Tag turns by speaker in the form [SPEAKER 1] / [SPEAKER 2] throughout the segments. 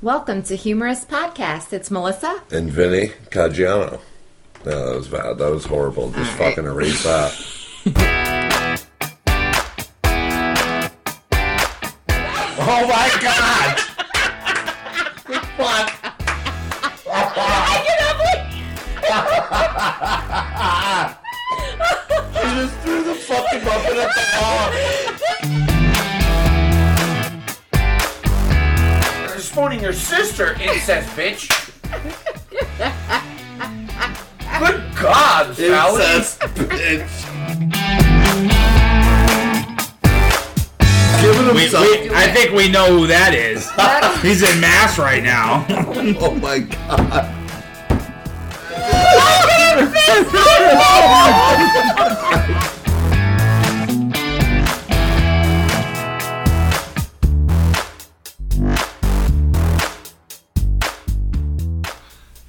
[SPEAKER 1] Welcome to Humorous Podcast. It's Melissa.
[SPEAKER 2] and Vinny Caggiano. No, that was bad. That was horrible. Just
[SPEAKER 1] All right.
[SPEAKER 2] fucking erase that. oh my god! Fuck! You just threw the fucking muffin at the wall.
[SPEAKER 3] This morning, your sister incest, bitch. Good God, Sally.
[SPEAKER 2] Incest, bitch. Giving himself.
[SPEAKER 3] I think we know who that is. He's in mass right now.
[SPEAKER 2] Oh my god.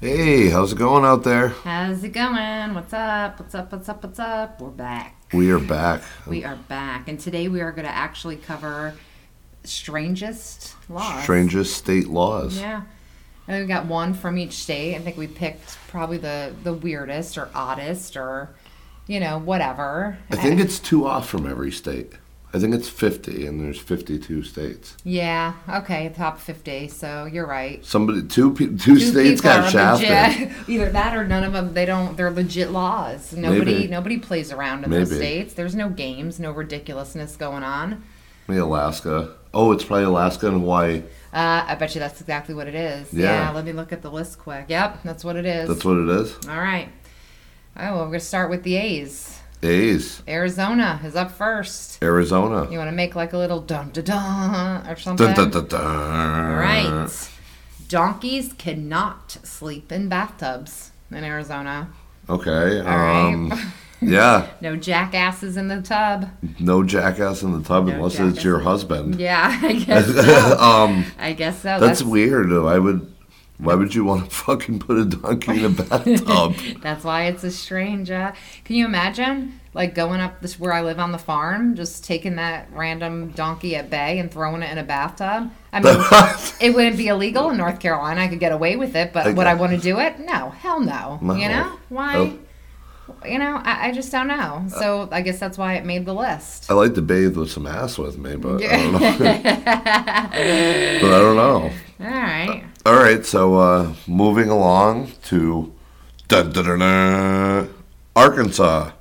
[SPEAKER 2] Hey, how's it going out there?
[SPEAKER 1] How's it going? What's up? What's up? What's up? What's up? We're back.
[SPEAKER 2] We are back.
[SPEAKER 1] We are back. And today we are going to actually cover strangest laws.
[SPEAKER 2] Strangest state laws.
[SPEAKER 1] Yeah. And we got one from each state. I think we picked probably the, the weirdest or oddest or, you know, whatever.
[SPEAKER 2] I think it's two off from every state. I think it's 50, and there's 52 states.
[SPEAKER 1] Yeah. Okay. Top 50. So you're right.
[SPEAKER 2] Somebody, two, pe- two, two states
[SPEAKER 1] people
[SPEAKER 2] got
[SPEAKER 1] are
[SPEAKER 2] shafted.
[SPEAKER 1] legit- Either that or none of them. They don't. They're legit laws. Nobody.
[SPEAKER 2] Maybe.
[SPEAKER 1] Nobody plays around in those
[SPEAKER 2] Maybe.
[SPEAKER 1] states. There's no games. No ridiculousness going on.
[SPEAKER 2] Maybe Alaska. Oh, it's probably Alaska and Hawaii.
[SPEAKER 1] Uh, I bet you that's exactly what it is.
[SPEAKER 2] Yeah.
[SPEAKER 1] Let me look at the list quick. Yep. That's what it is.
[SPEAKER 2] That's what it is.
[SPEAKER 1] All right. Oh, well, we're gonna start with the A's.
[SPEAKER 2] A's.
[SPEAKER 1] Arizona is up first.
[SPEAKER 2] Arizona.
[SPEAKER 1] You want to make like a little dun dun dun or something?
[SPEAKER 2] Dun, dun, dun, dun.
[SPEAKER 1] Right. Donkeys cannot sleep in bathtubs in Arizona.
[SPEAKER 2] Okay.
[SPEAKER 1] All right.
[SPEAKER 2] um, yeah.
[SPEAKER 1] No jackasses in the tub.
[SPEAKER 2] No jackass in the tub
[SPEAKER 1] No
[SPEAKER 2] unless
[SPEAKER 1] jackass
[SPEAKER 2] it's your
[SPEAKER 1] in-
[SPEAKER 2] husband.
[SPEAKER 1] Yeah, I guess so.
[SPEAKER 2] um,
[SPEAKER 1] I guess so.
[SPEAKER 2] that's, weird. though. I would. Why would you want to fucking put a donkey in a bathtub?
[SPEAKER 1] That's why it's a strange. Uh, can you imagine, like going up this where I live on the farm, just taking that random donkey at bay and throwing it in a bathtub? I mean, it wouldn't be illegal in North Carolina. I could get away with it, but would I want to do it? No, hell no.
[SPEAKER 2] No.
[SPEAKER 1] You know why?
[SPEAKER 2] Oh. Uh.
[SPEAKER 1] You know, I, I just don't know. So I guess that's why it made the list.
[SPEAKER 2] I like to bathe with some ass with me, but I don't know. but I don't know.
[SPEAKER 1] All right.
[SPEAKER 2] All right, so uh, moving along to dun, dun, dun, dun, Arkansas.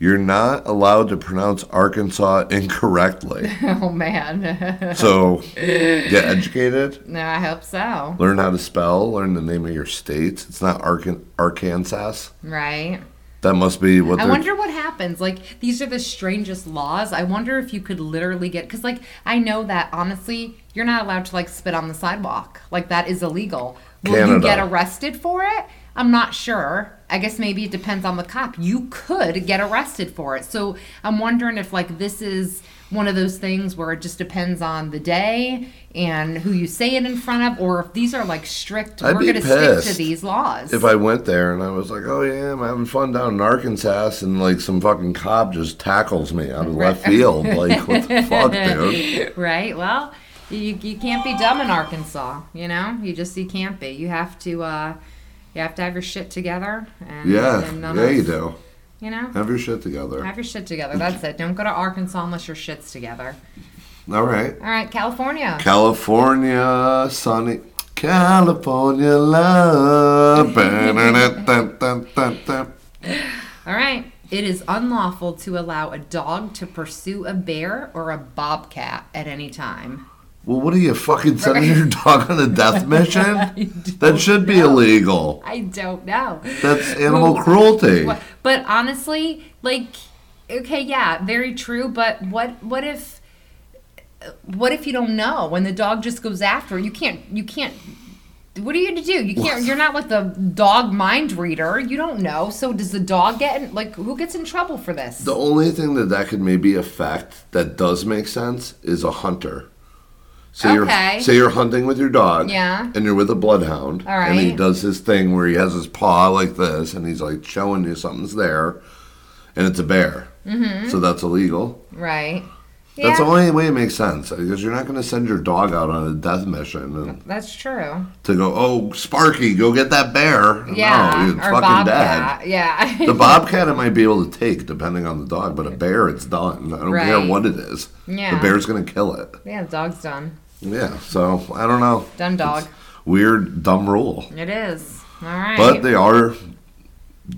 [SPEAKER 2] You're not allowed to pronounce Arkansas incorrectly.
[SPEAKER 1] Oh man.
[SPEAKER 2] So get educated,
[SPEAKER 1] no, I hope so.
[SPEAKER 2] learn how to spell, learn the name of your states. It's not Arkan- Arkansas.
[SPEAKER 1] Right.
[SPEAKER 2] That must be what
[SPEAKER 1] I
[SPEAKER 2] they're.
[SPEAKER 1] wonder what happens. Like these are the strangest laws. I wonder if you could literally get because, like, I know that honestly, you're not allowed to like spit on the sidewalk. Like that is illegal. Will you
[SPEAKER 2] Canada.
[SPEAKER 1] get arrested for it? I'm not sure. I guess maybe it depends on the cop. You could get arrested for it. So I'm wondering if like this is one of those things where it just depends on the day and who you say it in front of, or if these are like strict.
[SPEAKER 2] I'd
[SPEAKER 1] we're
[SPEAKER 2] be
[SPEAKER 1] gonna stick to
[SPEAKER 2] pissed
[SPEAKER 1] these laws.
[SPEAKER 2] if I went there and I was like, oh yeah, I'm having fun down in Arkansas, and like some fucking cop just tackles me out of left field. Like, what the fuck, dude?
[SPEAKER 1] right. Well, you, you can't be dumb in Arkansas. You know, you just you can't be. You have to uh, you have to have your shit together. And,
[SPEAKER 2] Yeah,
[SPEAKER 1] and none
[SPEAKER 2] yeah,
[SPEAKER 1] of-
[SPEAKER 2] you do.
[SPEAKER 1] You know,
[SPEAKER 2] Have your shit together.
[SPEAKER 1] have your shit together. That's it. Don't go to Arkansas unless your shit's together.
[SPEAKER 2] All right.
[SPEAKER 1] All right, California.
[SPEAKER 2] California, sunny. California love. Ba-da-da-dun-dun-dun-dun.
[SPEAKER 1] All right. It is unlawful to allow a dog to pursue a bear or a bobcat at any time.
[SPEAKER 2] well, what are you fucking sending your dog on a death mission? That should be illegal.
[SPEAKER 1] I don't know.
[SPEAKER 2] That's animal cruelty.
[SPEAKER 1] What- But honestly, like, okay, yeah, very true. But what what if what if you don't know when the dog just goes after it? You can't you can't. What are you to do? You can't. You're not like the dog mind reader. You don't know. So does the dog get in, like who gets in trouble for this?
[SPEAKER 2] The only thing that that could maybe affect that does make sense is a hunter. So
[SPEAKER 1] Okay.
[SPEAKER 2] you're say you're hunting with your dog,
[SPEAKER 1] Yeah.
[SPEAKER 2] and you're with a bloodhound,
[SPEAKER 1] All
[SPEAKER 2] and he
[SPEAKER 1] right.
[SPEAKER 2] does his thing where he has his paw like this, and he's like showing you something's there, and it's a bear, mm-hmm. so that's illegal.
[SPEAKER 1] right.
[SPEAKER 2] That's the
[SPEAKER 1] Yeah.
[SPEAKER 2] only way it makes sense because you're not going to send your dog out on a death mission and,
[SPEAKER 1] That's true.
[SPEAKER 2] to go, oh, Sparky, go get that bear.
[SPEAKER 1] Yeah.
[SPEAKER 2] no, it's
[SPEAKER 1] or
[SPEAKER 2] fucking
[SPEAKER 1] bobcat.
[SPEAKER 2] dead.
[SPEAKER 1] Yeah.
[SPEAKER 2] The bobcat I might be able to take depending on the dog, but a bear, it's done. I don't care
[SPEAKER 1] Right.
[SPEAKER 2] what it is.
[SPEAKER 1] Yeah.
[SPEAKER 2] The bear's going to kill it.
[SPEAKER 1] yeah. The dog's done.
[SPEAKER 2] Yeah, so I don't know.
[SPEAKER 1] Done dog.
[SPEAKER 2] Weird, dumb rule.
[SPEAKER 1] It is. All right.
[SPEAKER 2] But they are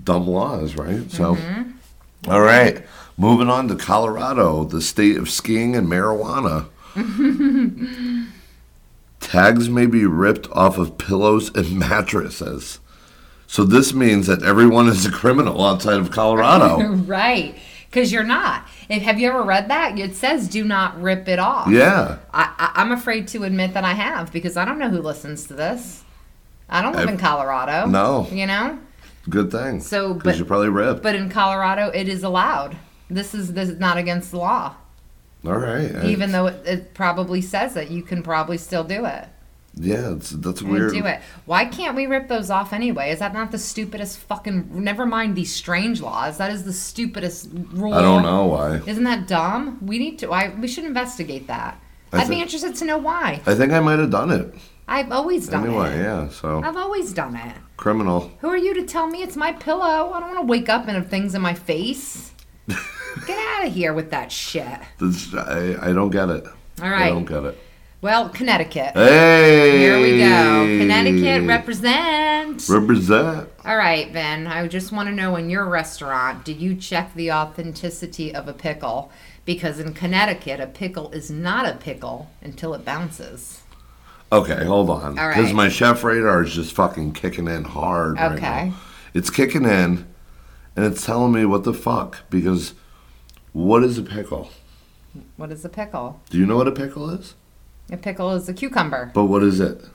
[SPEAKER 2] dumb laws, right? So,
[SPEAKER 1] Mm-hmm.
[SPEAKER 2] all right. Moving on to Colorado, the state of skiing and marijuana. Tags may be ripped off of pillows and mattresses. So this means that everyone is a criminal outside of Colorado.
[SPEAKER 1] right. Because you're not. If, have you ever read that? It says do not rip it off.
[SPEAKER 2] yeah.
[SPEAKER 1] I, I, I'm afraid to admit that I have because I don't know who listens to this. I don't live
[SPEAKER 2] I-
[SPEAKER 1] in Colorado.
[SPEAKER 2] No.
[SPEAKER 1] You know?
[SPEAKER 2] Good thing.
[SPEAKER 1] So,
[SPEAKER 2] because
[SPEAKER 1] but-
[SPEAKER 2] you probably ripped.
[SPEAKER 1] But in Colorado, it is allowed. This is, this is not against the law.
[SPEAKER 2] all right. I-
[SPEAKER 1] Even though it, it probably says it, you can probably still do it.
[SPEAKER 2] yeah, it's, that's
[SPEAKER 1] and
[SPEAKER 2] weird.
[SPEAKER 1] do it. Why can't we rip those off anyway? Is that not the stupidest fucking? Never mind these strange laws. That is the stupidest rule.
[SPEAKER 2] I don't know why.
[SPEAKER 1] Isn't that dumb? We need to. I we should investigate that.
[SPEAKER 2] I
[SPEAKER 1] I'd be
[SPEAKER 2] thi-
[SPEAKER 1] interested to know why.
[SPEAKER 2] I think I might have done it
[SPEAKER 1] I've always done
[SPEAKER 2] anyway.
[SPEAKER 1] it. Oh.
[SPEAKER 2] Yeah. So
[SPEAKER 1] I've always done it.
[SPEAKER 2] criminal.
[SPEAKER 1] Who are you to tell me it's my pillow? I don't want to wake up and have things in my face. Get out of here with that shit.
[SPEAKER 2] This, I, I don't get it.
[SPEAKER 1] All
[SPEAKER 2] I
[SPEAKER 1] right.
[SPEAKER 2] don't get it.
[SPEAKER 1] Well, Connecticut.
[SPEAKER 2] Hey!
[SPEAKER 1] Here we go. Connecticut represent.
[SPEAKER 2] Represent.
[SPEAKER 1] All right, Ben, I just want to know in your restaurant, do you check the authenticity of a pickle? Because in Connecticut, a pickle is not a pickle until it bounces.
[SPEAKER 2] Okay, hold on.
[SPEAKER 1] All
[SPEAKER 2] Because
[SPEAKER 1] right.
[SPEAKER 2] my chef radar is just fucking kicking in hard right now.
[SPEAKER 1] Okay.
[SPEAKER 2] It's kicking in and it's telling me what the fuck. Because what is a pickle?
[SPEAKER 1] What is a pickle?
[SPEAKER 2] Do you know what a pickle is?
[SPEAKER 1] A pickle is a cucumber.
[SPEAKER 2] But what is it?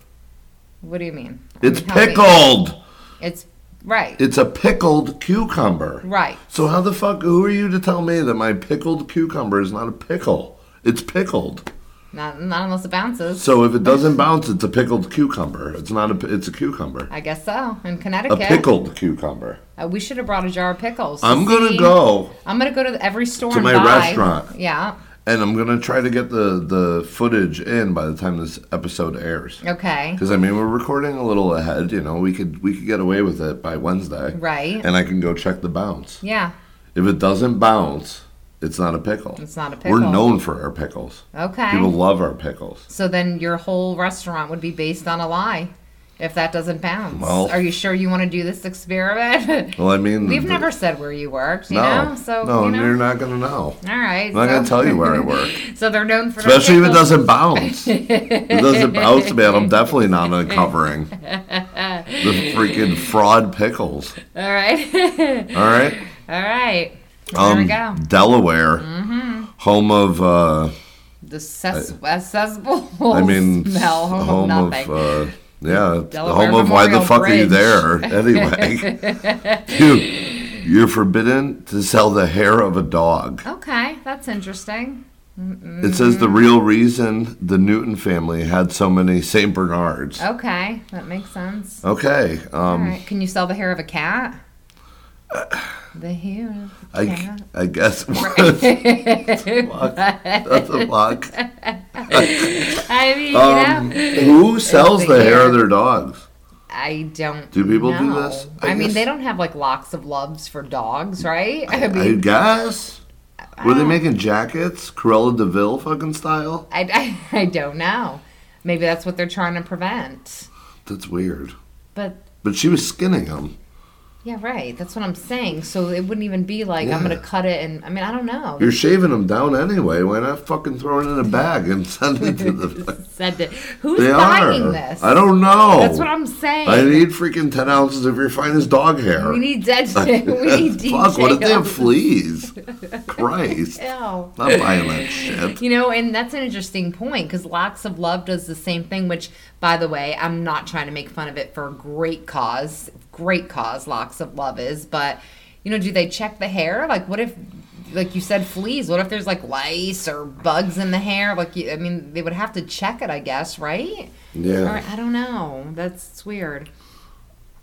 [SPEAKER 1] What do you mean?
[SPEAKER 2] It's
[SPEAKER 1] I mean, help me.
[SPEAKER 2] pickled!
[SPEAKER 1] It's right.
[SPEAKER 2] It's a pickled cucumber.
[SPEAKER 1] right.
[SPEAKER 2] So how the fuck, who are you to tell me that my pickled cucumber is not a pickle? It's pickled.
[SPEAKER 1] Not not unless it bounces.
[SPEAKER 2] So if it doesn't bounce, it's a pickled cucumber. It's not a. It's a cucumber.
[SPEAKER 1] I guess so. In
[SPEAKER 2] A
[SPEAKER 1] Connecticut,
[SPEAKER 2] pickled cucumber.
[SPEAKER 1] Uh, we should have brought a jar of pickles. See?
[SPEAKER 2] I'm gonna go
[SPEAKER 1] I'm gonna go to the- every store
[SPEAKER 2] To
[SPEAKER 1] and
[SPEAKER 2] my
[SPEAKER 1] buy.
[SPEAKER 2] restaurant.
[SPEAKER 1] Yeah.
[SPEAKER 2] and I'm gonna try to get the the footage in by the time this episode airs.
[SPEAKER 1] Okay.
[SPEAKER 2] Because I mean, we're recording a little ahead. You know, we could we could get away with it by Wednesday.
[SPEAKER 1] Right.
[SPEAKER 2] And I can go check the bounce.
[SPEAKER 1] Yeah.
[SPEAKER 2] If it doesn't bounce, it's not a pickle.
[SPEAKER 1] It's not a pickle.
[SPEAKER 2] We're known for our pickles.
[SPEAKER 1] Okay.
[SPEAKER 2] People love our pickles.
[SPEAKER 1] So then your whole restaurant would be based on a lie if that doesn't bounce.
[SPEAKER 2] Well-
[SPEAKER 1] Are you sure you want to do this experiment?
[SPEAKER 2] Well, I mean,
[SPEAKER 1] We've
[SPEAKER 2] the-
[SPEAKER 1] never said where you worked, you
[SPEAKER 2] No,
[SPEAKER 1] know? So,
[SPEAKER 2] no,
[SPEAKER 1] you know.
[SPEAKER 2] you're not gonna know.
[SPEAKER 1] All right.
[SPEAKER 2] I'm not gonna
[SPEAKER 1] so-
[SPEAKER 2] tell you where I work.
[SPEAKER 1] So they're known for their
[SPEAKER 2] Especially if it
[SPEAKER 1] pickles.
[SPEAKER 2] doesn't bounce. if it doesn't bounce, man, I'm definitely not uncovering the freaking fraud pickles.
[SPEAKER 1] All right.
[SPEAKER 2] All right?
[SPEAKER 1] All right. There
[SPEAKER 2] Um,
[SPEAKER 1] we go. Mm-hmm.
[SPEAKER 2] Delaware, home of, uh,
[SPEAKER 1] The cess- uh, cesspool.
[SPEAKER 2] I mean,
[SPEAKER 1] smell.
[SPEAKER 2] home of,
[SPEAKER 1] nothing.
[SPEAKER 2] uh, yeah, the
[SPEAKER 1] Delaware
[SPEAKER 2] home of why the
[SPEAKER 1] Memorial
[SPEAKER 2] fuck are you
[SPEAKER 1] Bridge.
[SPEAKER 2] there anyway? you, you're forbidden to sell the hair of a dog.
[SPEAKER 1] okay, that's interesting.
[SPEAKER 2] It says the real reason the Newton family had so many St. Bernards.
[SPEAKER 1] Oh. Okay, that makes sense.
[SPEAKER 2] Okay.
[SPEAKER 1] All
[SPEAKER 2] Um,
[SPEAKER 1] right. Can you sell the hair of a cat? The hair of a
[SPEAKER 2] I,
[SPEAKER 1] cat.
[SPEAKER 2] I guess Fuck. that's a fuck.
[SPEAKER 1] I mean,
[SPEAKER 2] Um,
[SPEAKER 1] you know,
[SPEAKER 2] who sells
[SPEAKER 1] It's
[SPEAKER 2] the
[SPEAKER 1] the
[SPEAKER 2] hair of
[SPEAKER 1] hair.
[SPEAKER 2] their dogs?
[SPEAKER 1] I don't.
[SPEAKER 2] Do people do
[SPEAKER 1] know.
[SPEAKER 2] this? I
[SPEAKER 1] I, mean,
[SPEAKER 2] guess-
[SPEAKER 1] they don't have like locks of loves for dogs, right? I
[SPEAKER 2] I
[SPEAKER 1] mean,
[SPEAKER 2] guess. Were they making jackets, Cruella Deville fucking style?
[SPEAKER 1] I, I, I don't know. Maybe that's what they're trying to prevent.
[SPEAKER 2] That's weird.
[SPEAKER 1] But
[SPEAKER 2] But she was skinning them.
[SPEAKER 1] yeah, right. That's what I'm saying. So it wouldn't even be like I'm
[SPEAKER 2] Yeah.
[SPEAKER 1] gonna cut it, and I mean, I don't know.
[SPEAKER 2] You're shaving them down anyway. Why not fucking throw it in a bag and send it to the?
[SPEAKER 1] Said that. Who's
[SPEAKER 2] they
[SPEAKER 1] buying
[SPEAKER 2] are.
[SPEAKER 1] this?
[SPEAKER 2] I don't know.
[SPEAKER 1] That's what I'm saying.
[SPEAKER 2] I need freaking ten ounces of your finest dog hair.
[SPEAKER 1] we need dead. we need DJ.
[SPEAKER 2] Fuck! What if they
[SPEAKER 1] on
[SPEAKER 2] have
[SPEAKER 1] this.
[SPEAKER 2] fleas? Christ!
[SPEAKER 1] Ew.
[SPEAKER 2] Not buying that shit.
[SPEAKER 1] You know, and that's an interesting point because Locks of Love does the same thing, which, by the way, I'm not trying to make fun of it for a great cause. Great cause, Locks of Love is. But, you know, do they check the hair? Like, what if, like you said, fleas? What if there's like lice or bugs in the hair? Like, you, I mean, they would have to check it, I guess, right?
[SPEAKER 2] Yeah.
[SPEAKER 1] Or, I don't know. That's it's weird.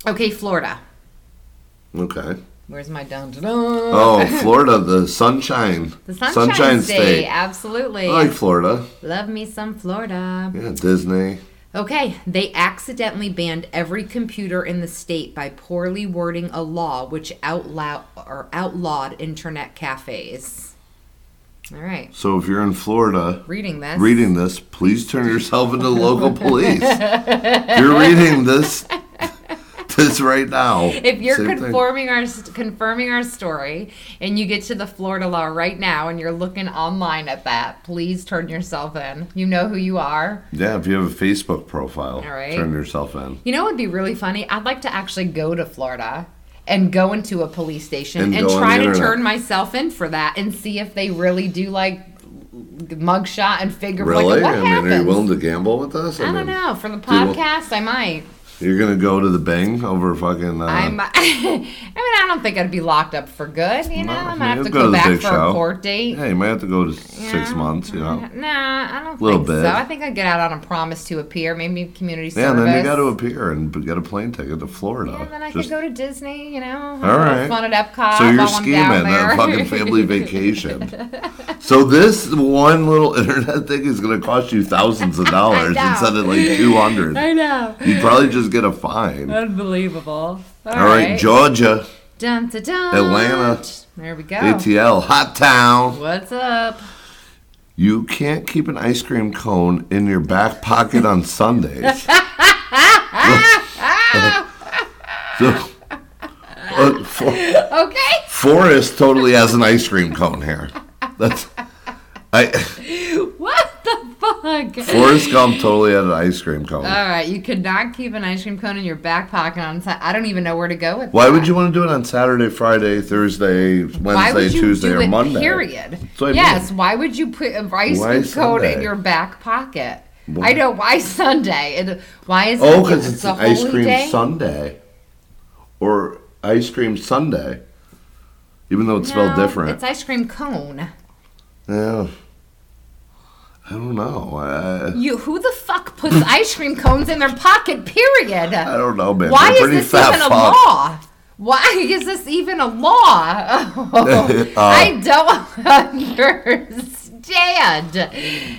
[SPEAKER 1] Okay, Florida.
[SPEAKER 2] Okay.
[SPEAKER 1] Where's my dun dun
[SPEAKER 2] Oh, Florida, the sunshine.
[SPEAKER 1] The Sunshine, State,
[SPEAKER 2] State.
[SPEAKER 1] absolutely.
[SPEAKER 2] I like Florida.
[SPEAKER 1] Love me some Florida.
[SPEAKER 2] Yeah, Disney.
[SPEAKER 1] Okay, they accidentally banned every computer in the state by poorly wording a law which outlaw or outlawed internet cafes. All right,
[SPEAKER 2] So if you're in Florida
[SPEAKER 1] reading this.
[SPEAKER 2] reading this, please turn yourself into local police. If you're reading this this right now.
[SPEAKER 1] If you're
[SPEAKER 2] same thing.
[SPEAKER 1] conforming our confirming our story and you get to the Florida law right now and you're looking online at that, please turn yourself in. You know who you are.
[SPEAKER 2] Yeah, if you have a Facebook profile,
[SPEAKER 1] All right.
[SPEAKER 2] turn yourself in.
[SPEAKER 1] You know what would be really funny? I'd like to actually go to Florida and go into a police station
[SPEAKER 2] And
[SPEAKER 1] and,
[SPEAKER 2] go on
[SPEAKER 1] try
[SPEAKER 2] the
[SPEAKER 1] to
[SPEAKER 2] internet.
[SPEAKER 1] turn myself in for that and see if they really do like mugshot and figure
[SPEAKER 2] Really?
[SPEAKER 1] like, what
[SPEAKER 2] I
[SPEAKER 1] happens.
[SPEAKER 2] mean, are you willing to gamble with us?
[SPEAKER 1] I don't know. For the
[SPEAKER 2] well-
[SPEAKER 1] podcast, I might.
[SPEAKER 2] You're gonna go to the bang over fucking. Uh,
[SPEAKER 1] I'm. I mean, I don't think I'd be locked up for good. You know,
[SPEAKER 2] Well,
[SPEAKER 1] I
[SPEAKER 2] you
[SPEAKER 1] might have to
[SPEAKER 2] go
[SPEAKER 1] go,
[SPEAKER 2] to the
[SPEAKER 1] back for
[SPEAKER 2] big show.
[SPEAKER 1] a court date.
[SPEAKER 2] yeah, you might have to go to six
[SPEAKER 1] Yeah.
[SPEAKER 2] months. You know.
[SPEAKER 1] Nah, I don't
[SPEAKER 2] Little
[SPEAKER 1] think
[SPEAKER 2] bit.
[SPEAKER 1] so. I think I'd get out on a promise to appear, maybe community
[SPEAKER 2] Yeah,
[SPEAKER 1] service.
[SPEAKER 2] then you got to appear and b- get a plane ticket to Florida.
[SPEAKER 1] Yeah, then I
[SPEAKER 2] Just-
[SPEAKER 1] could go to Disney, you know. have
[SPEAKER 2] All
[SPEAKER 1] a little
[SPEAKER 2] right.
[SPEAKER 1] Fun at Epcot.
[SPEAKER 2] so you're
[SPEAKER 1] while I'm
[SPEAKER 2] scheming
[SPEAKER 1] down
[SPEAKER 2] on
[SPEAKER 1] there.
[SPEAKER 2] a fucking family vacation. so this one little internet thing is going to cost you thousands of dollars
[SPEAKER 1] know.
[SPEAKER 2] instead of like two hundred.
[SPEAKER 1] I know.
[SPEAKER 2] You'd probably just get a fine.
[SPEAKER 1] Unbelievable.
[SPEAKER 2] All right, Georgia,
[SPEAKER 1] Dun, dun, dun.
[SPEAKER 2] Atlanta.
[SPEAKER 1] There we go.
[SPEAKER 2] ATL, hot town.
[SPEAKER 1] What's up?
[SPEAKER 2] You can't keep an ice cream cone in your back pocket on Sundays. so, uh, for-
[SPEAKER 1] Okay.
[SPEAKER 2] Forrest totally has an ice cream cone here. That's I
[SPEAKER 1] What the fuck?
[SPEAKER 2] Forrest Gump totally had an ice cream cone.
[SPEAKER 1] All right, you could not keep an ice cream cone in your back pocket on time. I don't even know where to go with
[SPEAKER 2] Why
[SPEAKER 1] that.
[SPEAKER 2] would you want to do it on Saturday, Friday, Thursday,
[SPEAKER 1] Why
[SPEAKER 2] Wednesday,
[SPEAKER 1] would you
[SPEAKER 2] Tuesday,
[SPEAKER 1] do
[SPEAKER 2] or
[SPEAKER 1] it,
[SPEAKER 2] Monday?
[SPEAKER 1] Period.
[SPEAKER 2] what I mean.
[SPEAKER 1] Yes. Why would you put a ice
[SPEAKER 2] Why
[SPEAKER 1] cream cone in
[SPEAKER 2] Sunday?
[SPEAKER 1] your back pocket?
[SPEAKER 2] Why-
[SPEAKER 1] I know why Sunday and why is
[SPEAKER 2] Oh,
[SPEAKER 1] it-
[SPEAKER 2] because it's
[SPEAKER 1] a
[SPEAKER 2] an ice
[SPEAKER 1] holy
[SPEAKER 2] cream
[SPEAKER 1] day?
[SPEAKER 2] Sunday or ice cream Sunday, even though it's spelled
[SPEAKER 1] No,
[SPEAKER 2] different.
[SPEAKER 1] It's ice cream cone.
[SPEAKER 2] yeah. I don't know. I,
[SPEAKER 1] You who the fuck puts ice cream cones in their pocket? Period.
[SPEAKER 2] I don't know, man.
[SPEAKER 1] why
[SPEAKER 2] They're
[SPEAKER 1] is
[SPEAKER 2] pretty
[SPEAKER 1] this
[SPEAKER 2] fat
[SPEAKER 1] even a
[SPEAKER 2] fuck.
[SPEAKER 1] law? Why is this even a law? Oh,
[SPEAKER 2] Uh,
[SPEAKER 1] I don't understand.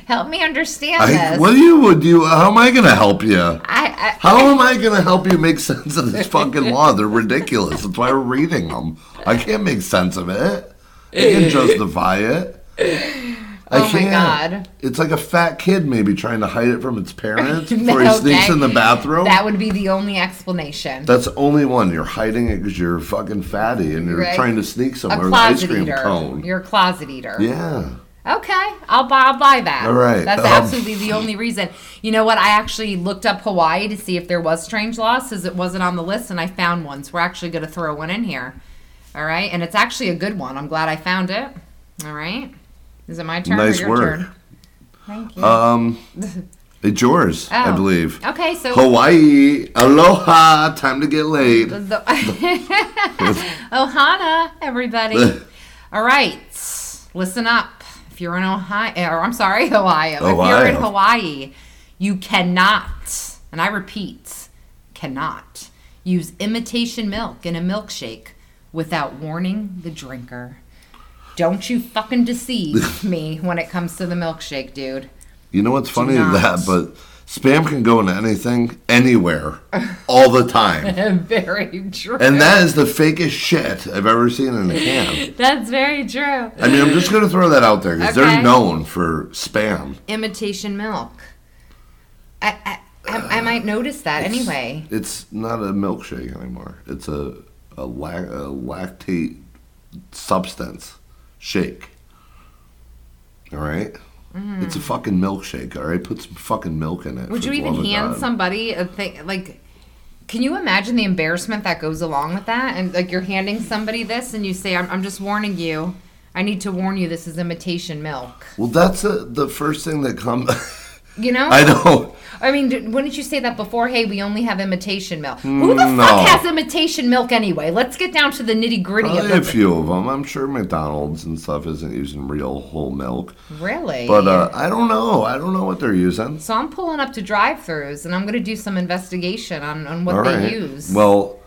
[SPEAKER 1] Help me understand
[SPEAKER 2] I,
[SPEAKER 1] this.
[SPEAKER 2] what do you would you? How am I gonna help you?
[SPEAKER 1] I, I,
[SPEAKER 2] How am I going to help you make sense of this fucking law? They're ridiculous. That's why we're reading them. I can't make sense of it. I can justify it. I
[SPEAKER 1] Oh my God.
[SPEAKER 2] It's like a fat kid maybe trying to hide it from its parents before he
[SPEAKER 1] Okay.
[SPEAKER 2] sneaks in the bathroom.
[SPEAKER 1] That would be the only explanation.
[SPEAKER 2] That's the only one. You're hiding it because you're fucking fatty and you're
[SPEAKER 1] Right.
[SPEAKER 2] trying to sneak
[SPEAKER 1] a
[SPEAKER 2] somewhere with an ice
[SPEAKER 1] closet
[SPEAKER 2] cream
[SPEAKER 1] eater.
[SPEAKER 2] cone.
[SPEAKER 1] You're a closet eater.
[SPEAKER 2] yeah.
[SPEAKER 1] Okay, I'll buy, I'll buy that.
[SPEAKER 2] All right,
[SPEAKER 1] That's
[SPEAKER 2] um,
[SPEAKER 1] absolutely the only reason. You know what? I actually looked up Hawaii to see if there was strange laws because it wasn't on the list, and I found one. So we're actually going to throw one in here. All right, and it's actually a good one. I'm glad I found it. All right, is it my turn
[SPEAKER 2] Nice
[SPEAKER 1] or your
[SPEAKER 2] work.
[SPEAKER 1] turn? Thank you.
[SPEAKER 2] Um, it's yours, I
[SPEAKER 1] Oh.
[SPEAKER 2] believe.
[SPEAKER 1] okay, so
[SPEAKER 2] Hawaii, aloha, time to get laid.
[SPEAKER 1] The- Ohana, everybody. All right, listen up. If you're in Ohio, or I'm sorry, Ohio. If you're in
[SPEAKER 2] Ohio.
[SPEAKER 1] Hawaii, you cannot, and I repeat, cannot use imitation milk in a milkshake without warning the drinker. Don't you fucking deceive me when it comes to the milkshake, dude.
[SPEAKER 2] You know what's funny is
[SPEAKER 1] not.
[SPEAKER 2] that, but spam can go into anything, anywhere, all the time.
[SPEAKER 1] Very true.
[SPEAKER 2] And that is the fakest shit I've ever seen in a can.
[SPEAKER 1] That's very true.
[SPEAKER 2] I mean, I'm just going to throw that out there because they're
[SPEAKER 1] Okay.
[SPEAKER 2] known for spam.
[SPEAKER 1] imitation milk. I I, I, I might notice that anyway.
[SPEAKER 2] It's not a milkshake anymore. It's a, a, lac- a lactate substance shake. All right? It's a fucking milkshake, all right? Put some fucking milk in it.
[SPEAKER 1] Mm-hmm. Would
[SPEAKER 2] for
[SPEAKER 1] you
[SPEAKER 2] the
[SPEAKER 1] even
[SPEAKER 2] love of
[SPEAKER 1] hand
[SPEAKER 2] God.
[SPEAKER 1] somebody a thing like? Can you imagine the embarrassment that goes along with that? And like you're handing somebody this, and you say, "I'm, I'm just warning you. I need to warn you. This is imitation milk."
[SPEAKER 2] Well, that's a, the first thing that comes.
[SPEAKER 1] You know?
[SPEAKER 2] I know.
[SPEAKER 1] I mean, d- wouldn't you say that before? Hey, we only have imitation milk. Who the
[SPEAKER 2] Mm, no.
[SPEAKER 1] fuck has imitation milk anyway? Let's get down to the nitty gritty of
[SPEAKER 2] Probably a
[SPEAKER 1] this.
[SPEAKER 2] few of them. I'm sure McDonald's and stuff isn't using real whole milk,
[SPEAKER 1] Really?
[SPEAKER 2] but uh, I don't know. I don't know what they're using.
[SPEAKER 1] So I'm pulling up to drive-throughs, and I'm going to do some investigation on, on what
[SPEAKER 2] All
[SPEAKER 1] they
[SPEAKER 2] right.
[SPEAKER 1] use.
[SPEAKER 2] Well,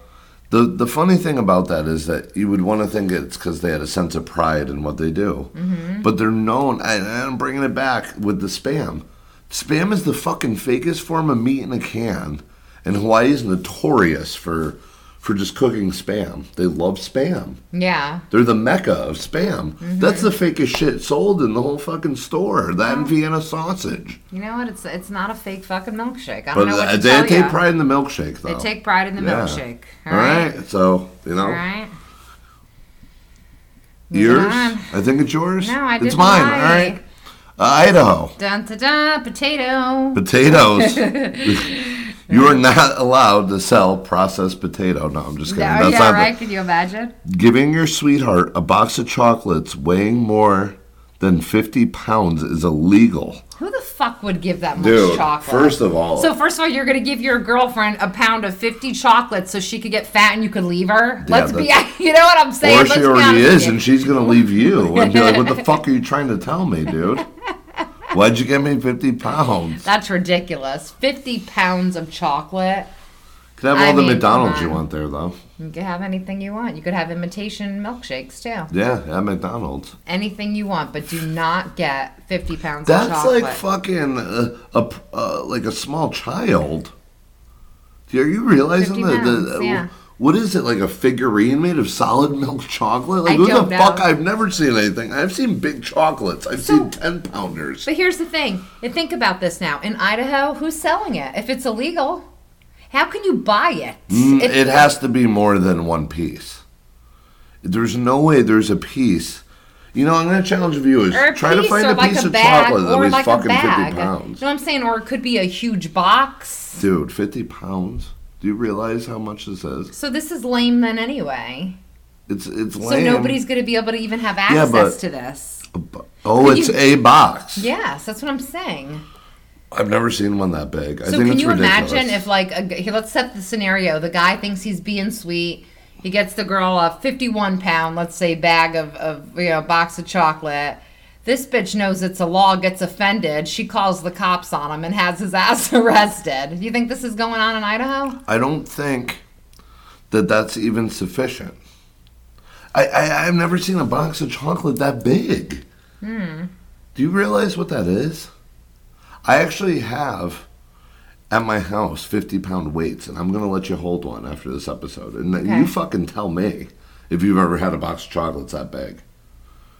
[SPEAKER 2] The the funny thing about that is that you would want to think it's because they had a sense of pride in what they do,
[SPEAKER 1] Mm-hmm.
[SPEAKER 2] but they're known. And I'm bringing it back with the spam. Spam is the fucking fakest form of meat in a can, and Hawaii is notorious for for just cooking spam. They love spam.
[SPEAKER 1] Yeah.
[SPEAKER 2] They're the mecca of spam.
[SPEAKER 1] Mm-hmm.
[SPEAKER 2] That's the fakest shit sold in the whole fucking store. That
[SPEAKER 1] Oh.
[SPEAKER 2] and Vienna sausage.
[SPEAKER 1] You know what? It's it's not a fake fucking milkshake. I don't
[SPEAKER 2] But
[SPEAKER 1] know what
[SPEAKER 2] uh,
[SPEAKER 1] to
[SPEAKER 2] they
[SPEAKER 1] tell
[SPEAKER 2] take
[SPEAKER 1] ya.
[SPEAKER 2] pride in the milkshake, though.
[SPEAKER 1] They take pride in the
[SPEAKER 2] Yeah.
[SPEAKER 1] milkshake.
[SPEAKER 2] All right. So you know,
[SPEAKER 1] All right.
[SPEAKER 2] yours.
[SPEAKER 1] on.
[SPEAKER 2] I think it's yours.
[SPEAKER 1] No, I
[SPEAKER 2] It's
[SPEAKER 1] did
[SPEAKER 2] mine.
[SPEAKER 1] mine.
[SPEAKER 2] All right. Uh, Idaho
[SPEAKER 1] Dun da da potato.
[SPEAKER 2] potatoes. you are not allowed to sell processed potato. No, I'm just kidding.
[SPEAKER 1] Yeah,
[SPEAKER 2] That's
[SPEAKER 1] yeah,
[SPEAKER 2] not the-
[SPEAKER 1] right. Can you imagine?
[SPEAKER 2] Giving your sweetheart a box of chocolates weighing more than 50 pounds is illegal.
[SPEAKER 1] Who the fuck would give that much
[SPEAKER 2] Dude,
[SPEAKER 1] chocolate?
[SPEAKER 2] first of all-
[SPEAKER 1] So first of all, you're gonna give your girlfriend a pound of fifty chocolates so she could get fat and you could leave her. Let's be,
[SPEAKER 2] that's-
[SPEAKER 1] you know what I'm saying?
[SPEAKER 2] or
[SPEAKER 1] Let's
[SPEAKER 2] she
[SPEAKER 1] be
[SPEAKER 2] already
[SPEAKER 1] honest with
[SPEAKER 2] is,
[SPEAKER 1] you.
[SPEAKER 2] and she's gonna leave you and be like, "What the fuck are you trying to tell me, dude? Why'd you give me 50 pounds?
[SPEAKER 1] That's ridiculous. Fifty pounds of chocolate.
[SPEAKER 2] Could have
[SPEAKER 1] I
[SPEAKER 2] all the
[SPEAKER 1] mean,
[SPEAKER 2] McDonald's
[SPEAKER 1] come
[SPEAKER 2] you
[SPEAKER 1] on.
[SPEAKER 2] want there, though.
[SPEAKER 1] You could have anything you want. You could have imitation milkshakes too.
[SPEAKER 2] Yeah, at McDonald's.
[SPEAKER 1] Anything you want, but do not get fifty pounds
[SPEAKER 2] That's
[SPEAKER 1] of chocolate.
[SPEAKER 2] like fucking uh, a p- uh, like a small child. Are you realizing
[SPEAKER 1] 50
[SPEAKER 2] that?
[SPEAKER 1] pounds,
[SPEAKER 2] that-
[SPEAKER 1] yeah.
[SPEAKER 2] What is it like a figurine made of solid milk chocolate? Like
[SPEAKER 1] I
[SPEAKER 2] who the
[SPEAKER 1] don't know.
[SPEAKER 2] fuck? I've never seen anything. I've seen big chocolates. I've
[SPEAKER 1] So-
[SPEAKER 2] seen ten pounders.
[SPEAKER 1] But here's the thing, and think about this now. In Idaho, who's selling it? If it's illegal, how can you buy it?
[SPEAKER 2] Mm,
[SPEAKER 1] If-
[SPEAKER 2] it has to be more than one piece. There's no way there's a piece. You know, I'm going to challenge viewers.
[SPEAKER 1] or a
[SPEAKER 2] Try to
[SPEAKER 1] piece,
[SPEAKER 2] find
[SPEAKER 1] or
[SPEAKER 2] a
[SPEAKER 1] like
[SPEAKER 2] piece
[SPEAKER 1] a
[SPEAKER 2] of
[SPEAKER 1] bag,
[SPEAKER 2] chocolate that
[SPEAKER 1] or
[SPEAKER 2] weighs
[SPEAKER 1] like
[SPEAKER 2] fucking
[SPEAKER 1] a bag.
[SPEAKER 2] 50 pounds.
[SPEAKER 1] You know what I'm saying? Or it could be a huge box.
[SPEAKER 2] Dude, 50 pounds? Do you realize how much this is?
[SPEAKER 1] So this is lame then anyway.
[SPEAKER 2] It's it's lame.
[SPEAKER 1] So nobody's going to be able to even have access
[SPEAKER 2] but-
[SPEAKER 1] to this.
[SPEAKER 2] Oh,
[SPEAKER 1] Could
[SPEAKER 2] it's
[SPEAKER 1] you-
[SPEAKER 2] a box.
[SPEAKER 1] Yes, that's what I'm saying.
[SPEAKER 2] I've never seen one that big. I
[SPEAKER 1] So
[SPEAKER 2] think
[SPEAKER 1] can
[SPEAKER 2] it's
[SPEAKER 1] you
[SPEAKER 2] ridiculous.
[SPEAKER 1] imagine if like a, g- here, let's set the scenario. The guy thinks he's being sweet. He gets the girl a 51 pound, let's say, bag of, of you know, box of chocolate. This bitch knows it's a law, gets offended. She calls the cops on him and has his ass arrested. You think this is going on in Idaho?
[SPEAKER 2] I don't think that that's even sufficient. I, I I've never seen a box of chocolate that big.
[SPEAKER 1] Hmm.
[SPEAKER 2] Do you realize what that is? I actually have at my house fifty pound weights, and I'm gonna let you hold one after this episode, and then you
[SPEAKER 1] Okay.
[SPEAKER 2] fucking tell me if you've ever had a box of chocolates that big.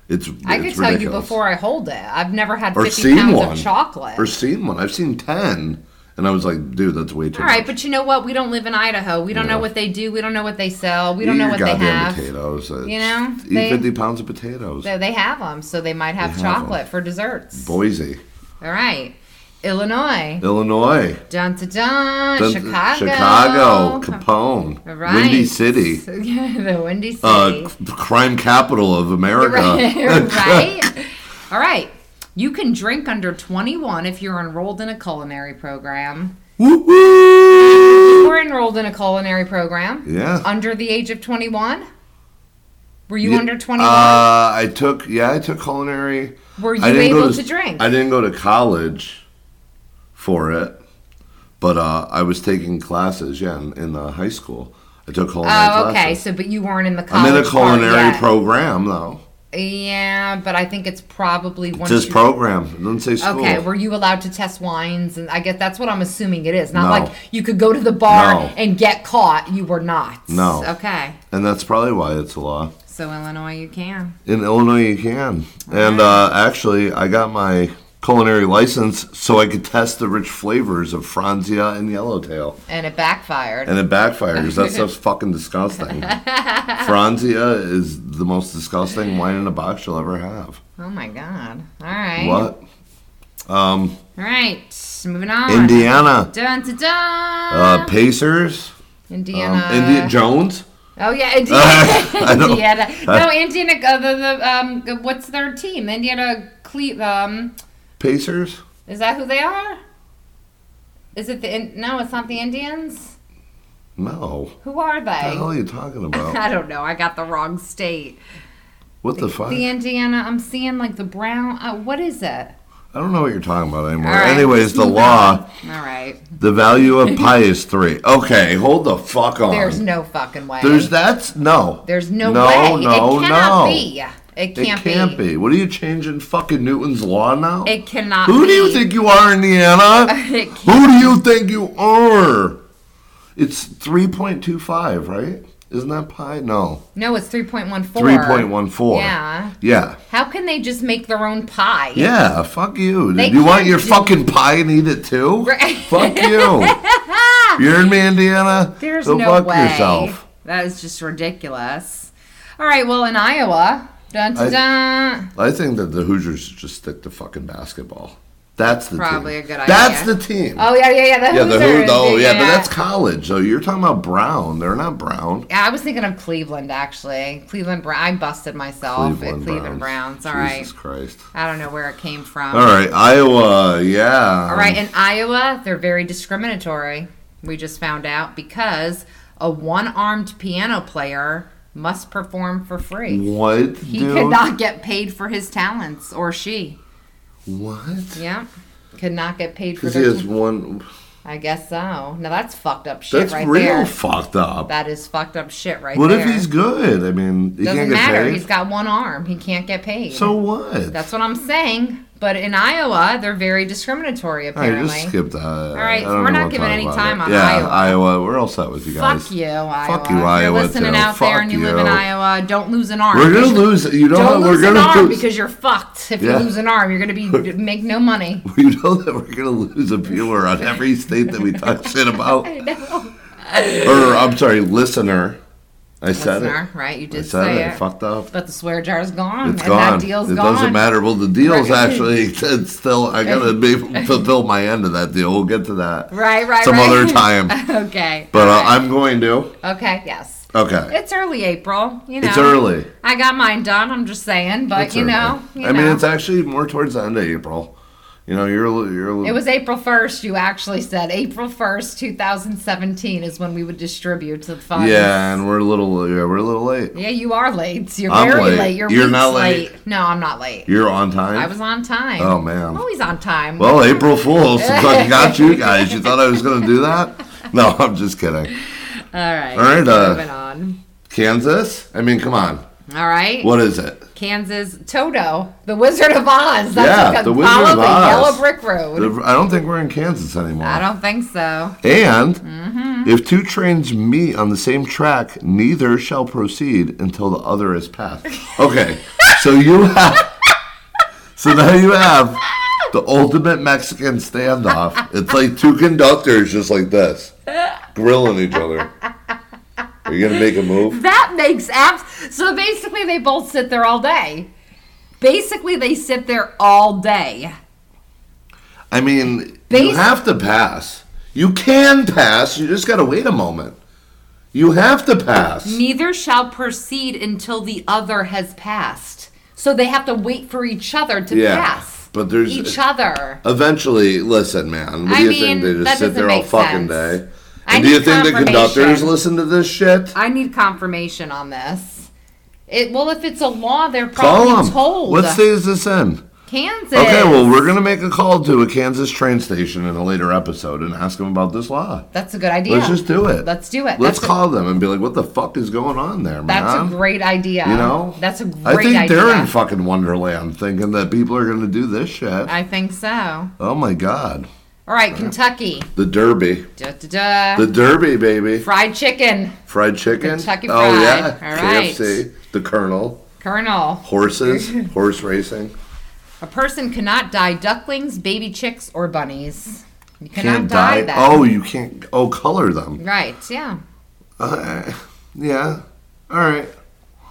[SPEAKER 2] It's
[SPEAKER 1] I could
[SPEAKER 2] it's
[SPEAKER 1] tell you
[SPEAKER 2] ridiculous.
[SPEAKER 1] before I hold it. I've never had
[SPEAKER 2] or
[SPEAKER 1] 50
[SPEAKER 2] seen
[SPEAKER 1] pounds
[SPEAKER 2] one
[SPEAKER 1] of chocolate.
[SPEAKER 2] or seen one. I've seen ten, and I was like, dude, that's way too.
[SPEAKER 1] All right,
[SPEAKER 2] much.
[SPEAKER 1] but you know what? We don't live in Idaho. We don't know what they do. We don't know what they sell. We don't
[SPEAKER 2] Eat
[SPEAKER 1] know
[SPEAKER 2] your
[SPEAKER 1] what they
[SPEAKER 2] goddamn
[SPEAKER 1] have.
[SPEAKER 2] Potatoes. It's-
[SPEAKER 1] You know,
[SPEAKER 2] eat
[SPEAKER 1] they-
[SPEAKER 2] fifty pounds of potatoes.
[SPEAKER 1] So they have them. So they might have,
[SPEAKER 2] They have 'em.
[SPEAKER 1] chocolate for desserts.
[SPEAKER 2] Boise,
[SPEAKER 1] All right. Illinois.
[SPEAKER 2] Illinois,
[SPEAKER 1] Dun to dun.
[SPEAKER 2] Dun-
[SPEAKER 1] Chicago.
[SPEAKER 2] Chicago, Capone,
[SPEAKER 1] All right.
[SPEAKER 2] Windy City,
[SPEAKER 1] the Windy City.
[SPEAKER 2] uh, c- crime capital of America.
[SPEAKER 1] right? All right. You can drink under 21 if you're enrolled in a culinary program.
[SPEAKER 2] Woo woo!
[SPEAKER 1] Or enrolled in a culinary program.
[SPEAKER 2] Yeah.
[SPEAKER 1] Under the age of 21? Were you
[SPEAKER 2] Yeah,
[SPEAKER 1] under 21?
[SPEAKER 2] Uh, I took yeah, I took culinary.
[SPEAKER 1] Were you
[SPEAKER 2] I didn't go
[SPEAKER 1] able to drink?
[SPEAKER 2] I didn't go to college for it, but uh, I was taking classes. Yeah, in, in uh, high school, I took culinary
[SPEAKER 1] oh, okay.
[SPEAKER 2] classes.
[SPEAKER 1] So, but you weren't in the college.
[SPEAKER 2] I'm in a
[SPEAKER 1] part
[SPEAKER 2] culinary
[SPEAKER 1] yet.
[SPEAKER 2] program though.
[SPEAKER 1] Yeah, but I think it's probably
[SPEAKER 2] It
[SPEAKER 1] once
[SPEAKER 2] says
[SPEAKER 1] you-
[SPEAKER 2] program. It doesn't say school.
[SPEAKER 1] Okay, were you allowed to test wines? And I guess that's what I'm assuming it is. Not
[SPEAKER 2] No.
[SPEAKER 1] like you could go to the bar
[SPEAKER 2] No.
[SPEAKER 1] and get caught. You were not.
[SPEAKER 2] No.
[SPEAKER 1] Okay.
[SPEAKER 2] and that's probably why it's a law.
[SPEAKER 1] So Illinois, you can.
[SPEAKER 2] In Illinois, you can. And uh, actually, I got my culinary license so I could test the rich flavors of Franzia and Yellowtail.
[SPEAKER 1] And it backfired.
[SPEAKER 2] And it backfired 'cause that stuff's fucking disgusting. Franzia is the most disgusting wine in a box you'll ever have.
[SPEAKER 1] oh my God. All right.
[SPEAKER 2] What? Um,
[SPEAKER 1] All right. Moving on.
[SPEAKER 2] Indiana.
[SPEAKER 1] Dun, dun, dun.
[SPEAKER 2] Uh, Pacers. Um,
[SPEAKER 1] Indiana.
[SPEAKER 2] Indiana Jones.
[SPEAKER 1] oh yeah, Indiana.
[SPEAKER 2] I don't-
[SPEAKER 1] Indiana. No, Indiana. Uh, the, the, um, what's their team? Indiana. Cle- um,
[SPEAKER 2] Pacers.
[SPEAKER 1] is that who they are? Is it the? In- no, it's not the Indians.
[SPEAKER 2] No.
[SPEAKER 1] Who are they?
[SPEAKER 2] What the hell are you talking about?
[SPEAKER 1] I don't know. I got the wrong state.
[SPEAKER 2] What the fuck?
[SPEAKER 1] The Indiana. I'm seeing like the brown. Uh, what is it?
[SPEAKER 2] I don't know what you're talking about anymore.
[SPEAKER 1] All right,
[SPEAKER 2] Anyways,
[SPEAKER 1] let's
[SPEAKER 2] the
[SPEAKER 1] move
[SPEAKER 2] law,
[SPEAKER 1] on. All right.
[SPEAKER 2] the value of pi is three. Okay, hold the fuck on.
[SPEAKER 1] There's no fucking way.
[SPEAKER 2] Um, There's that's no.
[SPEAKER 1] There's no,
[SPEAKER 2] no,
[SPEAKER 1] way.
[SPEAKER 2] No,
[SPEAKER 1] it cannot
[SPEAKER 2] no.
[SPEAKER 1] be. It
[SPEAKER 2] It
[SPEAKER 1] can't,
[SPEAKER 2] can't
[SPEAKER 1] be.
[SPEAKER 2] be. What are you changing fucking Newton's law now?
[SPEAKER 1] It cannot
[SPEAKER 2] Who
[SPEAKER 1] be.
[SPEAKER 2] do you think you are, Indiana?
[SPEAKER 1] It can't-
[SPEAKER 2] Who do you think you are? It's 3.25, right? Isn't that pi? No.
[SPEAKER 1] No, it's 3.14.
[SPEAKER 2] 3.14.
[SPEAKER 1] Yeah.
[SPEAKER 2] Yeah.
[SPEAKER 1] How can they just make their own pie?
[SPEAKER 2] Yeah, fuck you.
[SPEAKER 1] They
[SPEAKER 2] Do you want
[SPEAKER 1] can't
[SPEAKER 2] your
[SPEAKER 1] do-
[SPEAKER 2] fucking pie and eat it too?
[SPEAKER 1] Right.
[SPEAKER 2] Fuck you. You're in me, Indiana.
[SPEAKER 1] There's
[SPEAKER 2] Go
[SPEAKER 1] no
[SPEAKER 2] fuck
[SPEAKER 1] way.
[SPEAKER 2] yourself.
[SPEAKER 1] That is just ridiculous. All right, well, in Iowa, dun, dun,
[SPEAKER 2] I-
[SPEAKER 1] dun.
[SPEAKER 2] I think that the Hoosiers should just stick to fucking basketball. That's the
[SPEAKER 1] Probably
[SPEAKER 2] team.
[SPEAKER 1] a good idea.
[SPEAKER 2] That's the team.
[SPEAKER 1] Oh, yeah, yeah, yeah. The
[SPEAKER 2] yeah, the
[SPEAKER 1] Hoosiers,
[SPEAKER 2] Hoos. Oh, yeah, but that's college. So you're talking about Brown. They're not Brown.
[SPEAKER 1] Yeah, I was thinking of Cleveland, actually. Cleveland Brown. I busted myself at Cleveland Browns. All right.
[SPEAKER 2] Jesus Christ.
[SPEAKER 1] I don't know where it came from.
[SPEAKER 2] All right, Iowa. Yeah.
[SPEAKER 1] All right, in Iowa, they're very discriminatory. We just found out because a one-armed piano player must perform for free.
[SPEAKER 2] What,
[SPEAKER 1] He
[SPEAKER 2] dude?
[SPEAKER 1] could not get paid for his talents, or she.
[SPEAKER 2] What?
[SPEAKER 1] Yeah, could not get paid for.
[SPEAKER 2] Because he
[SPEAKER 1] Their
[SPEAKER 2] has
[SPEAKER 1] ta-
[SPEAKER 2] one.
[SPEAKER 1] I guess so. Now that's fucked up shit
[SPEAKER 2] That's
[SPEAKER 1] right
[SPEAKER 2] real
[SPEAKER 1] there.
[SPEAKER 2] fucked up.
[SPEAKER 1] That is fucked up shit right
[SPEAKER 2] what
[SPEAKER 1] there.
[SPEAKER 2] if he's good? I mean, he
[SPEAKER 1] Doesn't
[SPEAKER 2] can't get
[SPEAKER 1] matter.
[SPEAKER 2] paid.
[SPEAKER 1] He's got one arm. He can't get paid.
[SPEAKER 2] so what?
[SPEAKER 1] that's what I'm saying. But in Iowa, they're very discriminatory.
[SPEAKER 2] All right,
[SPEAKER 1] Apparently.
[SPEAKER 2] just skip that. All
[SPEAKER 1] right, so we're not giving any time on
[SPEAKER 2] yeah,
[SPEAKER 1] Iowa.
[SPEAKER 2] Iowa. We're all set with you guys.
[SPEAKER 1] Fuck you, Iowa.
[SPEAKER 2] Fuck you,
[SPEAKER 1] If
[SPEAKER 2] Iowa,
[SPEAKER 1] You're listening
[SPEAKER 2] too.
[SPEAKER 1] out there and
[SPEAKER 2] Fuck
[SPEAKER 1] you, live in
[SPEAKER 2] you.
[SPEAKER 1] Iowa. Don't lose an arm.
[SPEAKER 2] We're
[SPEAKER 1] because
[SPEAKER 2] gonna
[SPEAKER 1] you-
[SPEAKER 2] lose. You know
[SPEAKER 1] Don't
[SPEAKER 2] what? We're
[SPEAKER 1] lose an
[SPEAKER 2] gonna
[SPEAKER 1] arm
[SPEAKER 2] lose.
[SPEAKER 1] because you're fucked. If
[SPEAKER 2] Yeah.
[SPEAKER 1] you lose an arm, you're gonna be you'd make no money.
[SPEAKER 2] You know that we're gonna lose a viewer on every state that we talk shit about. Or I'm sorry, listener. I said
[SPEAKER 1] Listener,
[SPEAKER 2] it.
[SPEAKER 1] right? You
[SPEAKER 2] I
[SPEAKER 1] did
[SPEAKER 2] said
[SPEAKER 1] say
[SPEAKER 2] it.
[SPEAKER 1] it.
[SPEAKER 2] Fucked up.
[SPEAKER 1] But the swear jar's gone.
[SPEAKER 2] It's
[SPEAKER 1] and
[SPEAKER 2] gone.
[SPEAKER 1] that deal's
[SPEAKER 2] it
[SPEAKER 1] gone.
[SPEAKER 2] doesn't matter. Well, the deal's
[SPEAKER 1] Right.
[SPEAKER 2] actually it's still. I gotta be fulfill my end of that deal. We'll get to that
[SPEAKER 1] Right, right,
[SPEAKER 2] some
[SPEAKER 1] right.
[SPEAKER 2] other time.
[SPEAKER 1] okay.
[SPEAKER 2] But uh,
[SPEAKER 1] All right.
[SPEAKER 2] I'm going to.
[SPEAKER 1] Okay, yes.
[SPEAKER 2] Okay.
[SPEAKER 1] It's early April, you know.
[SPEAKER 2] It's early.
[SPEAKER 1] I got mine done, I'm just saying, but
[SPEAKER 2] It's
[SPEAKER 1] you
[SPEAKER 2] early.
[SPEAKER 1] know, you
[SPEAKER 2] I mean,
[SPEAKER 1] know.
[SPEAKER 2] it's actually more towards the end of April. You know, you're you're.
[SPEAKER 1] It was April 1st, you actually said. April 1st, 2017 is when we would distribute the funds.
[SPEAKER 2] yeah, and we're a little yeah, we're a little late.
[SPEAKER 1] Yeah, you are late. You're
[SPEAKER 2] I'm
[SPEAKER 1] very
[SPEAKER 2] late.
[SPEAKER 1] late. You're,
[SPEAKER 2] You're
[SPEAKER 1] weeks
[SPEAKER 2] not late.
[SPEAKER 1] late. No, I'm not late.
[SPEAKER 2] You're on time.
[SPEAKER 1] I was on time.
[SPEAKER 2] Oh, man.
[SPEAKER 1] I'm always on time.
[SPEAKER 2] well, April Fools! I fucking got you guys. You thought I was gonna do that? No, I'm just kidding.
[SPEAKER 1] all right.
[SPEAKER 2] all right, uh,
[SPEAKER 1] moving on.
[SPEAKER 2] Kansas. I mean, come on.
[SPEAKER 1] All right.
[SPEAKER 2] What is it?
[SPEAKER 1] Kansas Toto, The Wizard of Oz. That's
[SPEAKER 2] Yeah,
[SPEAKER 1] what-
[SPEAKER 2] The Wizard
[SPEAKER 1] follow
[SPEAKER 2] of Oz.
[SPEAKER 1] the Yellow Brick Road.
[SPEAKER 2] The- I don't think we're in Kansas anymore.
[SPEAKER 1] I don't Mm-hmm. think so.
[SPEAKER 2] And if two trains meet on the same track, neither shall proceed until the other is passed. Okay, so you have. So now you have the ultimate Mexican standoff. It's like two conductors just like this, grilling each other. Are you gonna make a move?
[SPEAKER 1] That makes abs. So basically, they both sit there all day. Basically, they sit there all day.
[SPEAKER 2] I mean, you
[SPEAKER 1] Basi-
[SPEAKER 2] have to pass. You can pass. You just gotta wait a moment. You have to pass.
[SPEAKER 1] Neither shall proceed until the other has passed. So they have to wait for each other to
[SPEAKER 2] Yeah,
[SPEAKER 1] pass.
[SPEAKER 2] but there's-
[SPEAKER 1] each other.
[SPEAKER 2] Eventually, listen, man. What
[SPEAKER 1] I
[SPEAKER 2] do you
[SPEAKER 1] mean,
[SPEAKER 2] think? They
[SPEAKER 1] that
[SPEAKER 2] just sit
[SPEAKER 1] doesn't
[SPEAKER 2] there all
[SPEAKER 1] make
[SPEAKER 2] fucking
[SPEAKER 1] sense.
[SPEAKER 2] day.
[SPEAKER 1] I
[SPEAKER 2] And do you
[SPEAKER 1] need
[SPEAKER 2] think the conductors
[SPEAKER 1] confirmation.
[SPEAKER 2] listen to this shit?
[SPEAKER 1] I need confirmation on this. It well, if it's a law, they're
[SPEAKER 2] Call
[SPEAKER 1] probably
[SPEAKER 2] them.
[SPEAKER 1] told.
[SPEAKER 2] What state is this in?
[SPEAKER 1] Kansas.
[SPEAKER 2] Okay, well, we're gonna make a call to a Kansas train station in a later episode and ask them about this law.
[SPEAKER 1] that's a good idea.
[SPEAKER 2] Let's just do it.
[SPEAKER 1] Let's do it.
[SPEAKER 2] Let's
[SPEAKER 1] That's a-
[SPEAKER 2] call them and be like, "What the fuck is going on there, man?"
[SPEAKER 1] That's a great idea.
[SPEAKER 2] You know,
[SPEAKER 1] that's a great
[SPEAKER 2] I think
[SPEAKER 1] idea.
[SPEAKER 2] they're in fucking Wonderland, thinking that people are gonna do this shit.
[SPEAKER 1] I think so.
[SPEAKER 2] oh my god,
[SPEAKER 1] All right,
[SPEAKER 2] Uh-huh.
[SPEAKER 1] Kentucky.
[SPEAKER 2] the Derby,
[SPEAKER 1] Da, da, da.
[SPEAKER 2] the Derby, baby.
[SPEAKER 1] Fried chicken,
[SPEAKER 2] Fried chicken.
[SPEAKER 1] Kentucky
[SPEAKER 2] Oh
[SPEAKER 1] Fried.
[SPEAKER 2] yeah.
[SPEAKER 1] All right.
[SPEAKER 2] KFC. The Colonel.
[SPEAKER 1] Colonel.
[SPEAKER 2] Horses. horse racing.
[SPEAKER 1] A person cannot die ducklings, baby chicks, or bunnies. You cannot
[SPEAKER 2] Can't
[SPEAKER 1] dye
[SPEAKER 2] die.
[SPEAKER 1] them.
[SPEAKER 2] Oh, you can't. Oh, color them.
[SPEAKER 1] right. Yeah.
[SPEAKER 2] Uh, yeah. All right.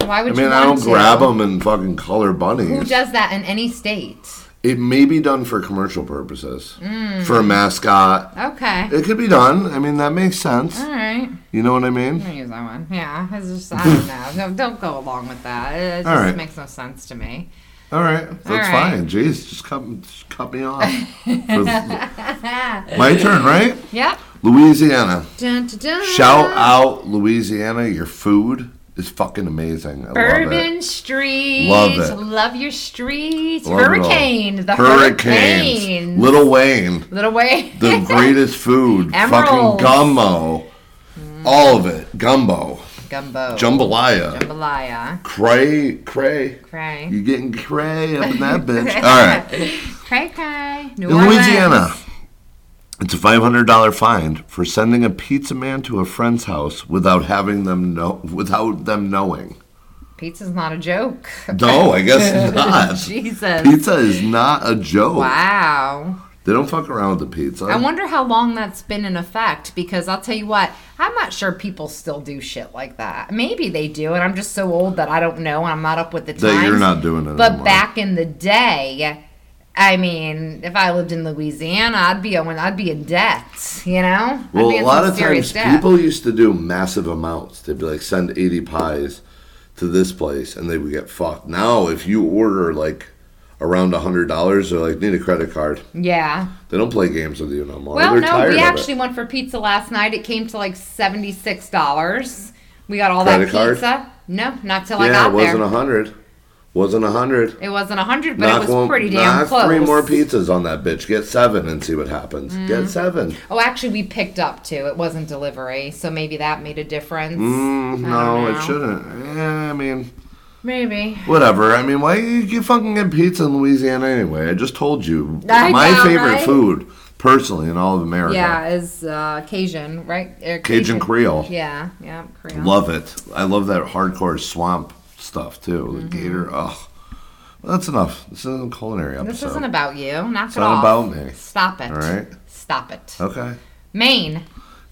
[SPEAKER 1] Why
[SPEAKER 2] I
[SPEAKER 1] would you
[SPEAKER 2] mean,
[SPEAKER 1] want
[SPEAKER 2] I don't
[SPEAKER 1] to?
[SPEAKER 2] grab them and fucking color
[SPEAKER 1] Who
[SPEAKER 2] bunnies.
[SPEAKER 1] does that in any state?
[SPEAKER 2] It may be done for commercial purposes,
[SPEAKER 1] Hmm.
[SPEAKER 2] for a mascot.
[SPEAKER 1] Okay.
[SPEAKER 2] It could be done. I mean, that makes sense.
[SPEAKER 1] All right.
[SPEAKER 2] You know what I mean?
[SPEAKER 1] I'm gonna use that one. Yeah. It's just I don't know. No, don't go along with that. It just
[SPEAKER 2] All right.
[SPEAKER 1] makes no sense to me.
[SPEAKER 2] All right, that's
[SPEAKER 1] All right.
[SPEAKER 2] fine. Jeez, just cut, just cut me off. For- My turn, right?
[SPEAKER 1] Yep.
[SPEAKER 2] Louisiana.
[SPEAKER 1] Dun, dun, dun.
[SPEAKER 2] Shout out Louisiana, your food, is fucking amazing. I love
[SPEAKER 1] Bourbon
[SPEAKER 2] it.
[SPEAKER 1] Street.
[SPEAKER 2] Love it.
[SPEAKER 1] Love your streets.
[SPEAKER 2] Love it all.
[SPEAKER 1] Hurricane. The
[SPEAKER 2] Hurricanes.
[SPEAKER 1] Hurricane.
[SPEAKER 2] Little Wayne.
[SPEAKER 1] Little way.
[SPEAKER 2] The greatest food.
[SPEAKER 1] Emeralds. Mm.
[SPEAKER 2] Fucking gumbo. All of it. Gumbo.
[SPEAKER 1] Gumbo.
[SPEAKER 2] Jambalaya.
[SPEAKER 1] Jambalaya.
[SPEAKER 2] Cray. Cray.
[SPEAKER 1] Cray.
[SPEAKER 2] You getting cray up in that bitch. All right.
[SPEAKER 1] Cray cray. New
[SPEAKER 2] In
[SPEAKER 1] Orleans.
[SPEAKER 2] Mm. Louisiana, it's a $500 fine for sending a pizza man to a friend's house without having them know without them knowing.
[SPEAKER 1] Pizza's not a joke.
[SPEAKER 2] No, I guess not.
[SPEAKER 1] Jesus.
[SPEAKER 2] Pizza is not a joke.
[SPEAKER 1] Wow.
[SPEAKER 2] They don't fuck around with the pizza.
[SPEAKER 1] I wonder how long that's been in effect because I'll tell you what, I'm not sure people still do shit like that. Maybe they do, and I'm just so old that I don't know and I'm not up with the times.
[SPEAKER 2] That you're not doing it
[SPEAKER 1] But
[SPEAKER 2] anymore.
[SPEAKER 1] back in the day, I mean, if I lived in Louisiana, I'd be owing, I'd be in debt, you know? I'd
[SPEAKER 2] well,
[SPEAKER 1] be
[SPEAKER 2] a
[SPEAKER 1] in
[SPEAKER 2] lot
[SPEAKER 1] some
[SPEAKER 2] of
[SPEAKER 1] serious
[SPEAKER 2] times
[SPEAKER 1] debt.
[SPEAKER 2] people used to do massive amounts. They'd be like, send 80 pies to this place, and they would get fucked. Now, if you order like around $100, they're like, need a credit card.
[SPEAKER 1] Yeah.
[SPEAKER 2] They don't play games with you no more.
[SPEAKER 1] Well,
[SPEAKER 2] they're
[SPEAKER 1] no,
[SPEAKER 2] tired
[SPEAKER 1] we
[SPEAKER 2] of
[SPEAKER 1] actually
[SPEAKER 2] it.
[SPEAKER 1] went for pizza last night. It came to like seventy-six dollars. We got all
[SPEAKER 2] Credit
[SPEAKER 1] that
[SPEAKER 2] card?
[SPEAKER 1] pizza. No, not till I
[SPEAKER 2] Yeah,
[SPEAKER 1] got
[SPEAKER 2] it wasn't
[SPEAKER 1] there.
[SPEAKER 2] a 100. Wasn't a 100.
[SPEAKER 1] it wasn't a hundred, but
[SPEAKER 2] knock
[SPEAKER 1] it was
[SPEAKER 2] one-
[SPEAKER 1] pretty damn
[SPEAKER 2] knock
[SPEAKER 1] close.
[SPEAKER 2] three more pizzas on that bitch. Get seven and see what happens. Get seven.
[SPEAKER 1] Oh, actually, we picked up two. It wasn't delivery, so maybe that made a difference.
[SPEAKER 2] Mm, no,
[SPEAKER 1] know.
[SPEAKER 2] it shouldn't. Yeah, I mean,
[SPEAKER 1] Maybe.
[SPEAKER 2] Whatever. I mean, why you, you fucking get pizza in Louisiana anyway? I just told you.
[SPEAKER 1] I
[SPEAKER 2] my
[SPEAKER 1] know,
[SPEAKER 2] favorite
[SPEAKER 1] right?
[SPEAKER 2] food, personally, in all of America.
[SPEAKER 1] Yeah, is uh, Cajun, right? Or
[SPEAKER 2] Cajun Creole.
[SPEAKER 1] Yeah, yeah, Creole.
[SPEAKER 2] Love it. I love that hardcore swamp stuff too.
[SPEAKER 1] Mm-hmm.
[SPEAKER 2] The gator. Oh, that's enough. This isn't a culinary episode.
[SPEAKER 1] This isn't about you. Knock it's it
[SPEAKER 2] not
[SPEAKER 1] off.
[SPEAKER 2] about me.
[SPEAKER 1] Stop it.
[SPEAKER 2] All right.
[SPEAKER 1] Stop it.
[SPEAKER 2] okay.
[SPEAKER 1] Maine.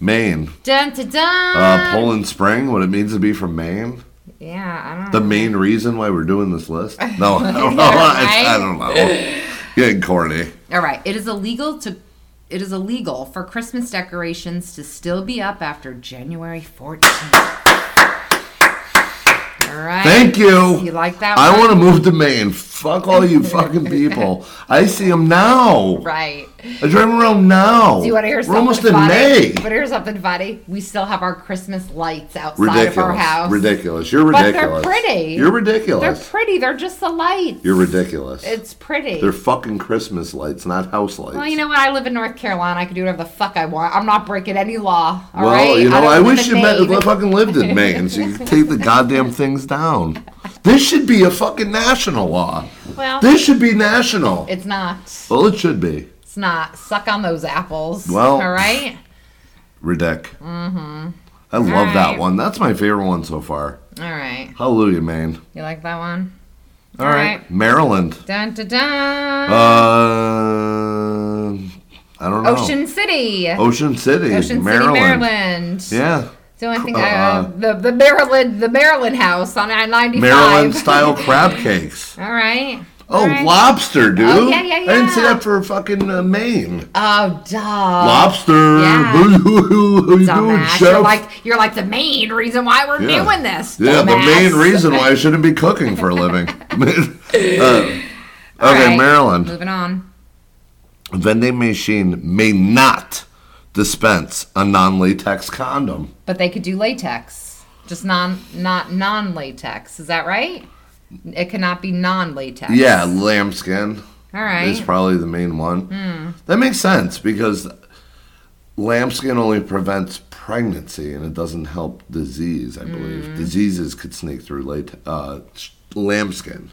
[SPEAKER 2] Maine.
[SPEAKER 1] Dun dun dun.
[SPEAKER 2] Uh, Poland Spring. What it means to be from Maine.
[SPEAKER 1] Yeah, I don't know.
[SPEAKER 2] The main reason why we're doing this list. No, I don't know.
[SPEAKER 1] Right?
[SPEAKER 2] I, I don't know. Getting corny.
[SPEAKER 1] All right. It is illegal to it is illegal for Christmas decorations to still be up after January 14th. All right.
[SPEAKER 2] Thank you.
[SPEAKER 1] You like that
[SPEAKER 2] I
[SPEAKER 1] one?
[SPEAKER 2] want to move to Maine. Fuck all you fucking people. I see them now.
[SPEAKER 1] Right.
[SPEAKER 2] I drive around now.
[SPEAKER 1] Do you want to hear
[SPEAKER 2] We're
[SPEAKER 1] something
[SPEAKER 2] almost in
[SPEAKER 1] funny?
[SPEAKER 2] May.
[SPEAKER 1] But here's something funny. We still have our Christmas lights outside
[SPEAKER 2] Ridiculous.
[SPEAKER 1] of our house.
[SPEAKER 2] Ridiculous. You're
[SPEAKER 1] But they're
[SPEAKER 2] ridiculous.
[SPEAKER 1] pretty.
[SPEAKER 2] You're
[SPEAKER 1] They're
[SPEAKER 2] ridiculous.
[SPEAKER 1] pretty. They're just the lights.
[SPEAKER 2] You're ridiculous.
[SPEAKER 1] It's pretty.
[SPEAKER 2] They're fucking Christmas lights, not house lights.
[SPEAKER 1] well, you know what? I live in North Carolina. I can do whatever the fuck I want. I'm not breaking any law. All right.
[SPEAKER 2] Well, you know,
[SPEAKER 1] don't
[SPEAKER 2] I
[SPEAKER 1] live
[SPEAKER 2] wish
[SPEAKER 1] in
[SPEAKER 2] you met,
[SPEAKER 1] Maine.
[SPEAKER 2] fucking lived in Maine so you could take the goddamn things down. This should be a fucking national law.
[SPEAKER 1] Well,
[SPEAKER 2] This should be national.
[SPEAKER 1] it's not.
[SPEAKER 2] Well, it should be.
[SPEAKER 1] It's not. Suck on those apples.
[SPEAKER 2] Well-
[SPEAKER 1] all right.
[SPEAKER 2] Ridic. Mm-hmm. I love that
[SPEAKER 1] right.
[SPEAKER 2] one. That's my favorite one so far.
[SPEAKER 1] All right.
[SPEAKER 2] Hallelujah, Maine.
[SPEAKER 1] You like that one?
[SPEAKER 2] All
[SPEAKER 1] All
[SPEAKER 2] right.
[SPEAKER 1] right.
[SPEAKER 2] Maryland.
[SPEAKER 1] Dun dun dun.
[SPEAKER 2] Uh, I don't know.
[SPEAKER 1] Ocean City.
[SPEAKER 2] Ocean City.
[SPEAKER 1] Ocean
[SPEAKER 2] Oh, Maryland.
[SPEAKER 1] City, Maryland.
[SPEAKER 2] Yeah.
[SPEAKER 1] The only thing
[SPEAKER 2] Uh,
[SPEAKER 1] I, uh, the the Maryland the Maryland house on I ninety five.
[SPEAKER 2] Maryland style crab cakes.
[SPEAKER 1] All right.
[SPEAKER 2] Oh,
[SPEAKER 1] All right.
[SPEAKER 2] lobster, dude.
[SPEAKER 1] Oh, yeah, yeah,
[SPEAKER 2] I didn't see
[SPEAKER 1] yeah.
[SPEAKER 2] that for fucking uh, Maine.
[SPEAKER 1] Oh, duh.
[SPEAKER 2] lobster.
[SPEAKER 1] yeah.
[SPEAKER 2] Who, who, who, who you doing,
[SPEAKER 1] Dumbass.
[SPEAKER 2] chef?
[SPEAKER 1] You're like you're like the main reason why we're
[SPEAKER 2] Yeah.
[SPEAKER 1] doing this.
[SPEAKER 2] yeah, the
[SPEAKER 1] dumbass.
[SPEAKER 2] main reason why I shouldn't be cooking for a living. uh, okay,
[SPEAKER 1] All right.
[SPEAKER 2] Maryland.
[SPEAKER 1] Moving on.
[SPEAKER 2] vending machine may not dispense a non-latex condom.
[SPEAKER 1] But they could do latex. Just non not non latex. Is that right? It cannot be non latex.
[SPEAKER 2] Yeah, lambskin
[SPEAKER 1] All
[SPEAKER 2] is
[SPEAKER 1] right. Hmm.
[SPEAKER 2] probably the main one. That makes sense because lambskin only prevents pregnancy and it doesn't help disease. I believe
[SPEAKER 1] Hmm.
[SPEAKER 2] diseases could sneak through late uh, sh- lambskin.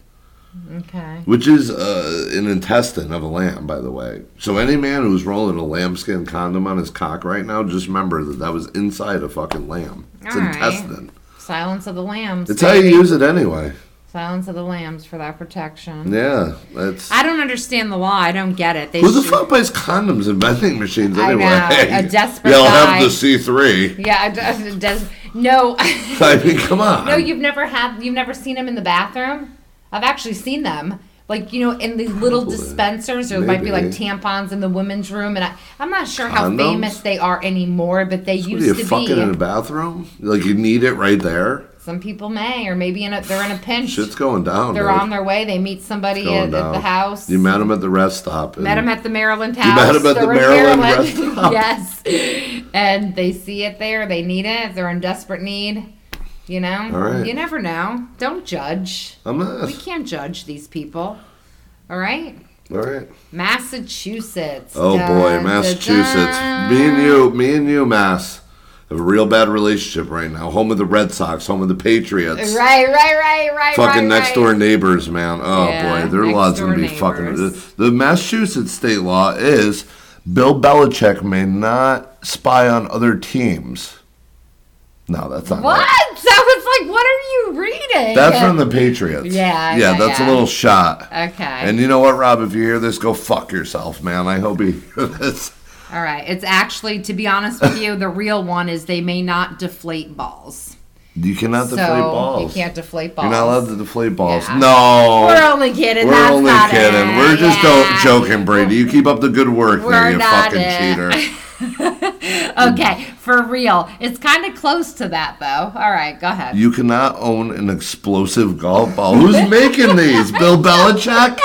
[SPEAKER 1] okay.
[SPEAKER 2] Which is uh, an intestine of a lamb, by the way. So any man who's rolling a lambskin condom on his cock right now, just remember that that was inside a fucking lamb. It's
[SPEAKER 1] All right.
[SPEAKER 2] intestine.
[SPEAKER 1] Silence of the Lambs.
[SPEAKER 2] It's how you
[SPEAKER 1] baby.
[SPEAKER 2] use it anyway.
[SPEAKER 1] Silence of the Lambs for that protection.
[SPEAKER 2] Yeah, that's.
[SPEAKER 1] I don't understand the law. I don't get it. They
[SPEAKER 2] Who the
[SPEAKER 1] should-
[SPEAKER 2] fuck buys condoms and vending machines
[SPEAKER 1] I
[SPEAKER 2] anyway?
[SPEAKER 1] know, a desperate
[SPEAKER 2] Y'all
[SPEAKER 1] guy.
[SPEAKER 2] have the C three.
[SPEAKER 1] Yeah, it does. It does. No.
[SPEAKER 2] I mean, come on.
[SPEAKER 1] no, you've never had. You've never seen them in the bathroom. I've actually seen them. Like you know, in these little
[SPEAKER 2] Probably.
[SPEAKER 1] dispensers, or it might be like
[SPEAKER 2] Maybe.
[SPEAKER 1] tampons in the women's room, and I, I'm not sure how
[SPEAKER 2] Condoms?
[SPEAKER 1] famous they are anymore, but they
[SPEAKER 2] what are
[SPEAKER 1] used
[SPEAKER 2] you
[SPEAKER 1] to
[SPEAKER 2] fucking
[SPEAKER 1] be.
[SPEAKER 2] in a bathroom? Like you need it right there.
[SPEAKER 1] Some people may, or maybe in a, they're in a pinch.
[SPEAKER 2] Shit's going down.
[SPEAKER 1] they're
[SPEAKER 2] dude.
[SPEAKER 1] on their way. They meet somebody
[SPEAKER 2] Going
[SPEAKER 1] at, at the
[SPEAKER 2] down.
[SPEAKER 1] house.
[SPEAKER 2] You met him at the rest stop. and-
[SPEAKER 1] Met him at the Maryland house.
[SPEAKER 2] met him at the
[SPEAKER 1] They're in
[SPEAKER 2] Maryland restaurant.
[SPEAKER 1] yes. And they see it there. They need it. They're in desperate need. You know?
[SPEAKER 2] All right.
[SPEAKER 1] You never know. Don't judge.
[SPEAKER 2] I'm not.
[SPEAKER 1] We can't judge these people. All right?
[SPEAKER 2] All right.
[SPEAKER 1] Massachusetts.
[SPEAKER 2] Oh boy,
[SPEAKER 1] Dun,
[SPEAKER 2] Massachusetts.
[SPEAKER 1] dun, dun.
[SPEAKER 2] Me and you, me and you, Mass. Have a real bad relationship right now. Home of the Red Sox, home of the Patriots.
[SPEAKER 1] Right, right, right, right.
[SPEAKER 2] Fucking
[SPEAKER 1] right,
[SPEAKER 2] next
[SPEAKER 1] right.
[SPEAKER 2] door neighbors, man. Oh
[SPEAKER 1] Yeah,
[SPEAKER 2] boy, their
[SPEAKER 1] next
[SPEAKER 2] laws gonna
[SPEAKER 1] door
[SPEAKER 2] be fucking. The,
[SPEAKER 1] neighbors.
[SPEAKER 2] the Massachusetts state law is Bill Belichick may not spy on other teams. No, that's not
[SPEAKER 1] What?
[SPEAKER 2] right.
[SPEAKER 1] That was like, what are you reading?
[SPEAKER 2] That's from the Patriots.
[SPEAKER 1] Yeah,
[SPEAKER 2] yeah,
[SPEAKER 1] yeah,
[SPEAKER 2] that's
[SPEAKER 1] yeah.
[SPEAKER 2] a little shot.
[SPEAKER 1] Okay.
[SPEAKER 2] And you know what, Rob? If you hear this, go fuck yourself, man. I hope you hear this.
[SPEAKER 1] All right. It's actually, to be honest with you, the real one is they may not deflate balls.
[SPEAKER 2] You cannot
[SPEAKER 1] So
[SPEAKER 2] deflate balls.
[SPEAKER 1] you can't deflate balls.
[SPEAKER 2] You're not allowed to deflate balls.
[SPEAKER 1] Yeah.
[SPEAKER 2] No.
[SPEAKER 1] We're only kidding.
[SPEAKER 2] We're
[SPEAKER 1] That's
[SPEAKER 2] only
[SPEAKER 1] not
[SPEAKER 2] kidding.
[SPEAKER 1] it.
[SPEAKER 2] We're just
[SPEAKER 1] Yeah.
[SPEAKER 2] don't joking, Brady. You keep up the good work there,
[SPEAKER 1] We're
[SPEAKER 2] you
[SPEAKER 1] not
[SPEAKER 2] fucking
[SPEAKER 1] it.
[SPEAKER 2] cheater.
[SPEAKER 1] Okay, for real. It's kind of close to that, though. All right, go ahead.
[SPEAKER 2] You cannot own an explosive golf ball. Who's making these? Bill Belichick?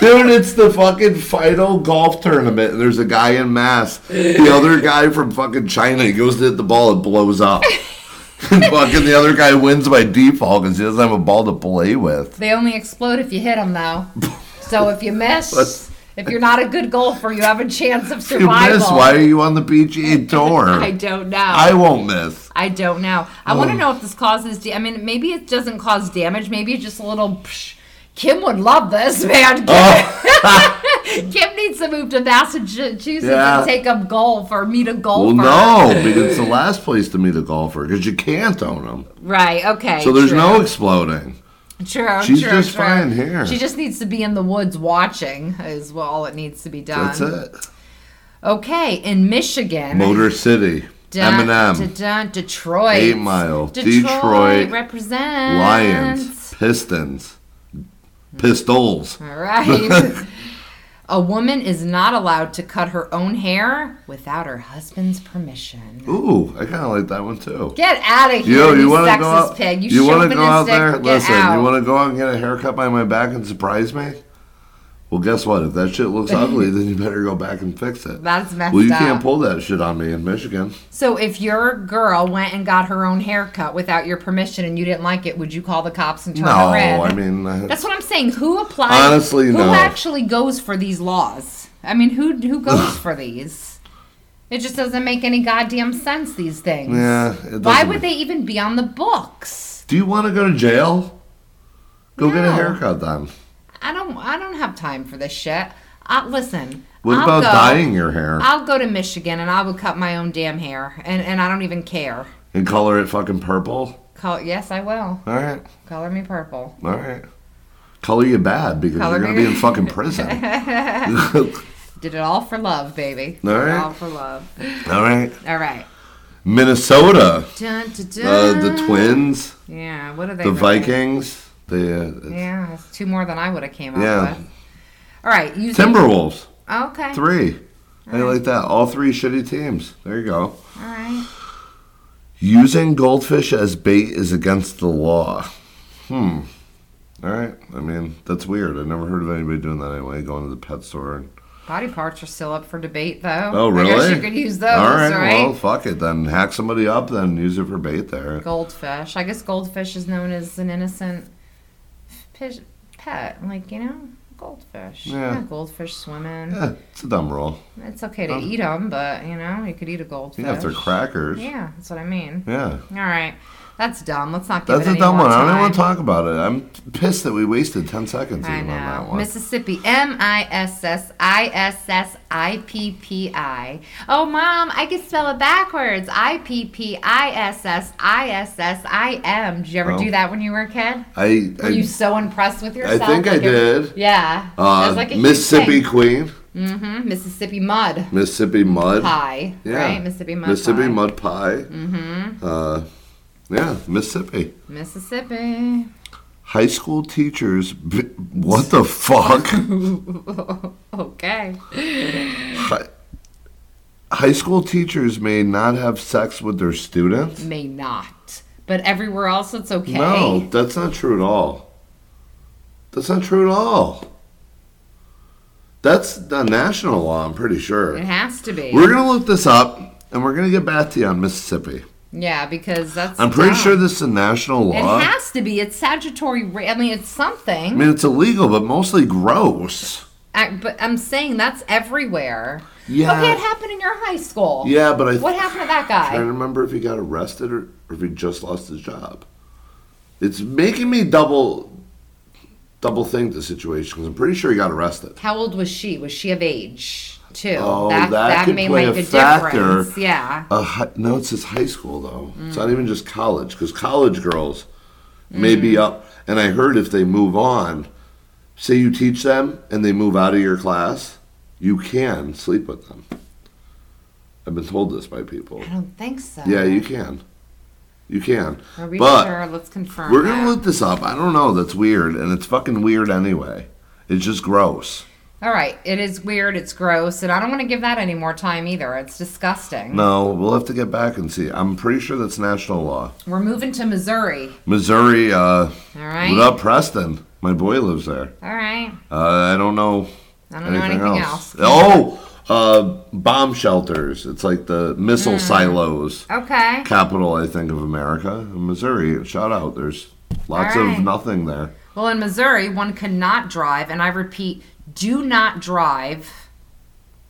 [SPEAKER 2] Dude, it's the fucking Fido golf tournament. And there's a guy in mass. The other guy from fucking China, he goes to hit the ball, it blows up. and fucking the other guy wins by default because he doesn't have a ball to play with.
[SPEAKER 1] They only explode if you hit them, though. So if you miss, if you're not a good golfer, you have a chance of
[SPEAKER 2] You
[SPEAKER 1] survival.
[SPEAKER 2] miss. Why are you on the PGA Tour?
[SPEAKER 1] I don't know.
[SPEAKER 2] I
[SPEAKER 1] I,
[SPEAKER 2] won't miss.
[SPEAKER 1] don't know. I
[SPEAKER 2] Oh.
[SPEAKER 1] want to know if this causes. Da- I mean, maybe it doesn't cause damage. Maybe it's just a little. Psh, Kim would love this, man. Kim, Kim needs to move to Massachusetts
[SPEAKER 2] Oh. Yeah.
[SPEAKER 1] and take up golf or meet a
[SPEAKER 2] Well,
[SPEAKER 1] golfer.
[SPEAKER 2] no, because it's the last place to meet a golfer because you can't own them.
[SPEAKER 1] Right. Okay.
[SPEAKER 2] So there's
[SPEAKER 1] true.
[SPEAKER 2] no exploding.
[SPEAKER 1] True.
[SPEAKER 2] She's
[SPEAKER 1] true,
[SPEAKER 2] just
[SPEAKER 1] true.
[SPEAKER 2] fine here.
[SPEAKER 1] She just needs to be in the woods watching, is what all it needs to be done.
[SPEAKER 2] That's it.
[SPEAKER 1] Okay, in Michigan.
[SPEAKER 2] Motor City,
[SPEAKER 1] Dun, dun,
[SPEAKER 2] Eminem,
[SPEAKER 1] dun, Detroit.
[SPEAKER 2] Eight Mile,
[SPEAKER 1] Detroit.
[SPEAKER 2] Detroit,
[SPEAKER 1] represents.
[SPEAKER 2] Lions, Pistons, Pistols.
[SPEAKER 1] All right. A woman is not allowed to cut her own hair without her husband's permission.
[SPEAKER 2] Ooh, I kind of like that one too.
[SPEAKER 1] Get out of here,
[SPEAKER 2] Yo, you
[SPEAKER 1] you,
[SPEAKER 2] want to
[SPEAKER 1] sexist
[SPEAKER 2] go out?
[SPEAKER 1] pig. You,
[SPEAKER 2] You, want to go
[SPEAKER 1] chauvinistic-
[SPEAKER 2] out there?
[SPEAKER 1] Get
[SPEAKER 2] Listen,
[SPEAKER 1] out.
[SPEAKER 2] you want to go out and get a haircut by my back and surprise me? Well, guess what? If that shit looks ugly, then you better go back and fix it.
[SPEAKER 1] That's messed
[SPEAKER 2] well, you
[SPEAKER 1] up.
[SPEAKER 2] can't pull that shit on me in Michigan.
[SPEAKER 1] So if your girl went and got her own haircut without your permission and you didn't like it, would you call the cops and turn
[SPEAKER 2] No,
[SPEAKER 1] her in?
[SPEAKER 2] I mean, uh,
[SPEAKER 1] that's what I'm saying. Who applies?
[SPEAKER 2] Honestly,
[SPEAKER 1] who
[SPEAKER 2] no.
[SPEAKER 1] actually goes for these laws? I mean, who who goes for these? It just doesn't make any goddamn sense. These things.
[SPEAKER 2] Yeah, it
[SPEAKER 1] Why
[SPEAKER 2] doesn't
[SPEAKER 1] would they even be on the books?
[SPEAKER 2] do you want to go to jail? Go get a
[SPEAKER 1] No.
[SPEAKER 2] haircut then.
[SPEAKER 1] I don't. I don't have time for this shit. I, listen.
[SPEAKER 2] What
[SPEAKER 1] I'll
[SPEAKER 2] about
[SPEAKER 1] go-
[SPEAKER 2] dyeing your hair
[SPEAKER 1] I'll go to Michigan and I will cut my own damn hair, and and I don't even care.
[SPEAKER 2] and color it fucking purple?
[SPEAKER 1] Call, yes, I will.
[SPEAKER 2] All right,
[SPEAKER 1] Color me purple.
[SPEAKER 2] all right. Color you bad because
[SPEAKER 1] Color
[SPEAKER 2] you're gonna
[SPEAKER 1] me-
[SPEAKER 2] be in fucking prison. all
[SPEAKER 1] Did it all for love, baby.
[SPEAKER 2] All
[SPEAKER 1] Did it
[SPEAKER 2] right.
[SPEAKER 1] all for love.
[SPEAKER 2] right,
[SPEAKER 1] All right.
[SPEAKER 2] Minnesota,
[SPEAKER 1] Dun, dun, dun.
[SPEAKER 2] uh, the Twins,
[SPEAKER 1] Yeah. What are they?
[SPEAKER 2] the
[SPEAKER 1] really?
[SPEAKER 2] Vikings, the uh, it's-
[SPEAKER 1] Yeah, that's two more than I would have came up
[SPEAKER 2] Yeah.
[SPEAKER 1] with. All right. You
[SPEAKER 2] Timberwolves,
[SPEAKER 1] Okay.
[SPEAKER 2] three. I like that. All three shitty teams. There you go.
[SPEAKER 1] All right.
[SPEAKER 2] Using goldfish as bait is against the law. Hmm. All right. I mean, that's weird. I never heard of anybody doing that anyway. Going to the pet store. And...
[SPEAKER 1] Body parts are still up for debate, though.
[SPEAKER 2] Oh,
[SPEAKER 1] I guess
[SPEAKER 2] really?
[SPEAKER 1] you could use those,
[SPEAKER 2] All
[SPEAKER 1] right?
[SPEAKER 2] right. Well, fuck it then. Hack somebody up, then use it for bait there.
[SPEAKER 1] Goldfish. I guess goldfish is known as an innocent fish, pet, like you know, goldfish.
[SPEAKER 2] Yeah.
[SPEAKER 1] goldfish swimming.
[SPEAKER 2] Yeah, it's a dumb rule.
[SPEAKER 1] It's okay to
[SPEAKER 2] Um,
[SPEAKER 1] eat them, but you know, you could eat a goldfish.
[SPEAKER 2] Yeah, if they're crackers. Yeah.
[SPEAKER 1] Yeah, that's what I mean. All right, that's dumb. Let's not give
[SPEAKER 2] That's
[SPEAKER 1] it
[SPEAKER 2] a
[SPEAKER 1] any
[SPEAKER 2] dumb
[SPEAKER 1] more
[SPEAKER 2] one. I don't even
[SPEAKER 1] time.
[SPEAKER 2] want to talk about it. I'm pissed that we wasted 10 seconds
[SPEAKER 1] I
[SPEAKER 2] even on that
[SPEAKER 1] know.
[SPEAKER 2] one.
[SPEAKER 1] Mississippi. M I S S I S S I P P I. Oh, mom, I can spell it backwards. I P P I S S I S S I M. Did you ever
[SPEAKER 2] Oh.
[SPEAKER 1] do that when you were a kid?
[SPEAKER 2] I,
[SPEAKER 1] Were you
[SPEAKER 2] I,
[SPEAKER 1] so impressed with
[SPEAKER 2] I
[SPEAKER 1] yourself?
[SPEAKER 2] think I
[SPEAKER 1] Like it-
[SPEAKER 2] did.
[SPEAKER 1] Yeah. That
[SPEAKER 2] Uh,
[SPEAKER 1] was like a huge
[SPEAKER 2] Mississippi
[SPEAKER 1] thing.
[SPEAKER 2] Queen,
[SPEAKER 1] Mhm. Mississippi mud
[SPEAKER 2] Mississippi Mud.
[SPEAKER 1] pie.
[SPEAKER 2] Yeah.
[SPEAKER 1] Right. Mississippi mud.
[SPEAKER 2] Mississippi
[SPEAKER 1] pie.
[SPEAKER 2] Mud Pie. Mm-hmm. Uh, yeah, Mississippi.
[SPEAKER 1] Mississippi.
[SPEAKER 2] High school teachers. b- What the fuck?
[SPEAKER 1] okay.
[SPEAKER 2] Hi- High school teachers may not have sex with their students.
[SPEAKER 1] May not. But everywhere else, it's okay.
[SPEAKER 2] No, that's not true at all. That's not true at all. That's a national law, I'm pretty
[SPEAKER 1] It
[SPEAKER 2] sure.
[SPEAKER 1] has to be.
[SPEAKER 2] We're going to look this up and we're going to get back to you on Mississippi.
[SPEAKER 1] Yeah, because that's.
[SPEAKER 2] I'm pretty
[SPEAKER 1] dumb.
[SPEAKER 2] sure this is a national
[SPEAKER 1] It
[SPEAKER 2] law.
[SPEAKER 1] has to be. It's statutory. ra- I mean, it's
[SPEAKER 2] I
[SPEAKER 1] something.
[SPEAKER 2] mean, it's illegal, but mostly gross.
[SPEAKER 1] I, but I'm saying that's everywhere.
[SPEAKER 2] Yeah.
[SPEAKER 1] Okay, it happened in your high school.
[SPEAKER 2] Yeah, but I.
[SPEAKER 1] What happened to that guy?
[SPEAKER 2] I remember if he got arrested or, or if he just lost his job. It's making me double, double think the situation because I'm pretty sure he got arrested.
[SPEAKER 1] How old was she? Was she of age too?
[SPEAKER 2] Oh, that could play a factor.
[SPEAKER 1] Yeah. Mm.
[SPEAKER 2] Uh, hi- no, it says high school though. It's not even just college because college girls may be
[SPEAKER 1] Mm.
[SPEAKER 2] up. And I heard if they move on, say you teach them and they move out of your class, you can sleep with them. I've been told this by people.
[SPEAKER 1] I don't think so.
[SPEAKER 2] Yeah, you can. You can.
[SPEAKER 1] Are we
[SPEAKER 2] but-
[SPEAKER 1] sure? Let's confirm.
[SPEAKER 2] We're gonna
[SPEAKER 1] that.
[SPEAKER 2] look this up. I don't know. That's weird, and it's fucking weird anyway. It's just gross.
[SPEAKER 1] All right. It is weird. It's gross, and I don't want to give that any more time either. It's disgusting.
[SPEAKER 2] No, we'll have to get back and see. I'm pretty sure that's national law.
[SPEAKER 1] We're moving to Missouri.
[SPEAKER 2] Missouri. Uh,
[SPEAKER 1] All right.
[SPEAKER 2] what up, Preston? My boy lives there.
[SPEAKER 1] All right.
[SPEAKER 2] Uh, I don't know
[SPEAKER 1] I don't know
[SPEAKER 2] anything,
[SPEAKER 1] anything else.
[SPEAKER 2] else. Oh, uh, bomb shelters. It's like the missile
[SPEAKER 1] Hmm.
[SPEAKER 2] silos.
[SPEAKER 1] Okay.
[SPEAKER 2] Capital, I think, of America, Missouri. Shout out. There's lots
[SPEAKER 1] Alright.
[SPEAKER 2] of nothing there.
[SPEAKER 1] Well, in Missouri, one cannot drive, and I repeat, do not drive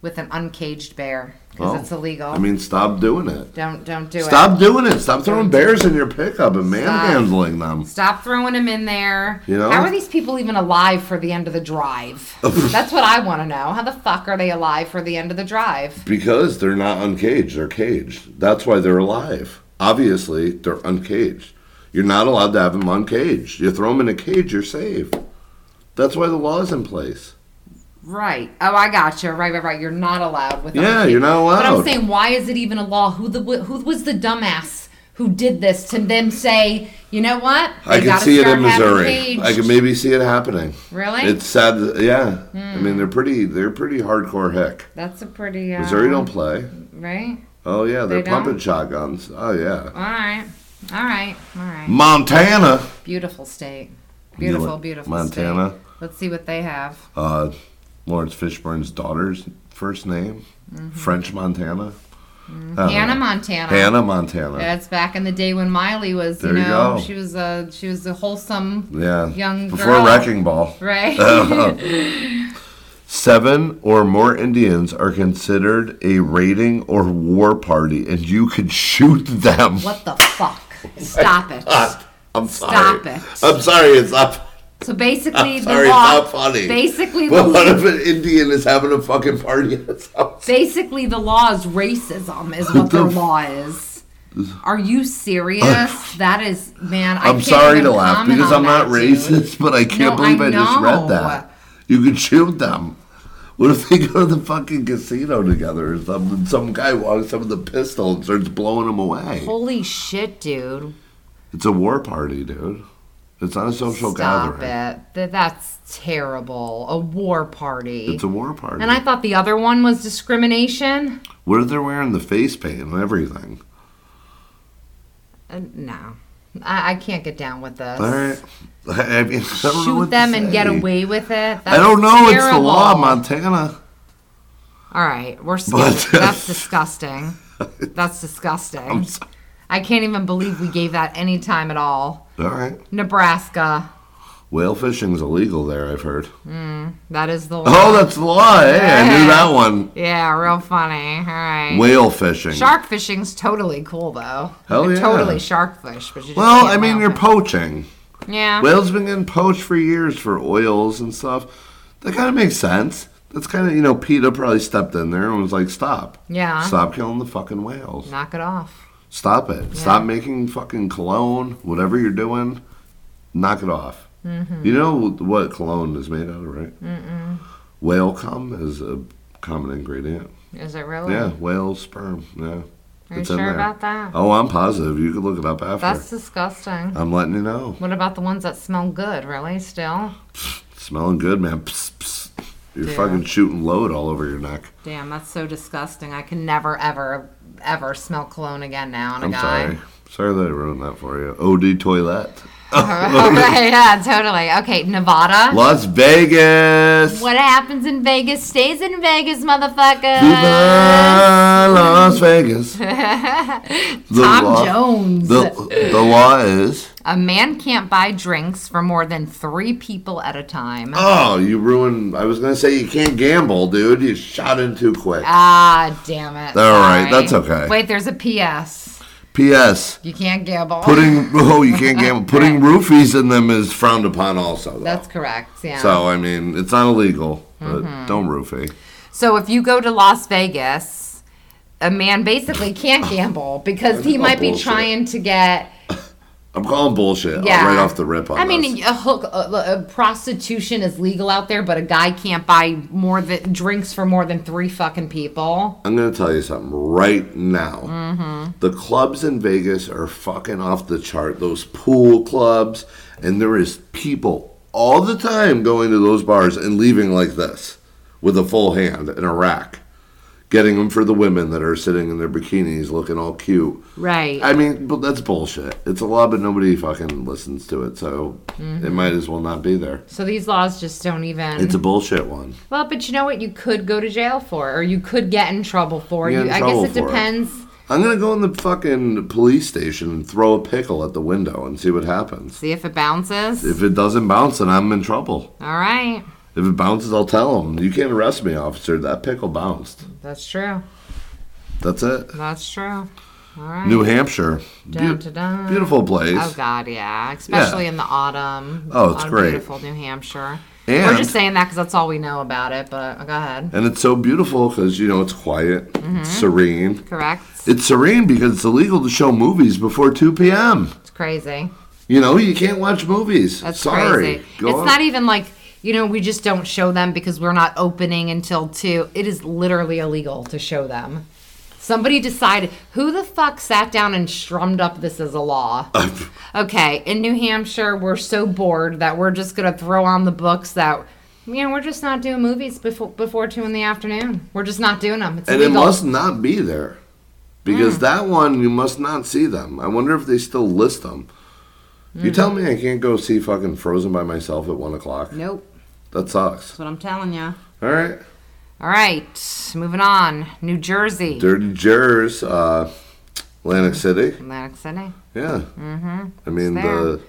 [SPEAKER 1] with an uncaged bear because
[SPEAKER 2] Oh,
[SPEAKER 1] it's illegal.
[SPEAKER 2] I mean, stop doing it.
[SPEAKER 1] don't don't do it.
[SPEAKER 2] Stop doing it. Stop throwing bears in your pickup and manhandling them.
[SPEAKER 1] Stop throwing them in there.
[SPEAKER 2] You know?
[SPEAKER 1] How are these people even alive for the end of the drive? That's what I want to know. How the fuck are they alive for the end of the drive?
[SPEAKER 2] Because they're not uncaged, they're caged. That's why they're alive. Obviously, they're uncaged. You're not allowed to have them uncaged. You throw them in a cage, you're safe. That's why the law is in place.
[SPEAKER 1] Right. Oh, I got you. Right, right, right. You're not allowed with.
[SPEAKER 2] Yeah,
[SPEAKER 1] uncaged-
[SPEAKER 2] you're not
[SPEAKER 1] But I'm
[SPEAKER 2] allowed.
[SPEAKER 1] saying, why is it even a law? Who the who was the dumbass who did this to then say, you know what?
[SPEAKER 2] I
[SPEAKER 1] They
[SPEAKER 2] can
[SPEAKER 1] gotta
[SPEAKER 2] see it
[SPEAKER 1] start
[SPEAKER 2] in
[SPEAKER 1] having
[SPEAKER 2] Missouri.
[SPEAKER 1] caged."
[SPEAKER 2] I can maybe see it happening.
[SPEAKER 1] Really? Hmm.
[SPEAKER 2] It's sad. that- yeah. I mean, they're pretty. They're pretty hardcore. Heck,
[SPEAKER 1] That's a pretty. Uh,
[SPEAKER 2] Missouri don't play.
[SPEAKER 1] Right?
[SPEAKER 2] Oh yeah, they're
[SPEAKER 1] They don't?
[SPEAKER 2] pumping shotguns. Oh yeah.
[SPEAKER 1] All right. All right. All right.
[SPEAKER 2] Montana.
[SPEAKER 1] Beautiful state.
[SPEAKER 2] You know
[SPEAKER 1] Beautiful,
[SPEAKER 2] what?
[SPEAKER 1] beautiful
[SPEAKER 2] Montana.
[SPEAKER 1] state. Let's see what they have.
[SPEAKER 2] uh, Lawrence Fishburne's daughter's first name, French Montana. Uh,
[SPEAKER 1] Mm-hmm. Hannah, Montana.
[SPEAKER 2] Hannah Montana.
[SPEAKER 1] That's back in the day when Miley was, you
[SPEAKER 2] There you
[SPEAKER 1] know,
[SPEAKER 2] go.
[SPEAKER 1] she was a she was a wholesome,
[SPEAKER 2] yeah.
[SPEAKER 1] young
[SPEAKER 2] Before
[SPEAKER 1] girl.
[SPEAKER 2] Wrecking Ball.
[SPEAKER 1] right?
[SPEAKER 2] Uh-huh. Seven or more Indians are considered a raiding or war party, and you could shoot them.
[SPEAKER 1] what the fuck? Stop it.
[SPEAKER 2] I'm
[SPEAKER 1] Stop
[SPEAKER 2] sorry.
[SPEAKER 1] it.
[SPEAKER 2] I'm sorry. It's not.
[SPEAKER 1] So basically, the
[SPEAKER 2] I'm sorry. It's
[SPEAKER 1] law.
[SPEAKER 2] not funny.
[SPEAKER 1] Basically,
[SPEAKER 2] But
[SPEAKER 1] the
[SPEAKER 2] what if an Indian is having a fucking party at his house?
[SPEAKER 1] Basically, the law is racism, is what their
[SPEAKER 2] the f-
[SPEAKER 1] law is. Are you serious? That is, man. I
[SPEAKER 2] I'm
[SPEAKER 1] can't
[SPEAKER 2] sorry
[SPEAKER 1] even
[SPEAKER 2] to laugh
[SPEAKER 1] comment
[SPEAKER 2] because
[SPEAKER 1] on
[SPEAKER 2] I'm not
[SPEAKER 1] that, dude.
[SPEAKER 2] racist, but I
[SPEAKER 1] No,
[SPEAKER 2] can't believe I,
[SPEAKER 1] I
[SPEAKER 2] just
[SPEAKER 1] know.
[SPEAKER 2] read that. You could shoot them. What if they go to the fucking casino together or something? Some guy walks up with a pistol and starts blowing them away.
[SPEAKER 1] Holy shit, dude!
[SPEAKER 2] It's a war party, dude. It's not a social
[SPEAKER 1] Stop
[SPEAKER 2] gathering.
[SPEAKER 1] it. Th- That's terrible. A war party.
[SPEAKER 2] It's a war party.
[SPEAKER 1] and I thought the other one was discrimination.
[SPEAKER 2] what if they're wearing the face paint and everything?
[SPEAKER 1] Uh, no, I, I can't get down with this.
[SPEAKER 2] All right. I, mean, I don't know
[SPEAKER 1] Shoot
[SPEAKER 2] what to
[SPEAKER 1] them and get
[SPEAKER 2] say.
[SPEAKER 1] away with it. That's
[SPEAKER 2] I don't know. It's the law,
[SPEAKER 1] terrible.
[SPEAKER 2] Montana.
[SPEAKER 1] All right, we're
[SPEAKER 2] But-
[SPEAKER 1] scared. That's disgusting. That's disgusting.
[SPEAKER 2] I'm sorry.
[SPEAKER 1] I can't even believe we gave that any time at all.
[SPEAKER 2] All right.
[SPEAKER 1] Nebraska,
[SPEAKER 2] Whale fishing's illegal there, I've heard.
[SPEAKER 1] that is the
[SPEAKER 2] Oh, that's the law. Hey, I knew
[SPEAKER 1] Yeah.
[SPEAKER 2] that one.
[SPEAKER 1] yeah, real funny. All right.
[SPEAKER 2] Whale fishing.
[SPEAKER 1] Shark fishing's totally cool though.
[SPEAKER 2] Hell
[SPEAKER 1] you could
[SPEAKER 2] yeah.
[SPEAKER 1] Totally shark fish, but you just
[SPEAKER 2] Well,
[SPEAKER 1] can't
[SPEAKER 2] I mean,
[SPEAKER 1] whale
[SPEAKER 2] you're
[SPEAKER 1] fish.
[SPEAKER 2] poaching.
[SPEAKER 1] yeah.
[SPEAKER 2] Whales been getting poached for years for oils and stuff. That kind of makes sense. That's kind of, you know, PETA probably stepped in there and was like, stop.
[SPEAKER 1] Yeah.
[SPEAKER 2] Stop killing the fucking whales.
[SPEAKER 1] Knock it off.
[SPEAKER 2] Stop it. Stop making fucking cologne, whatever you're doing. Knock it off.
[SPEAKER 1] Mm-hmm.
[SPEAKER 2] You know what cologne is made out of, right? Mm-mm. Whale cum is a common ingredient.
[SPEAKER 1] Is it really?
[SPEAKER 2] Yeah, whale sperm. Yeah.
[SPEAKER 1] Are you
[SPEAKER 2] It's
[SPEAKER 1] sure
[SPEAKER 2] in there.
[SPEAKER 1] about that?
[SPEAKER 2] Oh, I'm positive. You could look it up after.
[SPEAKER 1] That's disgusting.
[SPEAKER 2] I'm letting you know.
[SPEAKER 1] What about the ones that smell good? Really? Still?
[SPEAKER 2] Smelling good, man. Psst, psst. You're
[SPEAKER 1] Yeah.
[SPEAKER 2] fucking shooting load all over your neck.
[SPEAKER 1] Damn, that's so disgusting. I can never, ever, ever smell cologne again now on a
[SPEAKER 2] I'm
[SPEAKER 1] guy.
[SPEAKER 2] sorry. Sorry that I ruined that for you. OD Toilette.
[SPEAKER 1] right, yeah, totally. Okay, Nevada.
[SPEAKER 2] Las Vegas.
[SPEAKER 1] What happens in Vegas stays in Vegas, motherfucker.
[SPEAKER 2] Viva Las Vegas. The
[SPEAKER 1] Tom Jones.
[SPEAKER 2] The, the law is.
[SPEAKER 1] A man can't buy drinks for more than three people at a time.
[SPEAKER 2] Oh, you ruined. I was gonna say you can't gamble, dude. You shot in too quick.
[SPEAKER 1] Ah, damn it.
[SPEAKER 2] All right,
[SPEAKER 1] sorry.
[SPEAKER 2] that's okay.
[SPEAKER 1] Wait, there's a PS.
[SPEAKER 2] P.S.
[SPEAKER 1] You can't gamble.
[SPEAKER 2] Putting oh, you can't gamble. Putting roofies in them is frowned upon, also. Though.
[SPEAKER 1] that's correct, yeah.
[SPEAKER 2] so. I mean, it's not illegal. But
[SPEAKER 1] Mm-hmm.
[SPEAKER 2] don't roofie.
[SPEAKER 1] So if you go to Las Vegas, a man basically can't gamble because he
[SPEAKER 2] Oh,
[SPEAKER 1] might be
[SPEAKER 2] bullshit.
[SPEAKER 1] trying to get
[SPEAKER 2] I'm calling bullshit
[SPEAKER 1] yeah
[SPEAKER 2] right off the rip. On
[SPEAKER 1] I mean,
[SPEAKER 2] this.
[SPEAKER 1] a hook, a, a prostitution is legal out there, but a guy can't buy more than drinks for more than three fucking people.
[SPEAKER 2] I'm gonna tell you something right now.
[SPEAKER 1] Mm-hmm.
[SPEAKER 2] The clubs in Vegas are fucking off the chart. Those pool clubs, and there is people all the time going to those bars and leaving like this, with a full hand in a rack, getting them for the women that are sitting in their bikinis looking all cute.
[SPEAKER 1] Right.
[SPEAKER 2] I mean, but that's bullshit. It's a law, but nobody fucking listens to it, so
[SPEAKER 1] Mm-hmm.
[SPEAKER 2] it might as well not be there.
[SPEAKER 1] so these laws just don't even.
[SPEAKER 2] It's a bullshit one.
[SPEAKER 1] well, but you know what? You could go to jail for, or you could get in trouble for.
[SPEAKER 2] Get
[SPEAKER 1] You,
[SPEAKER 2] in
[SPEAKER 1] I
[SPEAKER 2] trouble
[SPEAKER 1] guess it
[SPEAKER 2] for it.
[SPEAKER 1] depends.
[SPEAKER 2] I'm gonna go in the fucking police station and throw a pickle at the window and see what happens.
[SPEAKER 1] See if it bounces.
[SPEAKER 2] If it doesn't bounce, then I'm in trouble.
[SPEAKER 1] All right,
[SPEAKER 2] If it bounces, I'll tell them you can't arrest me, officer. That pickle bounced.
[SPEAKER 1] that's true.
[SPEAKER 2] That's it.
[SPEAKER 1] That's true. All right.
[SPEAKER 2] New Hampshire, Beau-
[SPEAKER 1] Dun, dun, dun.
[SPEAKER 2] beautiful place.
[SPEAKER 1] Oh God, yeah, especially in the autumn.
[SPEAKER 2] Oh, it's
[SPEAKER 1] on
[SPEAKER 2] great.
[SPEAKER 1] Beautiful New Hampshire. We're
[SPEAKER 2] And-
[SPEAKER 1] just saying that because that's all we know about it. But oh, go ahead.
[SPEAKER 2] And it's so beautiful because you know it's quiet,
[SPEAKER 1] Mm-hmm.
[SPEAKER 2] it's serene.
[SPEAKER 1] Correct.
[SPEAKER 2] It's serene because it's illegal to show movies before 2 p.m.
[SPEAKER 1] It's crazy.
[SPEAKER 2] You know, you can't watch movies.
[SPEAKER 1] That's
[SPEAKER 2] Sorry.
[SPEAKER 1] crazy.
[SPEAKER 2] Go
[SPEAKER 1] it's
[SPEAKER 2] on.
[SPEAKER 1] not e- even like you know we just don't show them because we're not opening until two. It is literally illegal to show them. Somebody decided who the fuck sat down and strummed up this as a law. okay, in New Hampshire, we're so bored that we're just gonna throw on the books that you know we're just not doing movies before before two in the afternoon. We're just not doing them. It's
[SPEAKER 2] and it
[SPEAKER 1] illegal.
[SPEAKER 2] must not be there because
[SPEAKER 1] Mm.
[SPEAKER 2] that one you must not see them. I wonder if they still list them. You
[SPEAKER 1] Mm.
[SPEAKER 2] tell me I can't go see fucking Frozen by myself at one o'clock.
[SPEAKER 1] nope.
[SPEAKER 2] That sucks.
[SPEAKER 1] That's what I'm telling you.
[SPEAKER 2] All right,
[SPEAKER 1] All right, moving on. New Jersey,
[SPEAKER 2] Dirty Jers, uh, Atlantic
[SPEAKER 1] Mm-hmm.
[SPEAKER 2] City.
[SPEAKER 1] Atlantic City,
[SPEAKER 2] Yeah. Mm-hmm. I mean the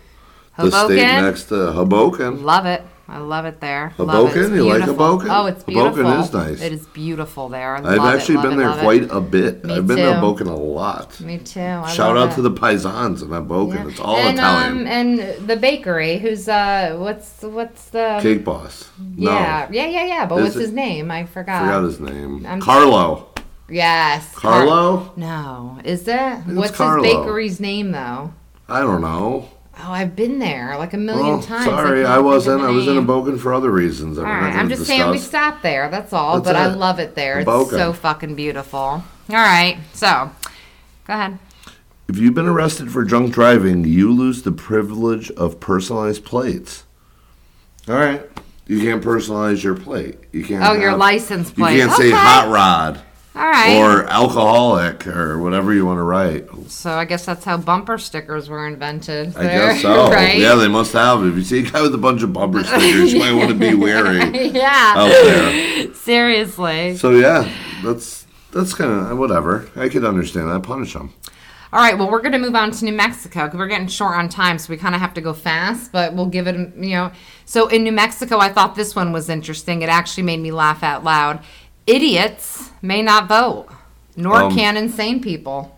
[SPEAKER 2] the
[SPEAKER 1] Hoboken.
[SPEAKER 2] state next to Hoboken.
[SPEAKER 1] Love it. I love it there. love it.
[SPEAKER 2] Hoboken?
[SPEAKER 1] It's
[SPEAKER 2] You like
[SPEAKER 1] beautiful.
[SPEAKER 2] Hoboken?
[SPEAKER 1] Oh, it's
[SPEAKER 2] Hoboken
[SPEAKER 1] beautiful.
[SPEAKER 2] is nice.
[SPEAKER 1] It is beautiful there. I
[SPEAKER 2] I've
[SPEAKER 1] love it,
[SPEAKER 2] actually
[SPEAKER 1] love
[SPEAKER 2] been
[SPEAKER 1] it,
[SPEAKER 2] there
[SPEAKER 1] love it.
[SPEAKER 2] quite a bit.
[SPEAKER 1] Me
[SPEAKER 2] I've been to
[SPEAKER 1] too.
[SPEAKER 2] Hoboken a lot.
[SPEAKER 1] Me too. I
[SPEAKER 2] Shout
[SPEAKER 1] love
[SPEAKER 2] out
[SPEAKER 1] it.
[SPEAKER 2] to the paisans in Hoboken.
[SPEAKER 1] Yeah.
[SPEAKER 2] It's all
[SPEAKER 1] and,
[SPEAKER 2] Italian.
[SPEAKER 1] Um, and the bakery, who's uh, what's what's the
[SPEAKER 2] Cake boss. No,
[SPEAKER 1] yeah yeah yeah yeah. But
[SPEAKER 2] Is
[SPEAKER 1] what's
[SPEAKER 2] it-
[SPEAKER 1] his name? I forgot.
[SPEAKER 2] forgot his name.
[SPEAKER 1] I'm-
[SPEAKER 2] Carlo.
[SPEAKER 1] yes, Car-
[SPEAKER 2] Carlo?
[SPEAKER 1] no, is that what's
[SPEAKER 2] Carlo.
[SPEAKER 1] his bakery's name though?
[SPEAKER 2] I don't know.
[SPEAKER 1] Oh, I've been there like a million
[SPEAKER 2] Well,
[SPEAKER 1] times.
[SPEAKER 2] Oh, sorry,
[SPEAKER 1] can't
[SPEAKER 2] I
[SPEAKER 1] think of
[SPEAKER 2] wasn't.
[SPEAKER 1] the
[SPEAKER 2] I was in
[SPEAKER 1] name.
[SPEAKER 2] Hoboken for other reasons. That
[SPEAKER 1] All
[SPEAKER 2] we're not
[SPEAKER 1] right,
[SPEAKER 2] gonna
[SPEAKER 1] I'm just saying we
[SPEAKER 2] discuss.
[SPEAKER 1] stop there. That's all.
[SPEAKER 2] That's
[SPEAKER 1] but I
[SPEAKER 2] it.
[SPEAKER 1] love it there. It's
[SPEAKER 2] Boca.
[SPEAKER 1] so fucking beautiful. All right, so go ahead.
[SPEAKER 2] If you've been arrested for drunk driving, you lose the privilege of personalized plates. All right, you can't personalize your plate. You can't.
[SPEAKER 1] Oh, your
[SPEAKER 2] have-
[SPEAKER 1] license
[SPEAKER 2] You
[SPEAKER 1] plate.
[SPEAKER 2] can't say
[SPEAKER 1] Okay.
[SPEAKER 2] hot rod
[SPEAKER 1] All right.
[SPEAKER 2] or alcoholic or whatever you want to write.
[SPEAKER 1] so I guess that's how bumper stickers were invented.
[SPEAKER 2] I
[SPEAKER 1] there,
[SPEAKER 2] guess so.
[SPEAKER 1] Right?
[SPEAKER 2] Yeah, they must have. If you see a guy with a bunch of bumper stickers, you might want to be wary
[SPEAKER 1] Yeah.
[SPEAKER 2] out there.
[SPEAKER 1] Seriously.
[SPEAKER 2] So yeah, that's that's kind of whatever. I could understand that. Punish them.
[SPEAKER 1] All right. Well, we're going to move on to New Mexico because we're getting short on time, so we kind of have to go fast. But we'll give it, you know. So in New Mexico, I thought this one was interesting. It actually made me laugh out loud. Idiots may not vote, nor
[SPEAKER 2] Um,
[SPEAKER 1] can insane people.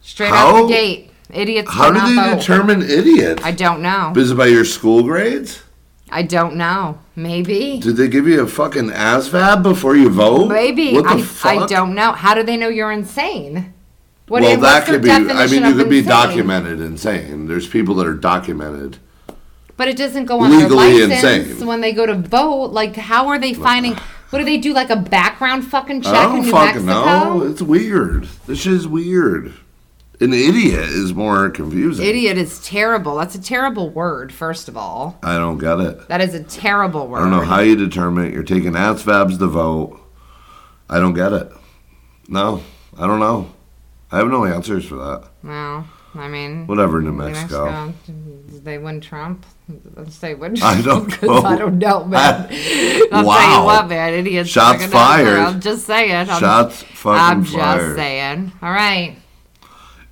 [SPEAKER 1] Straight
[SPEAKER 2] How-
[SPEAKER 1] out the gate, idiots
[SPEAKER 2] How do
[SPEAKER 1] cannot
[SPEAKER 2] they
[SPEAKER 1] vote.
[SPEAKER 2] determine idiot?
[SPEAKER 1] I don't know.
[SPEAKER 2] Is it by your school grades?
[SPEAKER 1] I don't know. Maybe.
[SPEAKER 2] Did they give you a fucking ASVAB before you vote?
[SPEAKER 1] Maybe.
[SPEAKER 2] What the
[SPEAKER 1] I,
[SPEAKER 2] fuck?
[SPEAKER 1] I don't know. How do they know you're insane? What,
[SPEAKER 2] Well,
[SPEAKER 1] what's
[SPEAKER 2] that
[SPEAKER 1] their
[SPEAKER 2] could be. I mean,
[SPEAKER 1] definition
[SPEAKER 2] you
[SPEAKER 1] of
[SPEAKER 2] could be
[SPEAKER 1] insane?
[SPEAKER 2] documented insane. There's people that are documented.
[SPEAKER 1] But it doesn't go on
[SPEAKER 2] Legally
[SPEAKER 1] their license
[SPEAKER 2] insane.
[SPEAKER 1] when they go to vote. Like, how are they finding? What do they do? Like a background fucking check
[SPEAKER 2] I don't
[SPEAKER 1] in New
[SPEAKER 2] fucking
[SPEAKER 1] Mexico?
[SPEAKER 2] know. It's weird. This shit is weird. An idiot is more confusing.
[SPEAKER 1] Idiot is terrible. That's a terrible word. First of all,
[SPEAKER 2] I don't get it.
[SPEAKER 1] that is a terrible word.
[SPEAKER 2] I don't know how you determine it. You're taking ASVABs to vote. I don't get it. No, I don't know. I have no answers for that.
[SPEAKER 1] No. I mean,
[SPEAKER 2] Whatever, New Mexico.
[SPEAKER 1] Did they win Trump? Let's say win Trump.
[SPEAKER 2] I don't
[SPEAKER 1] 'cause I
[SPEAKER 2] know.
[SPEAKER 1] don't know, man. I, will tell
[SPEAKER 2] Wow.
[SPEAKER 1] you what, man. Idiots. fucking
[SPEAKER 2] Shots
[SPEAKER 1] out there.
[SPEAKER 2] fired.
[SPEAKER 1] I'm just saying. I'm,
[SPEAKER 2] Shots fucking
[SPEAKER 1] I'm
[SPEAKER 2] fired.
[SPEAKER 1] just saying. All right.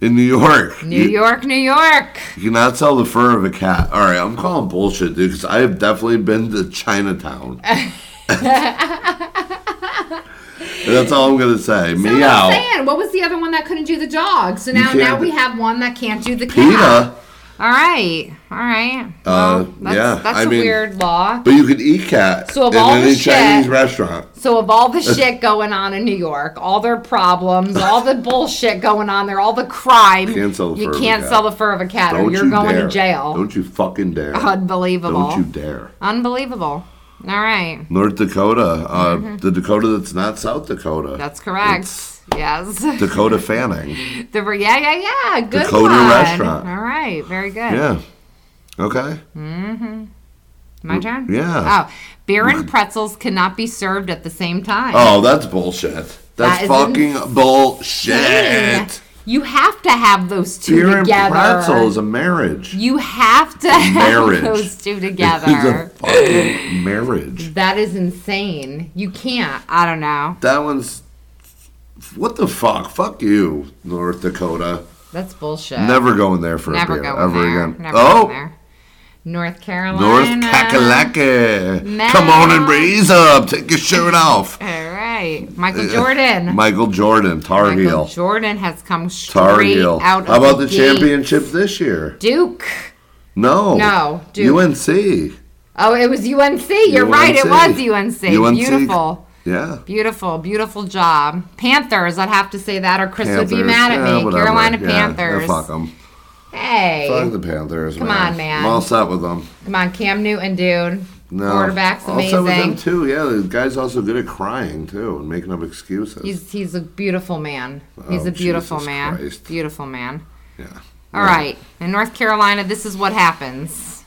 [SPEAKER 2] In New York.
[SPEAKER 1] New
[SPEAKER 2] you,
[SPEAKER 1] York, New York.
[SPEAKER 2] You cannot sell the fur of a cat. All right, I'm calling bullshit, dude, because I have definitely been to Chinatown. and that's all I'm gonna say.
[SPEAKER 4] So
[SPEAKER 2] Meow.
[SPEAKER 4] I'm saying, what was the other one that couldn't do the dog? So now,
[SPEAKER 2] can't-
[SPEAKER 4] now we have one that can't do the cat.
[SPEAKER 2] Peta,
[SPEAKER 1] All right. All right.
[SPEAKER 2] Uh,
[SPEAKER 1] Well, that's,
[SPEAKER 2] yeah,
[SPEAKER 1] That's
[SPEAKER 2] I
[SPEAKER 1] a
[SPEAKER 2] mean-
[SPEAKER 1] weird law.
[SPEAKER 2] but you could eat cat
[SPEAKER 1] So of
[SPEAKER 2] in
[SPEAKER 1] all the
[SPEAKER 2] any
[SPEAKER 1] shit-
[SPEAKER 2] Chinese restaurant.
[SPEAKER 1] So of all the shit going on in New York, all their problems, all the bullshit going on there, all the crime,
[SPEAKER 2] Can't sell the
[SPEAKER 1] you
[SPEAKER 2] fur of a
[SPEAKER 1] can't
[SPEAKER 2] cat.
[SPEAKER 1] sell the fur of a cat, or
[SPEAKER 2] Don't
[SPEAKER 1] you're
[SPEAKER 2] you
[SPEAKER 1] going
[SPEAKER 2] dare.
[SPEAKER 1] to jail. Oh,
[SPEAKER 2] Don't you fucking dare.
[SPEAKER 1] Unbelievable.
[SPEAKER 2] Don't you dare.
[SPEAKER 1] Unbelievable. All right.
[SPEAKER 2] North Dakota, uh, the Dakota that's not South Dakota.
[SPEAKER 1] Mm-hmm. That's correct.
[SPEAKER 2] It's
[SPEAKER 1] yes.
[SPEAKER 2] Dakota Fanning.
[SPEAKER 1] The re- yeah, yeah, yeah. Good
[SPEAKER 2] Dakota
[SPEAKER 1] one.
[SPEAKER 2] restaurant.
[SPEAKER 1] All right. Very good.
[SPEAKER 2] Yeah. Okay.
[SPEAKER 1] My turn?
[SPEAKER 2] Yeah.
[SPEAKER 1] Oh, beer and pretzels cannot be served at the same time.
[SPEAKER 2] Oh, that's bullshit. That's
[SPEAKER 1] That is
[SPEAKER 2] fucking bullshit.
[SPEAKER 1] You have to have those two
[SPEAKER 2] Beer and
[SPEAKER 1] together.
[SPEAKER 2] pretzel is a marriage.
[SPEAKER 1] You have to have
[SPEAKER 2] Marriage.
[SPEAKER 1] those two
[SPEAKER 2] It's a
[SPEAKER 1] together.
[SPEAKER 2] fucking marriage.
[SPEAKER 1] that is insane. You can't. I don't know.
[SPEAKER 2] That one's. What the fuck? Fuck you, North Dakota.
[SPEAKER 1] That's bullshit.
[SPEAKER 2] Never going there for a
[SPEAKER 1] Never
[SPEAKER 2] beer
[SPEAKER 1] go
[SPEAKER 2] ever
[SPEAKER 1] there.
[SPEAKER 2] again.
[SPEAKER 1] Never
[SPEAKER 2] oh,
[SPEAKER 1] go there. North Carolina.
[SPEAKER 2] North Kakalaka.
[SPEAKER 1] Nah.
[SPEAKER 2] Come on and raise up. Take your shirt off.
[SPEAKER 1] All right, Michael Jordan.
[SPEAKER 2] Michael Jordan, Tar
[SPEAKER 1] Michael
[SPEAKER 2] Uh, Heel.
[SPEAKER 1] Jordan has come straight
[SPEAKER 2] Tar Heel.
[SPEAKER 1] out of
[SPEAKER 2] How about the,
[SPEAKER 1] gate.
[SPEAKER 2] championship this year?
[SPEAKER 1] Duke.
[SPEAKER 2] No.
[SPEAKER 1] No, Duke.
[SPEAKER 2] UNC.
[SPEAKER 1] Oh, it was UNC. You're right. It was UNC.
[SPEAKER 2] UNC.
[SPEAKER 1] Beautiful.
[SPEAKER 2] Yeah.
[SPEAKER 1] Beautiful, beautiful job. Panthers, I'd have to say that, or Chris would be mad at
[SPEAKER 2] yeah,
[SPEAKER 1] me.
[SPEAKER 2] whatever.
[SPEAKER 1] Carolina
[SPEAKER 2] Yeah,
[SPEAKER 1] Panthers.
[SPEAKER 2] Yeah, fuck them.
[SPEAKER 1] Hey.
[SPEAKER 2] Fuck the Panthers.
[SPEAKER 1] Come
[SPEAKER 2] man.
[SPEAKER 1] on, man.
[SPEAKER 2] I'm all set with them.
[SPEAKER 1] Come on, Cam Newton, dude.
[SPEAKER 2] No.
[SPEAKER 1] Quarterback's
[SPEAKER 2] All set with them
[SPEAKER 1] amazing.
[SPEAKER 2] too. Yeah, the guy's also good at crying too and making up excuses.
[SPEAKER 1] He's he's a beautiful man. He's
[SPEAKER 2] Oh,
[SPEAKER 1] a beautiful
[SPEAKER 2] Jesus
[SPEAKER 1] man.
[SPEAKER 2] Christ.
[SPEAKER 1] Beautiful man.
[SPEAKER 2] yeah.
[SPEAKER 1] All right. In North Carolina, this is what happens.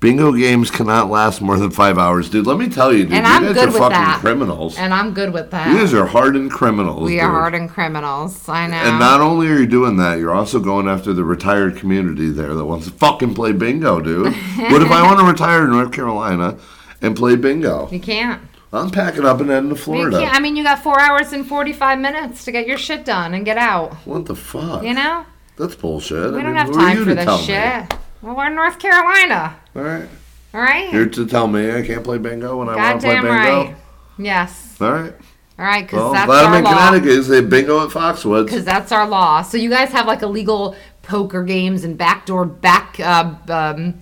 [SPEAKER 2] Bingo games cannot last more than five hours, dude. Let me tell you, dude.
[SPEAKER 1] And
[SPEAKER 2] you
[SPEAKER 1] I'm
[SPEAKER 2] guys
[SPEAKER 1] good
[SPEAKER 2] are
[SPEAKER 1] with
[SPEAKER 2] fucking
[SPEAKER 1] that.
[SPEAKER 2] criminals.
[SPEAKER 1] And I'm good with that.
[SPEAKER 2] you guys are hardened criminals.
[SPEAKER 1] we
[SPEAKER 2] dude.
[SPEAKER 1] are hardened criminals. I know.
[SPEAKER 2] And not only are you doing that, you're also going after the retired community there that wants to fucking play bingo, dude. what if I want to retire to North Carolina and play bingo?
[SPEAKER 1] you can't.
[SPEAKER 2] I'm packing up and heading to
[SPEAKER 1] You
[SPEAKER 2] Florida.
[SPEAKER 1] can't. I mean, you got four hours and 45 minutes to get your shit done and get out.
[SPEAKER 2] What the fuck?
[SPEAKER 1] You know?
[SPEAKER 2] That's bullshit.
[SPEAKER 1] We don't have time for this shit. Well, we're in North Carolina.
[SPEAKER 2] All right.
[SPEAKER 1] All right?
[SPEAKER 2] You're to tell me I can't play bingo when I want to play
[SPEAKER 1] Goddamn
[SPEAKER 2] bingo?
[SPEAKER 1] right. Yes.
[SPEAKER 2] All right.
[SPEAKER 1] All right, because
[SPEAKER 2] Well, I'm
[SPEAKER 1] that's
[SPEAKER 2] glad I'm
[SPEAKER 1] our
[SPEAKER 2] in
[SPEAKER 1] law.
[SPEAKER 2] Connecticut. You say bingo at Foxwoods.
[SPEAKER 1] because that's our law. So you guys have like illegal poker games and backdoor back uh, um,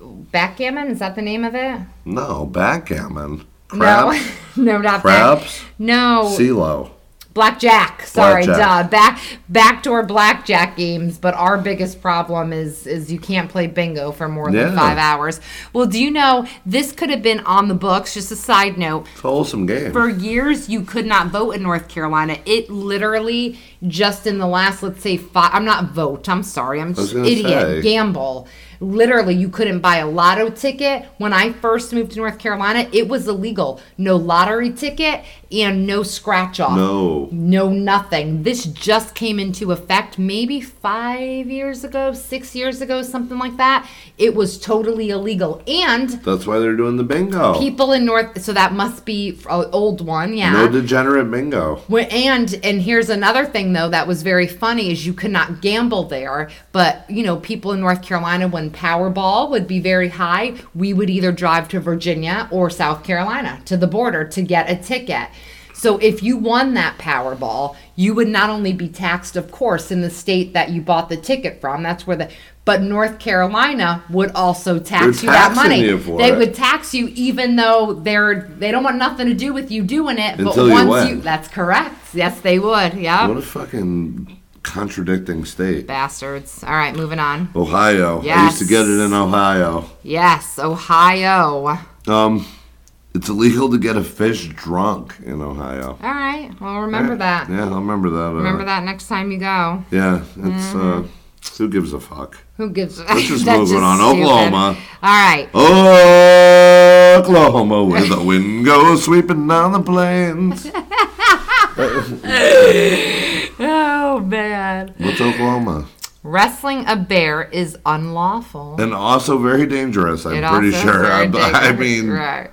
[SPEAKER 1] backgammon. Is that the name of it?
[SPEAKER 2] No, backgammon. Craps.
[SPEAKER 1] No, no, not that.
[SPEAKER 2] Craps.
[SPEAKER 1] No,
[SPEAKER 2] CeeLo.
[SPEAKER 1] blackjack. Sorry,
[SPEAKER 2] Blackjack.
[SPEAKER 1] duh. Back backdoor blackjack games. But our biggest problem is is you can't play bingo for more than
[SPEAKER 2] Yeah.
[SPEAKER 1] five hours. Well, do you know this could have been on the books? Just a side note.
[SPEAKER 2] It's a wholesome game.
[SPEAKER 1] for years you could not vote in North Carolina. It literally just in the last, let's say, five. I'm not vote. I'm sorry. I'm
[SPEAKER 2] was
[SPEAKER 1] just
[SPEAKER 2] gonna
[SPEAKER 1] idiot.
[SPEAKER 2] say.
[SPEAKER 1] Gamble. Literally, you couldn't buy a lotto ticket. When I first moved to North Carolina, it was illegal. No lottery ticket and no scratch off.
[SPEAKER 2] no.
[SPEAKER 1] No, nothing. This just came into effect maybe five years ago, six years ago, something like that. It was totally illegal. And
[SPEAKER 2] That's why they're doing the bingo.
[SPEAKER 1] people in North, so that must be f- a old one, yeah.
[SPEAKER 2] No degenerate bingo.
[SPEAKER 1] Well, and and here's another thing though that was very funny is you could not gamble there, but you know people in North Carolina when Powerball would be very high, we would either drive to Virginia or South Carolina to the border to get a ticket. So if you won that Powerball, you would not only be taxed, of course, in the state that you bought the ticket from. That's where the but North Carolina would also tax you that
[SPEAKER 2] taxing
[SPEAKER 1] money.
[SPEAKER 2] you for
[SPEAKER 1] they
[SPEAKER 2] it.
[SPEAKER 1] would tax you even though they're they don't want nothing to do with you doing it.
[SPEAKER 2] Until
[SPEAKER 1] but
[SPEAKER 2] you
[SPEAKER 1] once
[SPEAKER 2] win.
[SPEAKER 1] you that's correct. Yes, they would.
[SPEAKER 2] What
[SPEAKER 1] Yeah.
[SPEAKER 2] a fucking contradicting state.
[SPEAKER 1] Bastards. All right, moving on.
[SPEAKER 2] Ohio. I used to
[SPEAKER 1] Yes.
[SPEAKER 2] get it in Ohio.
[SPEAKER 1] Yes, Ohio. All
[SPEAKER 2] Um, it's illegal to get a fish drunk in Ohio.
[SPEAKER 1] right. Well, remember that.
[SPEAKER 2] Yeah, I remember that. Uh,
[SPEAKER 1] Remember that Mm-hmm. next time you go.
[SPEAKER 2] Yeah, it's uh, who gives a fuck?
[SPEAKER 1] Who gives?
[SPEAKER 2] Let's just
[SPEAKER 1] that's
[SPEAKER 2] move it on.
[SPEAKER 1] stupid.
[SPEAKER 2] Oklahoma.
[SPEAKER 1] All right.
[SPEAKER 2] Oklahoma, where the wind goes sweeping down the plains.
[SPEAKER 1] Oh man.
[SPEAKER 2] What's Oklahoma?
[SPEAKER 1] Wrestling a bear is unlawful.
[SPEAKER 2] and also very dangerous. I'm
[SPEAKER 1] It
[SPEAKER 2] pretty
[SPEAKER 1] also is
[SPEAKER 2] sure.
[SPEAKER 1] very
[SPEAKER 2] I, I
[SPEAKER 1] dangerous,
[SPEAKER 2] mean,
[SPEAKER 1] right.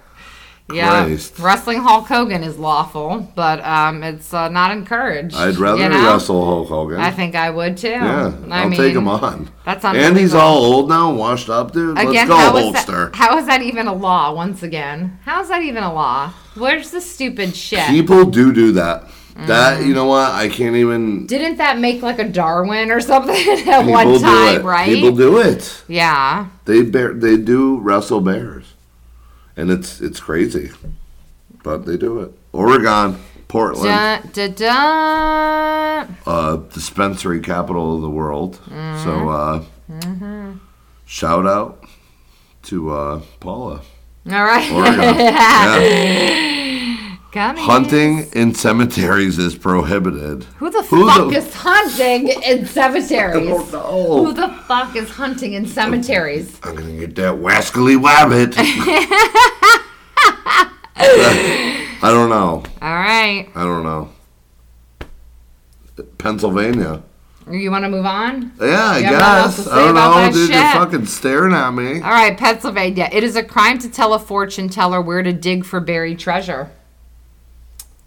[SPEAKER 1] Yeah,
[SPEAKER 2] Christ.
[SPEAKER 1] wrestling Hulk Hogan is lawful, but um, it's uh, not encouraged.
[SPEAKER 2] I'd rather
[SPEAKER 1] you know?
[SPEAKER 2] wrestle Hulk Hogan.
[SPEAKER 1] I think I would too.
[SPEAKER 2] yeah,
[SPEAKER 1] I
[SPEAKER 2] I'll
[SPEAKER 1] mean,
[SPEAKER 2] take him on.
[SPEAKER 1] That's
[SPEAKER 2] and he's
[SPEAKER 1] unbelievable.
[SPEAKER 2] all old now, washed up, dude.
[SPEAKER 1] Again,
[SPEAKER 2] Let's
[SPEAKER 1] how
[SPEAKER 2] go,
[SPEAKER 1] is that?
[SPEAKER 2] Hulkster.
[SPEAKER 1] How is that even a law? Once again, how is that even a law? Where's the stupid shit?
[SPEAKER 2] People do do that.
[SPEAKER 1] Mm.
[SPEAKER 2] That you know what? I can't even.
[SPEAKER 1] Didn't that make like a Darwin or something at
[SPEAKER 2] People
[SPEAKER 1] one
[SPEAKER 2] do
[SPEAKER 1] time,
[SPEAKER 2] it.
[SPEAKER 1] right?
[SPEAKER 2] People do it.
[SPEAKER 1] yeah.
[SPEAKER 2] They bear. They do wrestle bears, and it's it's crazy, but they do it. Oregon, Portland,
[SPEAKER 1] Dun, dun, dun.
[SPEAKER 2] uh, dispensary capital of the world.
[SPEAKER 1] Mm-hmm.
[SPEAKER 2] So, uh, shout out to uh, Paula.
[SPEAKER 1] All right.
[SPEAKER 2] Oregon. yeah.
[SPEAKER 1] Come here.
[SPEAKER 2] Hunting in cemeteries is prohibited.
[SPEAKER 1] Who the
[SPEAKER 2] Who
[SPEAKER 1] fuck
[SPEAKER 2] the-
[SPEAKER 1] is hunting in cemeteries? Who
[SPEAKER 2] know.
[SPEAKER 1] the fuck is hunting in cemeteries?
[SPEAKER 2] I'm gonna get that wascally wabbit. I don't know.
[SPEAKER 1] All right.
[SPEAKER 2] I don't know. Pennsylvania.
[SPEAKER 1] You want to move on?
[SPEAKER 2] Yeah, I
[SPEAKER 1] You have nothing else
[SPEAKER 2] guess.
[SPEAKER 1] to
[SPEAKER 2] I
[SPEAKER 1] say
[SPEAKER 2] don't
[SPEAKER 1] about
[SPEAKER 2] know,
[SPEAKER 1] that
[SPEAKER 2] dude. You're
[SPEAKER 1] shit?
[SPEAKER 2] fucking staring at me.
[SPEAKER 1] All right, Pennsylvania. It is a crime to tell a fortune teller where to dig for buried treasure.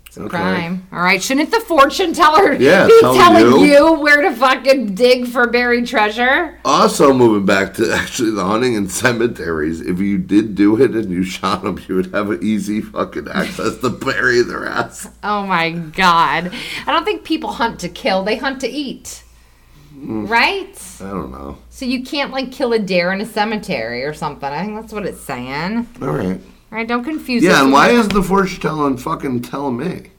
[SPEAKER 1] It's a
[SPEAKER 2] Okay.
[SPEAKER 1] crime. All right. Shouldn't the fortune teller
[SPEAKER 2] Yeah,
[SPEAKER 1] be
[SPEAKER 2] tell
[SPEAKER 1] telling
[SPEAKER 2] you.
[SPEAKER 1] you. where to fucking dig for buried treasure?
[SPEAKER 2] Also, moving back to actually the hunting in cemeteries, if you did do it and you shot them, you would have easy fucking access to bury their ass.
[SPEAKER 1] Oh my God. I don't think people hunt to kill, they hunt to eat.
[SPEAKER 2] Mm.
[SPEAKER 1] Right?
[SPEAKER 2] I don't know.
[SPEAKER 1] So you can't like kill a deer in a cemetery or something. I think that's what it's saying.
[SPEAKER 2] All right.
[SPEAKER 1] All right, don't confuse us
[SPEAKER 2] Yeah, and
[SPEAKER 1] with-
[SPEAKER 2] why is the fortune telling fucking tell me?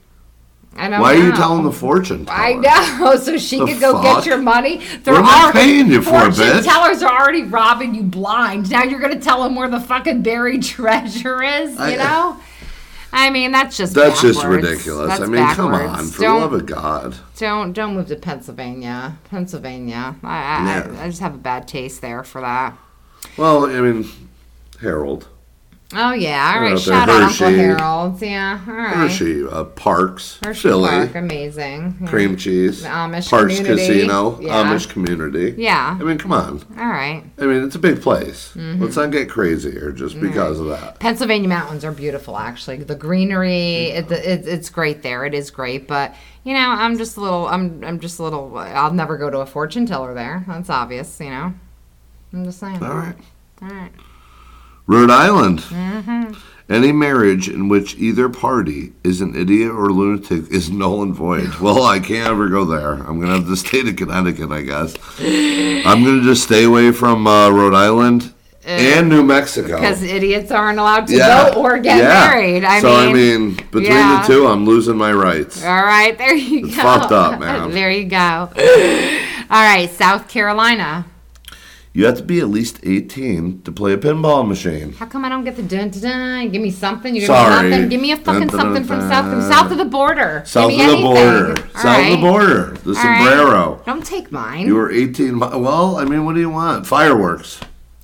[SPEAKER 1] I don't
[SPEAKER 2] Why are you
[SPEAKER 1] know.
[SPEAKER 2] telling the fortune teller?
[SPEAKER 1] I know, so she
[SPEAKER 2] The
[SPEAKER 1] could go
[SPEAKER 2] fuck?
[SPEAKER 1] get your money. They're
[SPEAKER 2] am I paying you for,
[SPEAKER 1] fortune
[SPEAKER 2] bitch?
[SPEAKER 1] tellers are already robbing you blind. Now you're gonna tell them where the fucking buried treasure is. You
[SPEAKER 2] I-
[SPEAKER 1] know, I mean that's just
[SPEAKER 2] That's just
[SPEAKER 1] backwards.
[SPEAKER 2] ridiculous.
[SPEAKER 1] That's
[SPEAKER 2] I mean, come on,
[SPEAKER 1] backwards.
[SPEAKER 2] for
[SPEAKER 1] don't,
[SPEAKER 2] the love of God.
[SPEAKER 1] don't don't move to Pennsylvania, Pennsylvania. I I,
[SPEAKER 2] Yeah.
[SPEAKER 1] I I just have a bad taste there for that.
[SPEAKER 2] Well, I mean, Harold,
[SPEAKER 1] Oh yeah, all
[SPEAKER 2] out
[SPEAKER 1] right.
[SPEAKER 2] there,
[SPEAKER 1] Shout out Uncle
[SPEAKER 2] Hershey.
[SPEAKER 1] Harold. Yeah, all right.
[SPEAKER 2] Hershey, uh, Parks,
[SPEAKER 1] Hershey
[SPEAKER 2] Philly,
[SPEAKER 1] Park, amazing. Yeah.
[SPEAKER 2] Cream Cheese,
[SPEAKER 1] Amish
[SPEAKER 2] Parks
[SPEAKER 1] community.
[SPEAKER 2] Casino,
[SPEAKER 1] Yeah.
[SPEAKER 2] Amish Community.
[SPEAKER 1] Yeah.
[SPEAKER 2] I mean, come on.
[SPEAKER 1] All right.
[SPEAKER 2] I mean, it's a big place.
[SPEAKER 1] Mm-hmm.
[SPEAKER 2] Let's not get crazy here just because of that.
[SPEAKER 1] Pennsylvania mountains are beautiful, actually. The greenery, it, the- it, it's great there. It is great, but you know, I'm just a little. I'm I'm just a little. I'll never go to a fortune teller there. That's obvious, you know. I'm just saying.
[SPEAKER 2] All right.
[SPEAKER 1] All right.
[SPEAKER 2] Rhode Island.
[SPEAKER 1] Mm-hmm.
[SPEAKER 2] Any marriage in which either party is an idiot or lunatic is null and void. Well, I can't ever go there. I'm going to have to stay to Connecticut, I guess. I'm going to just stay away from uh, Rhode Island and New Mexico.
[SPEAKER 1] Because idiots aren't allowed to Uh, go or get
[SPEAKER 2] yeah.
[SPEAKER 1] married. I
[SPEAKER 2] so,
[SPEAKER 1] mean,
[SPEAKER 2] I mean, between
[SPEAKER 1] yeah.
[SPEAKER 2] the two, I'm losing my rights.
[SPEAKER 1] all right, there you
[SPEAKER 2] It's
[SPEAKER 1] go.
[SPEAKER 2] fucked up, man.
[SPEAKER 1] There you go. All right, South Carolina.
[SPEAKER 2] You have to be at least 18 to play a pinball machine.
[SPEAKER 1] How come I don't get the dun dun dun? Give me something. You give
[SPEAKER 2] Sorry.
[SPEAKER 1] me nothing. Give me a fucking
[SPEAKER 2] Dun, dun,
[SPEAKER 1] something from
[SPEAKER 2] dun,
[SPEAKER 1] south from
[SPEAKER 2] dun.
[SPEAKER 1] south of the border.
[SPEAKER 2] South of
[SPEAKER 1] give
[SPEAKER 2] the
[SPEAKER 1] me anything.
[SPEAKER 2] border.
[SPEAKER 1] All
[SPEAKER 2] South of
[SPEAKER 1] right.
[SPEAKER 2] the border. The
[SPEAKER 1] All right.
[SPEAKER 2] sombrero.
[SPEAKER 1] Don't take mine.
[SPEAKER 2] You were 18. mi- Well, I mean, what do you want? Fireworks,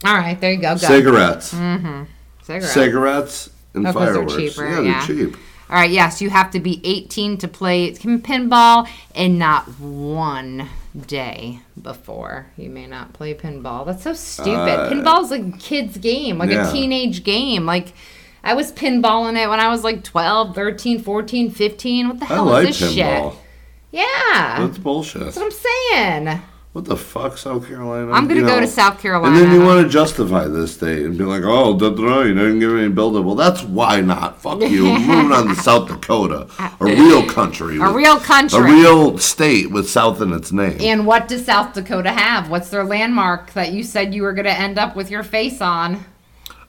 [SPEAKER 1] All right, there you go. Go.
[SPEAKER 2] cigarettes,
[SPEAKER 1] Mm-hmm. Cigarette.
[SPEAKER 2] cigarettes, and
[SPEAKER 1] Oh, 'cause they're
[SPEAKER 2] fireworks.
[SPEAKER 1] cheaper,
[SPEAKER 2] yeah,
[SPEAKER 1] yeah.
[SPEAKER 2] they're cheap.
[SPEAKER 1] All right, yes, you have to be 18 to play pinball and not one day before you may not play pinball. That's so stupid.
[SPEAKER 2] Uh,
[SPEAKER 1] Pinball's a kid's game, like
[SPEAKER 2] yeah.
[SPEAKER 1] a teenage game. Like I was pinballing it when I was like 12, 13, 14, 15. What the
[SPEAKER 2] I
[SPEAKER 1] hell
[SPEAKER 2] like
[SPEAKER 1] is Oh, this
[SPEAKER 2] pinball.
[SPEAKER 1] shit? Uh-huh. Yeah.
[SPEAKER 2] That's bullshit.
[SPEAKER 1] That's what I'm saying.
[SPEAKER 2] What the fuck, South Carolina?
[SPEAKER 1] I'm gonna
[SPEAKER 2] You
[SPEAKER 1] go
[SPEAKER 2] know,
[SPEAKER 1] to South
[SPEAKER 2] And
[SPEAKER 1] Carolina.
[SPEAKER 2] then you want to justify this state and be like, oh, da, da, da, you didn't give me any buildup. Well, that's why not. Fuck you. I'm moving on to South Dakota, a real country.
[SPEAKER 1] Uh, a
[SPEAKER 2] with-
[SPEAKER 1] real country.
[SPEAKER 2] A real state with South in its name.
[SPEAKER 1] and what does South Dakota have? What's their landmark that you said you were going to end up with your face on?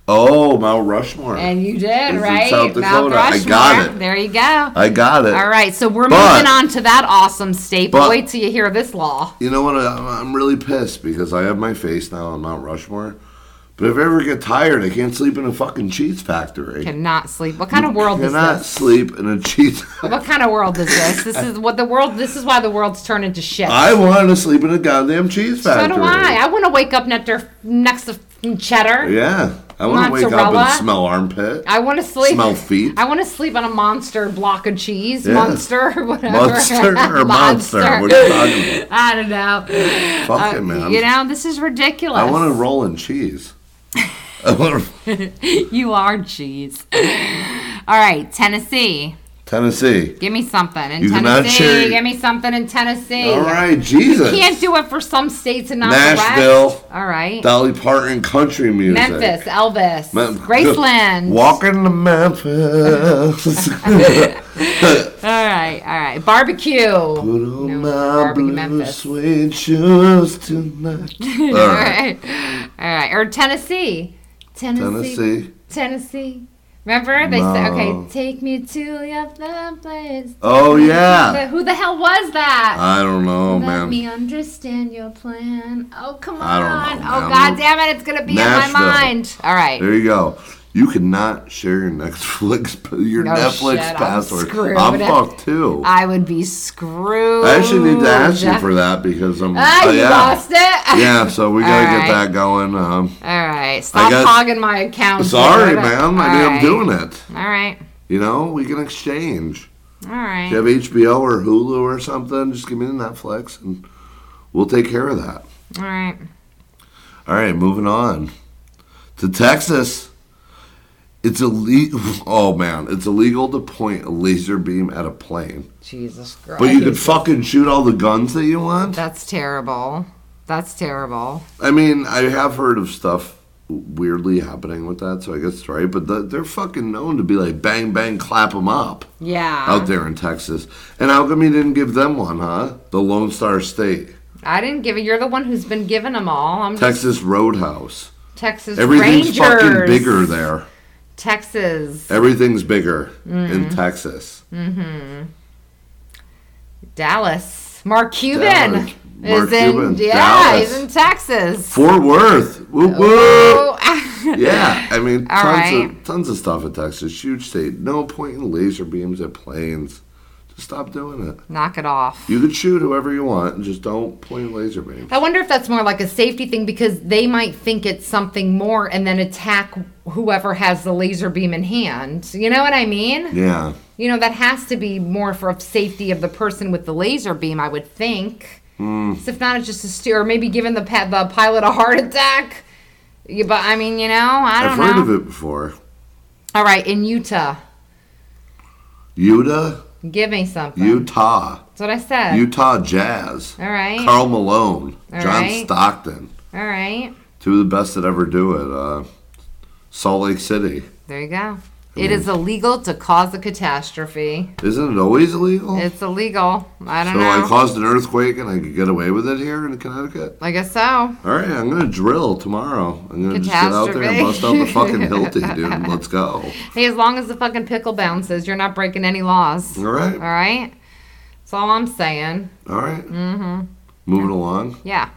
[SPEAKER 2] oh, Mount Rushmore.
[SPEAKER 1] And you did,
[SPEAKER 2] It's in
[SPEAKER 1] right?
[SPEAKER 2] South Dakota. I got it.
[SPEAKER 1] There you go.
[SPEAKER 2] I got it.
[SPEAKER 1] All right, so we're
[SPEAKER 2] But-
[SPEAKER 1] moving on to that awesome state. But,
[SPEAKER 2] but-
[SPEAKER 1] wait till you hear this law.
[SPEAKER 2] You know what? I'm, I'm really pissed because I have my face now on Mount Rushmore. But if I ever get tired, I can't sleep in a fucking cheese factory.
[SPEAKER 1] Cannot sleep. What kind of world is
[SPEAKER 2] Cannot
[SPEAKER 1] this?
[SPEAKER 2] sleep in a cheese.
[SPEAKER 1] What kind of world is this? This is what the world. This is why the world's turned into shit.
[SPEAKER 2] I want to sleep in a goddamn cheese
[SPEAKER 1] so
[SPEAKER 2] factory.
[SPEAKER 1] do I. I want to wake up next to, next to And cheddar.
[SPEAKER 2] Yeah. I want to wake up
[SPEAKER 1] Mozzarella?
[SPEAKER 2] and smell armpit.
[SPEAKER 1] I want to sleep.
[SPEAKER 2] Smell feet.
[SPEAKER 1] I want to sleep on a monster block of cheese,
[SPEAKER 2] Yeah.
[SPEAKER 1] monster, whatever.
[SPEAKER 2] Monster or monster? What are you talking about?
[SPEAKER 1] I don't know.
[SPEAKER 2] Fuck
[SPEAKER 1] Uh,
[SPEAKER 2] it, man.
[SPEAKER 1] You know, this is ridiculous.
[SPEAKER 2] I want to roll in cheese. I wanna-
[SPEAKER 1] You are cheese. All right, Tennessee.
[SPEAKER 2] Tennessee.
[SPEAKER 1] Give me something in
[SPEAKER 2] You cannot
[SPEAKER 1] Tennessee.
[SPEAKER 2] share-
[SPEAKER 1] Give me something in Tennessee.
[SPEAKER 2] All right, Jesus.
[SPEAKER 1] uh, You can't do it for some states and not the
[SPEAKER 2] Nashville.
[SPEAKER 1] rest. All right.
[SPEAKER 2] Dolly Parton country music.
[SPEAKER 1] Memphis, Elvis,
[SPEAKER 2] Mem-
[SPEAKER 1] Graceland.
[SPEAKER 2] Walking to Memphis. Put
[SPEAKER 1] All right, all right. Barbecue.
[SPEAKER 2] on
[SPEAKER 1] No,
[SPEAKER 2] my
[SPEAKER 1] Barbecue
[SPEAKER 2] blue
[SPEAKER 1] Memphis.
[SPEAKER 2] suede shoes tonight. All
[SPEAKER 1] All
[SPEAKER 2] right.
[SPEAKER 1] right. All right. Or Tennessee. Tennessee.
[SPEAKER 2] Tennessee.
[SPEAKER 1] Tennessee. Remember they said,
[SPEAKER 2] No.
[SPEAKER 1] "Okay, take me to your love place."
[SPEAKER 2] Oh,
[SPEAKER 1] The-
[SPEAKER 2] yeah.
[SPEAKER 1] who the hell was that?
[SPEAKER 2] I don't know,
[SPEAKER 1] Let
[SPEAKER 2] man.
[SPEAKER 1] me understand your plan. Oh come on!
[SPEAKER 2] I don't know,
[SPEAKER 1] oh
[SPEAKER 2] man.
[SPEAKER 1] god damn it! It's gonna be in
[SPEAKER 2] Nashville.
[SPEAKER 1] my mind. All right.
[SPEAKER 2] There you go. You cannot share your Netflix your
[SPEAKER 1] Oh,
[SPEAKER 2] Netflix
[SPEAKER 1] shit, I'm
[SPEAKER 2] password.
[SPEAKER 1] screwed.
[SPEAKER 2] I'm, fucked too. I,
[SPEAKER 1] I would be screwed.
[SPEAKER 2] actually need to ask you for that because I'm.
[SPEAKER 1] Ah,
[SPEAKER 2] oh,
[SPEAKER 1] you
[SPEAKER 2] yeah.
[SPEAKER 1] lost it.
[SPEAKER 2] yeah, so we gotta
[SPEAKER 1] All
[SPEAKER 2] get
[SPEAKER 1] right.
[SPEAKER 2] that going. Um,
[SPEAKER 1] All right. Stop
[SPEAKER 2] got-
[SPEAKER 1] hogging my account.
[SPEAKER 2] sorry,
[SPEAKER 1] Florida.
[SPEAKER 2] man. I mean,
[SPEAKER 1] All
[SPEAKER 2] I'm
[SPEAKER 1] right.
[SPEAKER 2] doing it.
[SPEAKER 1] All right.
[SPEAKER 2] You know, we can exchange.
[SPEAKER 1] All right.
[SPEAKER 2] If you have HBO or Hulu or something, just give me the Netflix and we'll take care of that.
[SPEAKER 1] All right.
[SPEAKER 2] All right, moving on to Texas. It's illegal. Oh man, it's illegal to point a laser beam at a plane,
[SPEAKER 1] Jesus Christ.
[SPEAKER 2] but you can fucking shoot all the guns that you want.
[SPEAKER 1] That's terrible. That's terrible.
[SPEAKER 2] I mean, I have heard of stuff weirdly happening with that, so I guess it's right. But the, they're fucking known to be like bang bang, clap them up
[SPEAKER 1] Yeah.
[SPEAKER 2] out there in Texas. And how come you didn't give them one, huh? The Lone Star State,
[SPEAKER 1] I didn't give it. You're the one who's been giving them all. I'm just
[SPEAKER 2] Texas Roadhouse.
[SPEAKER 1] Texas Rangers.
[SPEAKER 2] Everything's fucking bigger there.
[SPEAKER 1] Texas,
[SPEAKER 2] Everything's bigger
[SPEAKER 1] Mm.
[SPEAKER 2] in Texas.
[SPEAKER 1] Dallas, Mark Cuban
[SPEAKER 2] Dallas. Mark
[SPEAKER 1] is in.
[SPEAKER 2] Cuban,
[SPEAKER 1] Yeah,
[SPEAKER 2] Dallas.
[SPEAKER 1] he's in Texas.
[SPEAKER 2] Fort Worth. Whoop, whoop.
[SPEAKER 1] Oh.
[SPEAKER 2] Yeah, I mean, tons,
[SPEAKER 1] All
[SPEAKER 2] of,
[SPEAKER 1] right.
[SPEAKER 2] tons of stuff in Texas. Huge state. No point in laser beams at planes. Just stop doing it.
[SPEAKER 1] Knock it off.
[SPEAKER 2] You can shoot whoever you want, and just don't point laser beams.
[SPEAKER 1] I wonder if that's more like a safety thing because they might think it's something more and then attack whoever has the laser beam in hand. You know what I mean?
[SPEAKER 2] Yeah.
[SPEAKER 1] You know, that has to be more for safety of the person with the laser beam, I would think.
[SPEAKER 2] Hmm.
[SPEAKER 1] So if not, it's just a stu- or maybe giving the pa- the pilot a heart attack. You, but I mean, you know, I don't
[SPEAKER 2] I've heard
[SPEAKER 1] know.
[SPEAKER 2] of it before.
[SPEAKER 1] All right, in Utah,
[SPEAKER 2] Utah,
[SPEAKER 1] give me something.
[SPEAKER 2] Utah,
[SPEAKER 1] That's what I said.
[SPEAKER 2] Utah Jazz.
[SPEAKER 1] All right.
[SPEAKER 2] Carl Malone,
[SPEAKER 1] All
[SPEAKER 2] John
[SPEAKER 1] right.
[SPEAKER 2] Stockton,
[SPEAKER 1] All right,
[SPEAKER 2] two of the best that ever do it. Uh, Salt Lake City.
[SPEAKER 1] there you go. It is illegal to cause a catastrophe.
[SPEAKER 2] Isn't it always illegal?
[SPEAKER 1] It's illegal. I don't
[SPEAKER 2] Oh. So
[SPEAKER 1] know.
[SPEAKER 2] I caused an earthquake and I could get away with it here in Connecticut.
[SPEAKER 1] I guess so.
[SPEAKER 2] All right, I'm gonna drill tomorrow. I'm gonna just get out there and bust out the fucking Hilti, dude. and Let's go.
[SPEAKER 1] Hey, as long as the fucking pickle bounces, you're not breaking any laws.
[SPEAKER 2] All
[SPEAKER 1] All
[SPEAKER 2] right,
[SPEAKER 1] right? That's all I'm saying.
[SPEAKER 2] all Mm-hmm. Moving along.
[SPEAKER 1] Yeah.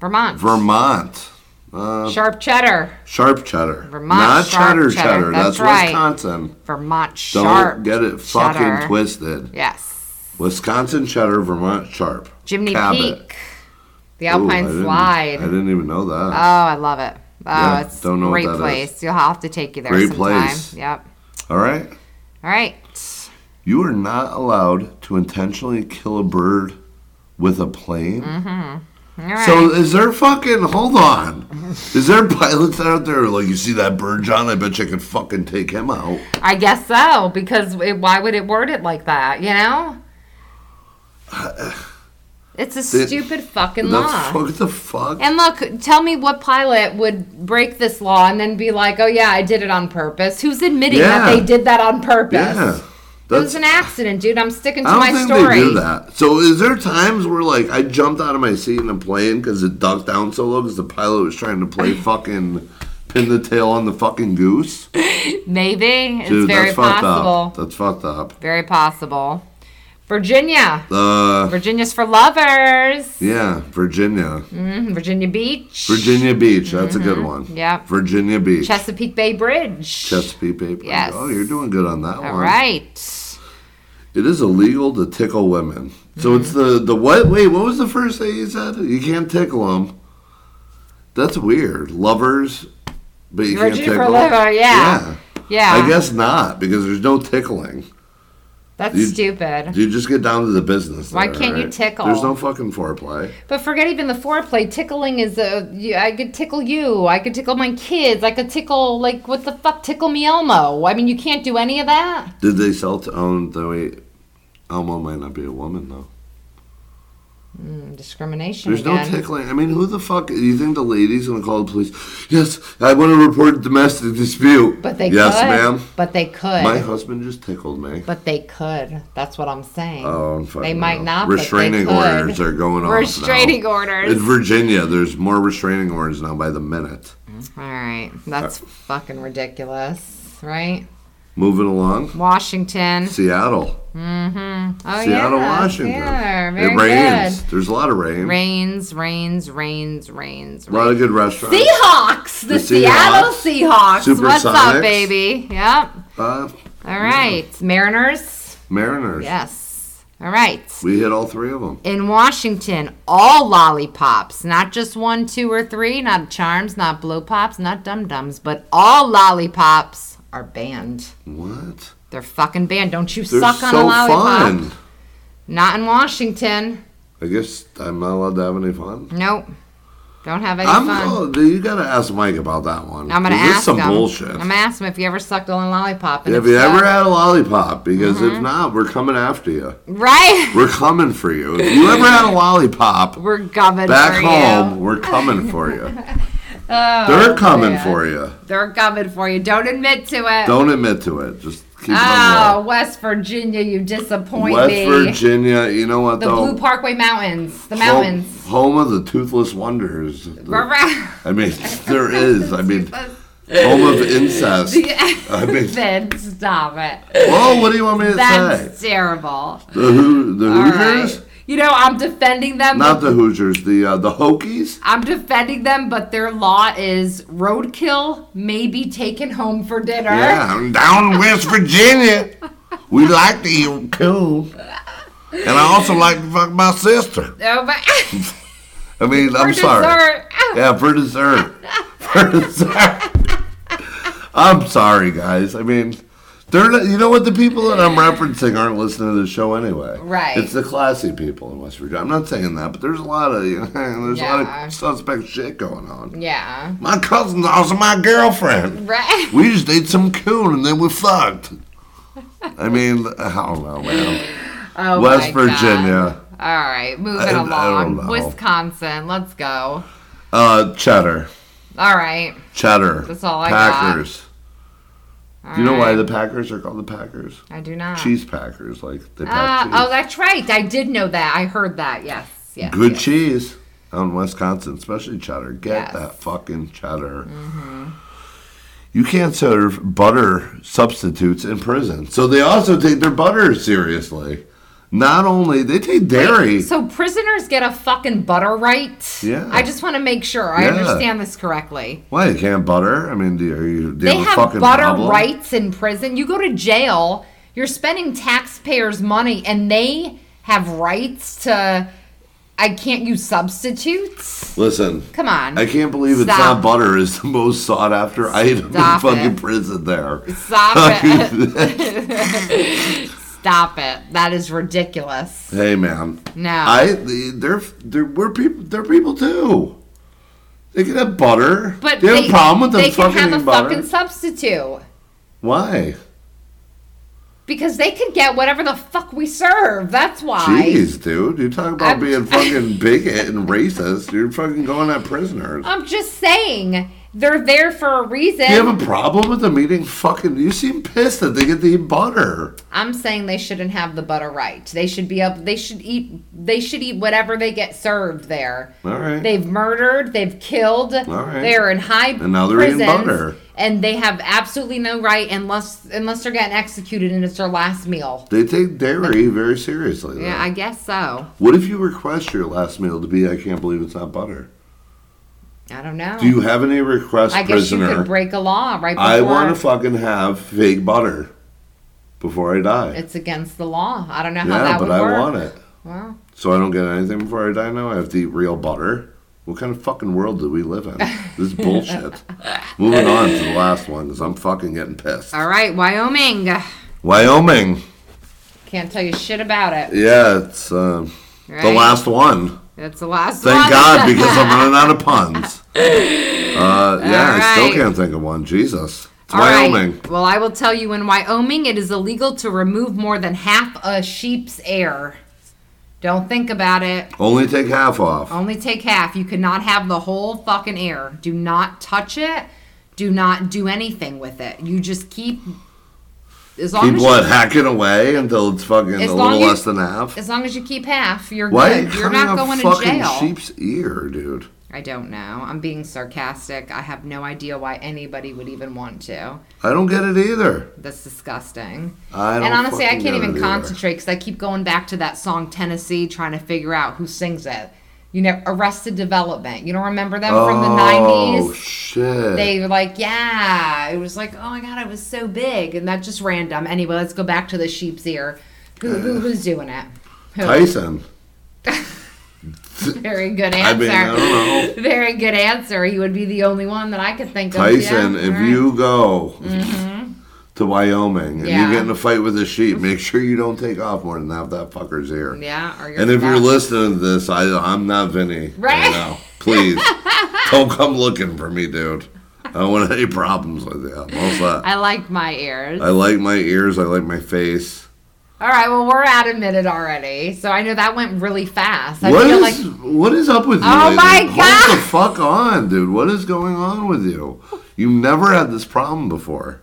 [SPEAKER 1] Vermont.
[SPEAKER 2] Vermont, uh,
[SPEAKER 1] Sharp cheddar.
[SPEAKER 2] sharp cheddar.
[SPEAKER 1] Vermont
[SPEAKER 2] not
[SPEAKER 1] sharp
[SPEAKER 2] cheddar
[SPEAKER 1] cheddar,
[SPEAKER 2] cheddar. That's,
[SPEAKER 1] that's right.
[SPEAKER 2] Wisconsin.
[SPEAKER 1] Vermont
[SPEAKER 2] Don't
[SPEAKER 1] sharp.
[SPEAKER 2] get it fucking
[SPEAKER 1] cheddar.
[SPEAKER 2] twisted.
[SPEAKER 1] Yes.
[SPEAKER 2] Wisconsin cheddar, Vermont sharp.
[SPEAKER 1] Jimny
[SPEAKER 2] Cabot.
[SPEAKER 1] Peak. The
[SPEAKER 2] Ooh, I
[SPEAKER 1] Alpine
[SPEAKER 2] didn't-
[SPEAKER 1] Slide.
[SPEAKER 2] I didn't even know that.
[SPEAKER 1] Oh, I love it. Oh,
[SPEAKER 2] Yeah,
[SPEAKER 1] it's
[SPEAKER 2] don't know
[SPEAKER 1] a
[SPEAKER 2] what
[SPEAKER 1] great
[SPEAKER 2] that is.
[SPEAKER 1] place. You'll have to take you there
[SPEAKER 2] Great
[SPEAKER 1] sometime.
[SPEAKER 2] place.
[SPEAKER 1] Yep.
[SPEAKER 2] All right.
[SPEAKER 1] All right.
[SPEAKER 2] You are not allowed to intentionally kill a bird with a plane.
[SPEAKER 1] Mm-hmm. All right.
[SPEAKER 2] So is there fucking hold on? Is there pilots out there who are like you see that bird, John? I bet you could fucking take him out.
[SPEAKER 1] I guess so because it, why would it word it like that? You know. It's a
[SPEAKER 2] The-
[SPEAKER 1] stupid fucking
[SPEAKER 2] The
[SPEAKER 1] law.
[SPEAKER 2] fuck the fuck?
[SPEAKER 1] And look, tell me what pilot would break this law and then be like, "Oh yeah, I did it on purpose." Who's admitting that
[SPEAKER 2] Yeah.
[SPEAKER 1] they did that on purpose? It
[SPEAKER 2] yeah,
[SPEAKER 1] was
[SPEAKER 2] that's.
[SPEAKER 1] an accident, dude. I'm sticking to
[SPEAKER 2] I
[SPEAKER 1] my
[SPEAKER 2] don't think
[SPEAKER 1] story.
[SPEAKER 2] they do that. So is there times where like I jumped out of my seat in a plane because it ducked down so low because the pilot was trying to play fucking pin the tail on the fucking goose?
[SPEAKER 1] Maybe it's
[SPEAKER 2] Dude,
[SPEAKER 1] very
[SPEAKER 2] that's fucked
[SPEAKER 1] possible.
[SPEAKER 2] up. That's fucked up.
[SPEAKER 1] Very possible. Virginia.
[SPEAKER 2] Uh,
[SPEAKER 1] Virginia's for lovers.
[SPEAKER 2] yeah, Virginia.
[SPEAKER 1] Mhm, Virginia Beach.
[SPEAKER 2] Virginia Beach. That's a good one.
[SPEAKER 1] Yep.
[SPEAKER 2] Virginia Beach.
[SPEAKER 1] Chesapeake Bay Bridge.
[SPEAKER 2] Chesapeake Bay. Bridge.
[SPEAKER 1] Yes.
[SPEAKER 2] Oh, you're doing good on that
[SPEAKER 1] All
[SPEAKER 2] one.
[SPEAKER 1] right.
[SPEAKER 2] It is illegal to tickle women.
[SPEAKER 1] Mm-hmm.
[SPEAKER 2] So it's the the what? Wait, what was the first thing you said? You can't tickle them. That's weird. Lovers, but you
[SPEAKER 1] Virgin
[SPEAKER 2] can't
[SPEAKER 1] for
[SPEAKER 2] tickle.
[SPEAKER 1] lover, yeah. Yeah.
[SPEAKER 2] I guess not because there's no tickling.
[SPEAKER 1] That's
[SPEAKER 2] you-
[SPEAKER 1] stupid.
[SPEAKER 2] You just get down to the business.
[SPEAKER 1] Why
[SPEAKER 2] there,
[SPEAKER 1] can't you
[SPEAKER 2] right?
[SPEAKER 1] tickle?
[SPEAKER 2] There's no fucking foreplay.
[SPEAKER 1] But forget even the foreplay. Tickling is a. you- I could tickle you. I could tickle my kids. I could tickle like what the fuck? Tickle me Elmo. I mean, you can't do any of that.
[SPEAKER 2] Did they sell to own? Though wait, Elmo might not be a woman though.
[SPEAKER 1] Mm, discrimination.
[SPEAKER 2] There's no
[SPEAKER 1] again.
[SPEAKER 2] tickling. I mean, who the fuck? Do you think the lady's gonna call the police? Yes, I want to report a domestic dispute.
[SPEAKER 1] But they
[SPEAKER 2] yes,
[SPEAKER 1] could.
[SPEAKER 2] ma'am.
[SPEAKER 1] But they could.
[SPEAKER 2] My husband just tickled me.
[SPEAKER 1] but they could. That's what I'm saying.
[SPEAKER 2] Oh, I'm fine.
[SPEAKER 1] They might not, but they
[SPEAKER 2] Restraining
[SPEAKER 1] could.
[SPEAKER 2] orders are going on.
[SPEAKER 1] Restraining orders.
[SPEAKER 2] In Virginia, there's more restraining orders now by the minute.
[SPEAKER 1] All right. That's
[SPEAKER 2] Uh,
[SPEAKER 1] fucking ridiculous, right?
[SPEAKER 2] Moving along,
[SPEAKER 1] Washington.
[SPEAKER 2] Seattle.
[SPEAKER 1] Oh,
[SPEAKER 2] Seattle,
[SPEAKER 1] yeah.
[SPEAKER 2] Washington.
[SPEAKER 1] Yeah,
[SPEAKER 2] it
[SPEAKER 1] very
[SPEAKER 2] rains.
[SPEAKER 1] good.
[SPEAKER 2] There's a lot of rain.
[SPEAKER 1] Rains, rains, rains, rains,
[SPEAKER 2] A lot
[SPEAKER 1] rains.
[SPEAKER 2] of good restaurants.
[SPEAKER 1] Seahawks! The,
[SPEAKER 2] The
[SPEAKER 1] Seattle
[SPEAKER 5] Seahawks.
[SPEAKER 1] Seahawks. What's
[SPEAKER 2] Supersonics.
[SPEAKER 1] up, baby? Yep.
[SPEAKER 2] Uh,
[SPEAKER 1] All right. Mariners?
[SPEAKER 2] Mariners.
[SPEAKER 1] Yes. All right.
[SPEAKER 2] We hit all three of them.
[SPEAKER 1] In Washington, all lollipops, not just one, two, or three, not charms, not blow pops, not dum dums, but all lollipops are banned.
[SPEAKER 2] What?
[SPEAKER 1] They're fucking banned. Don't you
[SPEAKER 2] They're
[SPEAKER 1] suck on a
[SPEAKER 2] so
[SPEAKER 1] lollipop.
[SPEAKER 2] fun.
[SPEAKER 1] Not in Washington.
[SPEAKER 2] I guess I'm not allowed to have any fun.
[SPEAKER 1] Nope. Don't have any
[SPEAKER 2] I'm.
[SPEAKER 1] fun.
[SPEAKER 2] Oh, you gotta ask Mike about that one.
[SPEAKER 1] I'm gonna
[SPEAKER 2] 'cause this
[SPEAKER 1] ask
[SPEAKER 2] is some
[SPEAKER 1] him.
[SPEAKER 2] bullshit.
[SPEAKER 1] I'm gonna ask him if you ever sucked on a lollipop. and
[SPEAKER 2] have
[SPEAKER 1] if
[SPEAKER 2] you
[SPEAKER 1] so-
[SPEAKER 2] ever had a lollipop? Because
[SPEAKER 1] Mm-hmm.
[SPEAKER 2] if not, we're coming after you.
[SPEAKER 1] Right.
[SPEAKER 2] We're coming for you. If you ever had a lollipop
[SPEAKER 1] We're coming
[SPEAKER 2] back
[SPEAKER 1] for
[SPEAKER 2] home,
[SPEAKER 1] you.
[SPEAKER 2] we're coming for you.
[SPEAKER 1] Oh,
[SPEAKER 2] They're coming
[SPEAKER 1] man.
[SPEAKER 2] for you.
[SPEAKER 1] They're coming for you. Don't admit to it.
[SPEAKER 2] Don't admit to it. Just keep it
[SPEAKER 1] oh,
[SPEAKER 2] on
[SPEAKER 1] West Virginia, you
[SPEAKER 2] the
[SPEAKER 1] disappoint
[SPEAKER 2] West
[SPEAKER 1] Oh, me.
[SPEAKER 2] Virginia, you know what
[SPEAKER 1] The
[SPEAKER 2] though?
[SPEAKER 1] Blue Parkway Mountains. The
[SPEAKER 2] Home-
[SPEAKER 1] mountains.
[SPEAKER 2] Home, of the toothless wonders.
[SPEAKER 1] Right.
[SPEAKER 2] I mean, there is. I mean, home of incest. I mean,
[SPEAKER 1] then stop it.
[SPEAKER 2] well, what do you want me to
[SPEAKER 1] That's
[SPEAKER 2] say?
[SPEAKER 1] terrible.
[SPEAKER 2] The, Hoo- the
[SPEAKER 1] All
[SPEAKER 2] Hoosiers?
[SPEAKER 1] right. You know, I'm defending them.
[SPEAKER 2] Not the Hoosiers. The uh, the Hokies.
[SPEAKER 1] I'm defending them, but their law is roadkill may be taken home for dinner.
[SPEAKER 2] Yeah, I'm down in West Virginia. We like to eat cool. And I also like to fuck my sister.
[SPEAKER 1] Oh, but
[SPEAKER 2] I mean, I'm
[SPEAKER 1] for
[SPEAKER 2] sorry.
[SPEAKER 1] dessert. Ah.
[SPEAKER 2] Yeah, for dessert. For dessert. I'm sorry, guys. I mean, they're not, you know what? The people that I'm referencing aren't listening to the show anyway.
[SPEAKER 1] Right.
[SPEAKER 2] It's the classy people in West Virginia. I'm not saying that, but there's a lot of you know, there's a lot
[SPEAKER 1] Yeah.
[SPEAKER 2] of suspect shit going on.
[SPEAKER 1] Yeah.
[SPEAKER 2] My cousin's also my girlfriend.
[SPEAKER 1] Right.
[SPEAKER 2] We just ate some coon and then we fucked. I mean, I don't know, man.
[SPEAKER 1] Oh
[SPEAKER 2] West
[SPEAKER 1] my God.
[SPEAKER 2] Virginia,
[SPEAKER 1] All right, moving
[SPEAKER 2] I- I don't
[SPEAKER 1] along.
[SPEAKER 2] know.
[SPEAKER 1] Wisconsin, let's go.
[SPEAKER 2] uh, cheddar,
[SPEAKER 1] All right.
[SPEAKER 2] cheddar.
[SPEAKER 1] That's all I got.
[SPEAKER 2] Packers.
[SPEAKER 1] All
[SPEAKER 2] Do you know why
[SPEAKER 1] right. Uh-huh.
[SPEAKER 2] the Packers are called the Packers?
[SPEAKER 1] I do not.
[SPEAKER 2] cheese packers, like they pack
[SPEAKER 1] Uh,
[SPEAKER 2] cheese.
[SPEAKER 1] oh, that's right. I did know that. I heard that. Yes. Yes.
[SPEAKER 2] Good
[SPEAKER 1] yes.
[SPEAKER 2] cheese out in Wisconsin, especially cheddar. Get
[SPEAKER 1] Yes. Mm-hmm.
[SPEAKER 2] that fucking cheddar. You can't serve butter substitutes in prison, so they also take their butter seriously. Not only they take dairy.
[SPEAKER 1] So prisoners get a fucking butter right.
[SPEAKER 2] Yeah.
[SPEAKER 1] I just want to make sure I
[SPEAKER 2] Yeah.
[SPEAKER 1] understand this correctly.
[SPEAKER 2] Why you can't butter? I mean, do you, are you do you
[SPEAKER 1] they
[SPEAKER 2] have a
[SPEAKER 1] have
[SPEAKER 2] fucking
[SPEAKER 1] butter
[SPEAKER 2] problem?
[SPEAKER 1] rights in prison. You go to jail, you're spending taxpayers' money, and they have rights to. I can't use substitutes.
[SPEAKER 2] Listen,
[SPEAKER 1] Come on.
[SPEAKER 2] I can't believe it's
[SPEAKER 1] Stop.
[SPEAKER 2] not butter is the most sought after item
[SPEAKER 1] Stop
[SPEAKER 2] in fucking
[SPEAKER 1] it.
[SPEAKER 2] prison there.
[SPEAKER 1] Stop it. Stop it. That is ridiculous.
[SPEAKER 2] Hey, man.
[SPEAKER 1] No.
[SPEAKER 2] I they're they're we're people they're people too. They can have butter.
[SPEAKER 1] but
[SPEAKER 2] they, have
[SPEAKER 1] they-
[SPEAKER 2] a problem with them
[SPEAKER 1] they can
[SPEAKER 2] fucking
[SPEAKER 1] have a
[SPEAKER 2] eating butter.
[SPEAKER 1] fucking substitute.
[SPEAKER 2] Why?
[SPEAKER 1] Because they could get whatever the fuck we serve. That's why.
[SPEAKER 2] Jeez, dude, you talk about
[SPEAKER 1] I'm-
[SPEAKER 2] being fucking bigot and racist. You're fucking going at prisoners.
[SPEAKER 1] I'm just saying they're there for a reason.
[SPEAKER 2] you have a problem with them eating fucking? You seem pissed that they get to eat butter.
[SPEAKER 1] I'm saying they shouldn't have the butter right. They should be up. They should eat. They should eat whatever they get served there.
[SPEAKER 2] All right.
[SPEAKER 1] They've murdered. They've killed.
[SPEAKER 2] right.
[SPEAKER 1] They're in high
[SPEAKER 2] And now they're eating
[SPEAKER 1] prisons,
[SPEAKER 2] butter.
[SPEAKER 1] and they have absolutely no right unless unless they're getting executed and it's their last meal.
[SPEAKER 2] they take dairy very seriously. though.
[SPEAKER 1] Yeah, I guess so.
[SPEAKER 2] what if you request your last meal to be? I can't believe it's not butter.
[SPEAKER 1] I don't know.
[SPEAKER 2] Do you have any requests,
[SPEAKER 1] I guess
[SPEAKER 2] prisoner?
[SPEAKER 1] you could break a law right before.
[SPEAKER 2] I want to fucking have fake butter before I die.
[SPEAKER 1] it's against the law. I don't know how
[SPEAKER 2] yeah,
[SPEAKER 1] that
[SPEAKER 2] but
[SPEAKER 1] would
[SPEAKER 2] I
[SPEAKER 1] work.
[SPEAKER 2] want it.
[SPEAKER 1] Well,
[SPEAKER 2] So I don't get anything before I die now. I have to eat real butter. What kind of fucking world do we live in? This is bullshit. Moving on to the last one because I'm fucking getting pissed.
[SPEAKER 1] All right, Wyoming.
[SPEAKER 2] Wyoming.
[SPEAKER 1] Can't tell you shit about it.
[SPEAKER 2] Yeah, it's uh, the
[SPEAKER 1] Right.
[SPEAKER 2] last one.
[SPEAKER 1] That's the last
[SPEAKER 2] Thank
[SPEAKER 1] one.
[SPEAKER 2] God because I'm running out of puns. Uh, yeah, I still
[SPEAKER 1] right.
[SPEAKER 2] can't think of one. Jesus. It's
[SPEAKER 1] All right.
[SPEAKER 2] Wyoming.
[SPEAKER 1] Well, I will tell you in Wyoming, it is illegal to remove more than half a sheep's ear. Don't think about it.
[SPEAKER 2] Only take half off.
[SPEAKER 1] Only take half. You cannot have the whole fucking ear. Do not touch it. Do not do anything with it. You just keep as long
[SPEAKER 2] Keep
[SPEAKER 1] as
[SPEAKER 2] what?
[SPEAKER 1] you,
[SPEAKER 2] Hacking away until it's fucking
[SPEAKER 1] As
[SPEAKER 2] a
[SPEAKER 1] long
[SPEAKER 2] little
[SPEAKER 1] you-
[SPEAKER 2] less than half?
[SPEAKER 1] as long as you keep half, you're
[SPEAKER 2] Why
[SPEAKER 1] good.
[SPEAKER 2] you
[SPEAKER 1] You're
[SPEAKER 2] cutting
[SPEAKER 1] not
[SPEAKER 2] a
[SPEAKER 1] going to
[SPEAKER 2] fucking
[SPEAKER 1] jail.
[SPEAKER 2] sheep's ear, dude?
[SPEAKER 1] I don't know. I'm being sarcastic. I have no idea why anybody would even want to.
[SPEAKER 2] I don't get it either.
[SPEAKER 1] That's disgusting.
[SPEAKER 2] I don't
[SPEAKER 1] and honestly, I can't
[SPEAKER 2] fucking get it
[SPEAKER 1] even
[SPEAKER 2] either.
[SPEAKER 1] concentrate because I keep going back to that song Tennessee, trying to figure out who sings it. You know, Arrested Development. You don't remember them from the
[SPEAKER 2] oh,
[SPEAKER 1] '90s?
[SPEAKER 2] shit.
[SPEAKER 1] They were like, yeah. It was like, oh my god, I was so big, and that's just random. Anyway, let's go back to the sheep's ear. Who, who who's doing it? Who?
[SPEAKER 2] Tyson.
[SPEAKER 1] Very good answer.
[SPEAKER 2] I mean, I don't
[SPEAKER 1] Very good answer. He would be the only one that I could think of. yeah.
[SPEAKER 2] Tyson, if
[SPEAKER 1] All right. Mm-hmm.
[SPEAKER 2] you go to Wyoming and
[SPEAKER 1] Yeah.
[SPEAKER 2] you get in a fight with a sheep, make sure you don't take off more than half that fucker's ear.
[SPEAKER 1] yeah, or you're
[SPEAKER 2] And if you're
[SPEAKER 1] fucked.
[SPEAKER 2] listening to this, I, I'm not Vinny.
[SPEAKER 1] Right.
[SPEAKER 2] Right. now. Please. don't come looking for me, dude. I don't want any problems with you. I'm all set.
[SPEAKER 1] I like my ears.
[SPEAKER 2] I like my ears. I like my face.
[SPEAKER 1] All right, well, we're at a minute already, so I know that went really fast. I
[SPEAKER 2] What
[SPEAKER 1] feel
[SPEAKER 2] is
[SPEAKER 1] like
[SPEAKER 2] what is up with you?
[SPEAKER 1] Oh
[SPEAKER 2] lately?
[SPEAKER 1] my
[SPEAKER 2] Hold
[SPEAKER 1] God.
[SPEAKER 2] the fuck on, dude. What is going on with you? You've never had this problem before.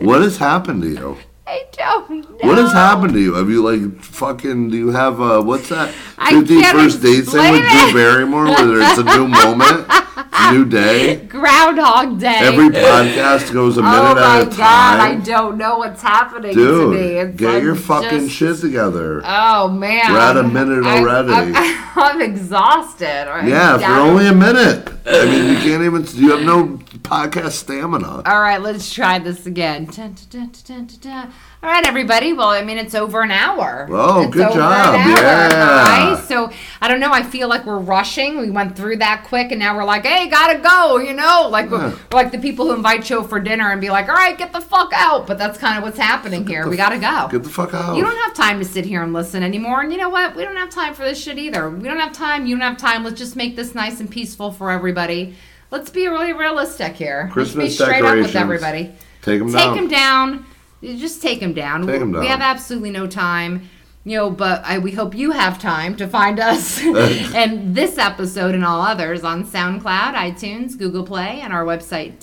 [SPEAKER 2] What has happened to you?
[SPEAKER 1] I don't know.
[SPEAKER 2] What has happened to you? Have you like fucking? Do you have uh what's that?
[SPEAKER 1] I
[SPEAKER 2] Fifty
[SPEAKER 1] can't
[SPEAKER 2] first date thing with
[SPEAKER 1] explain it.
[SPEAKER 2] Drew Barrymore, where it's a new moment, it's a new day.
[SPEAKER 1] Groundhog Day.
[SPEAKER 2] Every podcast goes a
[SPEAKER 1] oh
[SPEAKER 2] minute
[SPEAKER 1] my
[SPEAKER 2] at a
[SPEAKER 1] god, I
[SPEAKER 2] time.
[SPEAKER 1] don't know what's happening
[SPEAKER 2] Dude,
[SPEAKER 1] to me. It's
[SPEAKER 2] get
[SPEAKER 1] like
[SPEAKER 2] your fucking
[SPEAKER 1] just-
[SPEAKER 2] shit together.
[SPEAKER 1] Oh man,
[SPEAKER 2] We're at a minute
[SPEAKER 1] I'm-
[SPEAKER 2] already.
[SPEAKER 1] I'm, I'm exhausted. All right,
[SPEAKER 2] yeah, for
[SPEAKER 1] gotta-
[SPEAKER 2] only a minute. I mean, you can't even. You have no podcast stamina.
[SPEAKER 1] All right, let's try this again. Dun, dun, dun, dun, dun, dun. All right, everybody. Well, I mean, it's over an hour.
[SPEAKER 2] Oh,
[SPEAKER 1] It's
[SPEAKER 2] good
[SPEAKER 1] over
[SPEAKER 2] job.
[SPEAKER 1] an hour,
[SPEAKER 2] Yeah.
[SPEAKER 1] right? So I don't know. I feel like we're rushing. We went through that quick, and now we're like, hey, gotta go. You know, like we're-
[SPEAKER 2] Yeah.
[SPEAKER 1] we're like the people who invite you for dinner and be like, all right, get the fuck out. But that's kind of what's happening here. We gotta go.
[SPEAKER 2] Get the fuck out.
[SPEAKER 1] You don't have time to sit here and listen anymore. And you know what? We don't have time for this shit either. We don't have time. You don't have time. Let's just make this nice and peaceful for everybody. Let's be really realistic here.
[SPEAKER 2] Christmas
[SPEAKER 1] Let's be straight up with
[SPEAKER 2] decorations.
[SPEAKER 1] everybody.
[SPEAKER 2] Take them
[SPEAKER 1] Take
[SPEAKER 2] down.
[SPEAKER 1] them down. You Just take them down.
[SPEAKER 2] Take 'em
[SPEAKER 1] We
[SPEAKER 2] down.
[SPEAKER 1] have absolutely no time. You know, but I, we hope you have time to find us and this episode and all others on SoundCloud, iTunes, Google Play, and our website,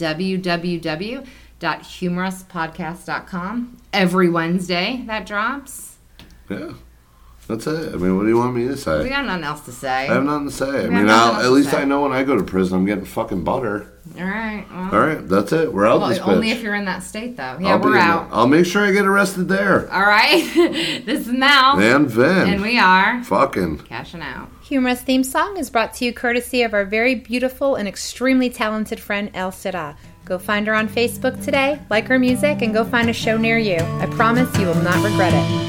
[SPEAKER 1] www.humourouspodcast.com. Every Wednesday that drops.
[SPEAKER 2] Yeah, that's it. I mean, what do you want me to
[SPEAKER 1] We
[SPEAKER 2] say?
[SPEAKER 1] got nothing else to say.
[SPEAKER 2] I have nothing to say. I
[SPEAKER 1] We have
[SPEAKER 2] mean,
[SPEAKER 1] nothing
[SPEAKER 2] I'll,
[SPEAKER 1] else
[SPEAKER 2] at
[SPEAKER 1] to
[SPEAKER 2] least
[SPEAKER 1] say.
[SPEAKER 2] I know when I go to prison, I'm getting fucking butter.
[SPEAKER 1] All right. Well,
[SPEAKER 2] All right, that's it. We're out
[SPEAKER 1] well,
[SPEAKER 2] this bitch.
[SPEAKER 1] only if you're in that state, though. Yeah,
[SPEAKER 2] I'll be
[SPEAKER 1] we're
[SPEAKER 2] in-
[SPEAKER 1] out.
[SPEAKER 2] I'll make sure I get arrested there.
[SPEAKER 1] All right. this is Mel.
[SPEAKER 2] And Vin.
[SPEAKER 1] And we are
[SPEAKER 2] fucking.
[SPEAKER 1] cashing out.
[SPEAKER 6] Humorous theme song is brought to you courtesy of our very beautiful and extremely talented friend El Sirah. Go find her on Facebook today, like her music, and go find a show near you. I promise you will not regret it.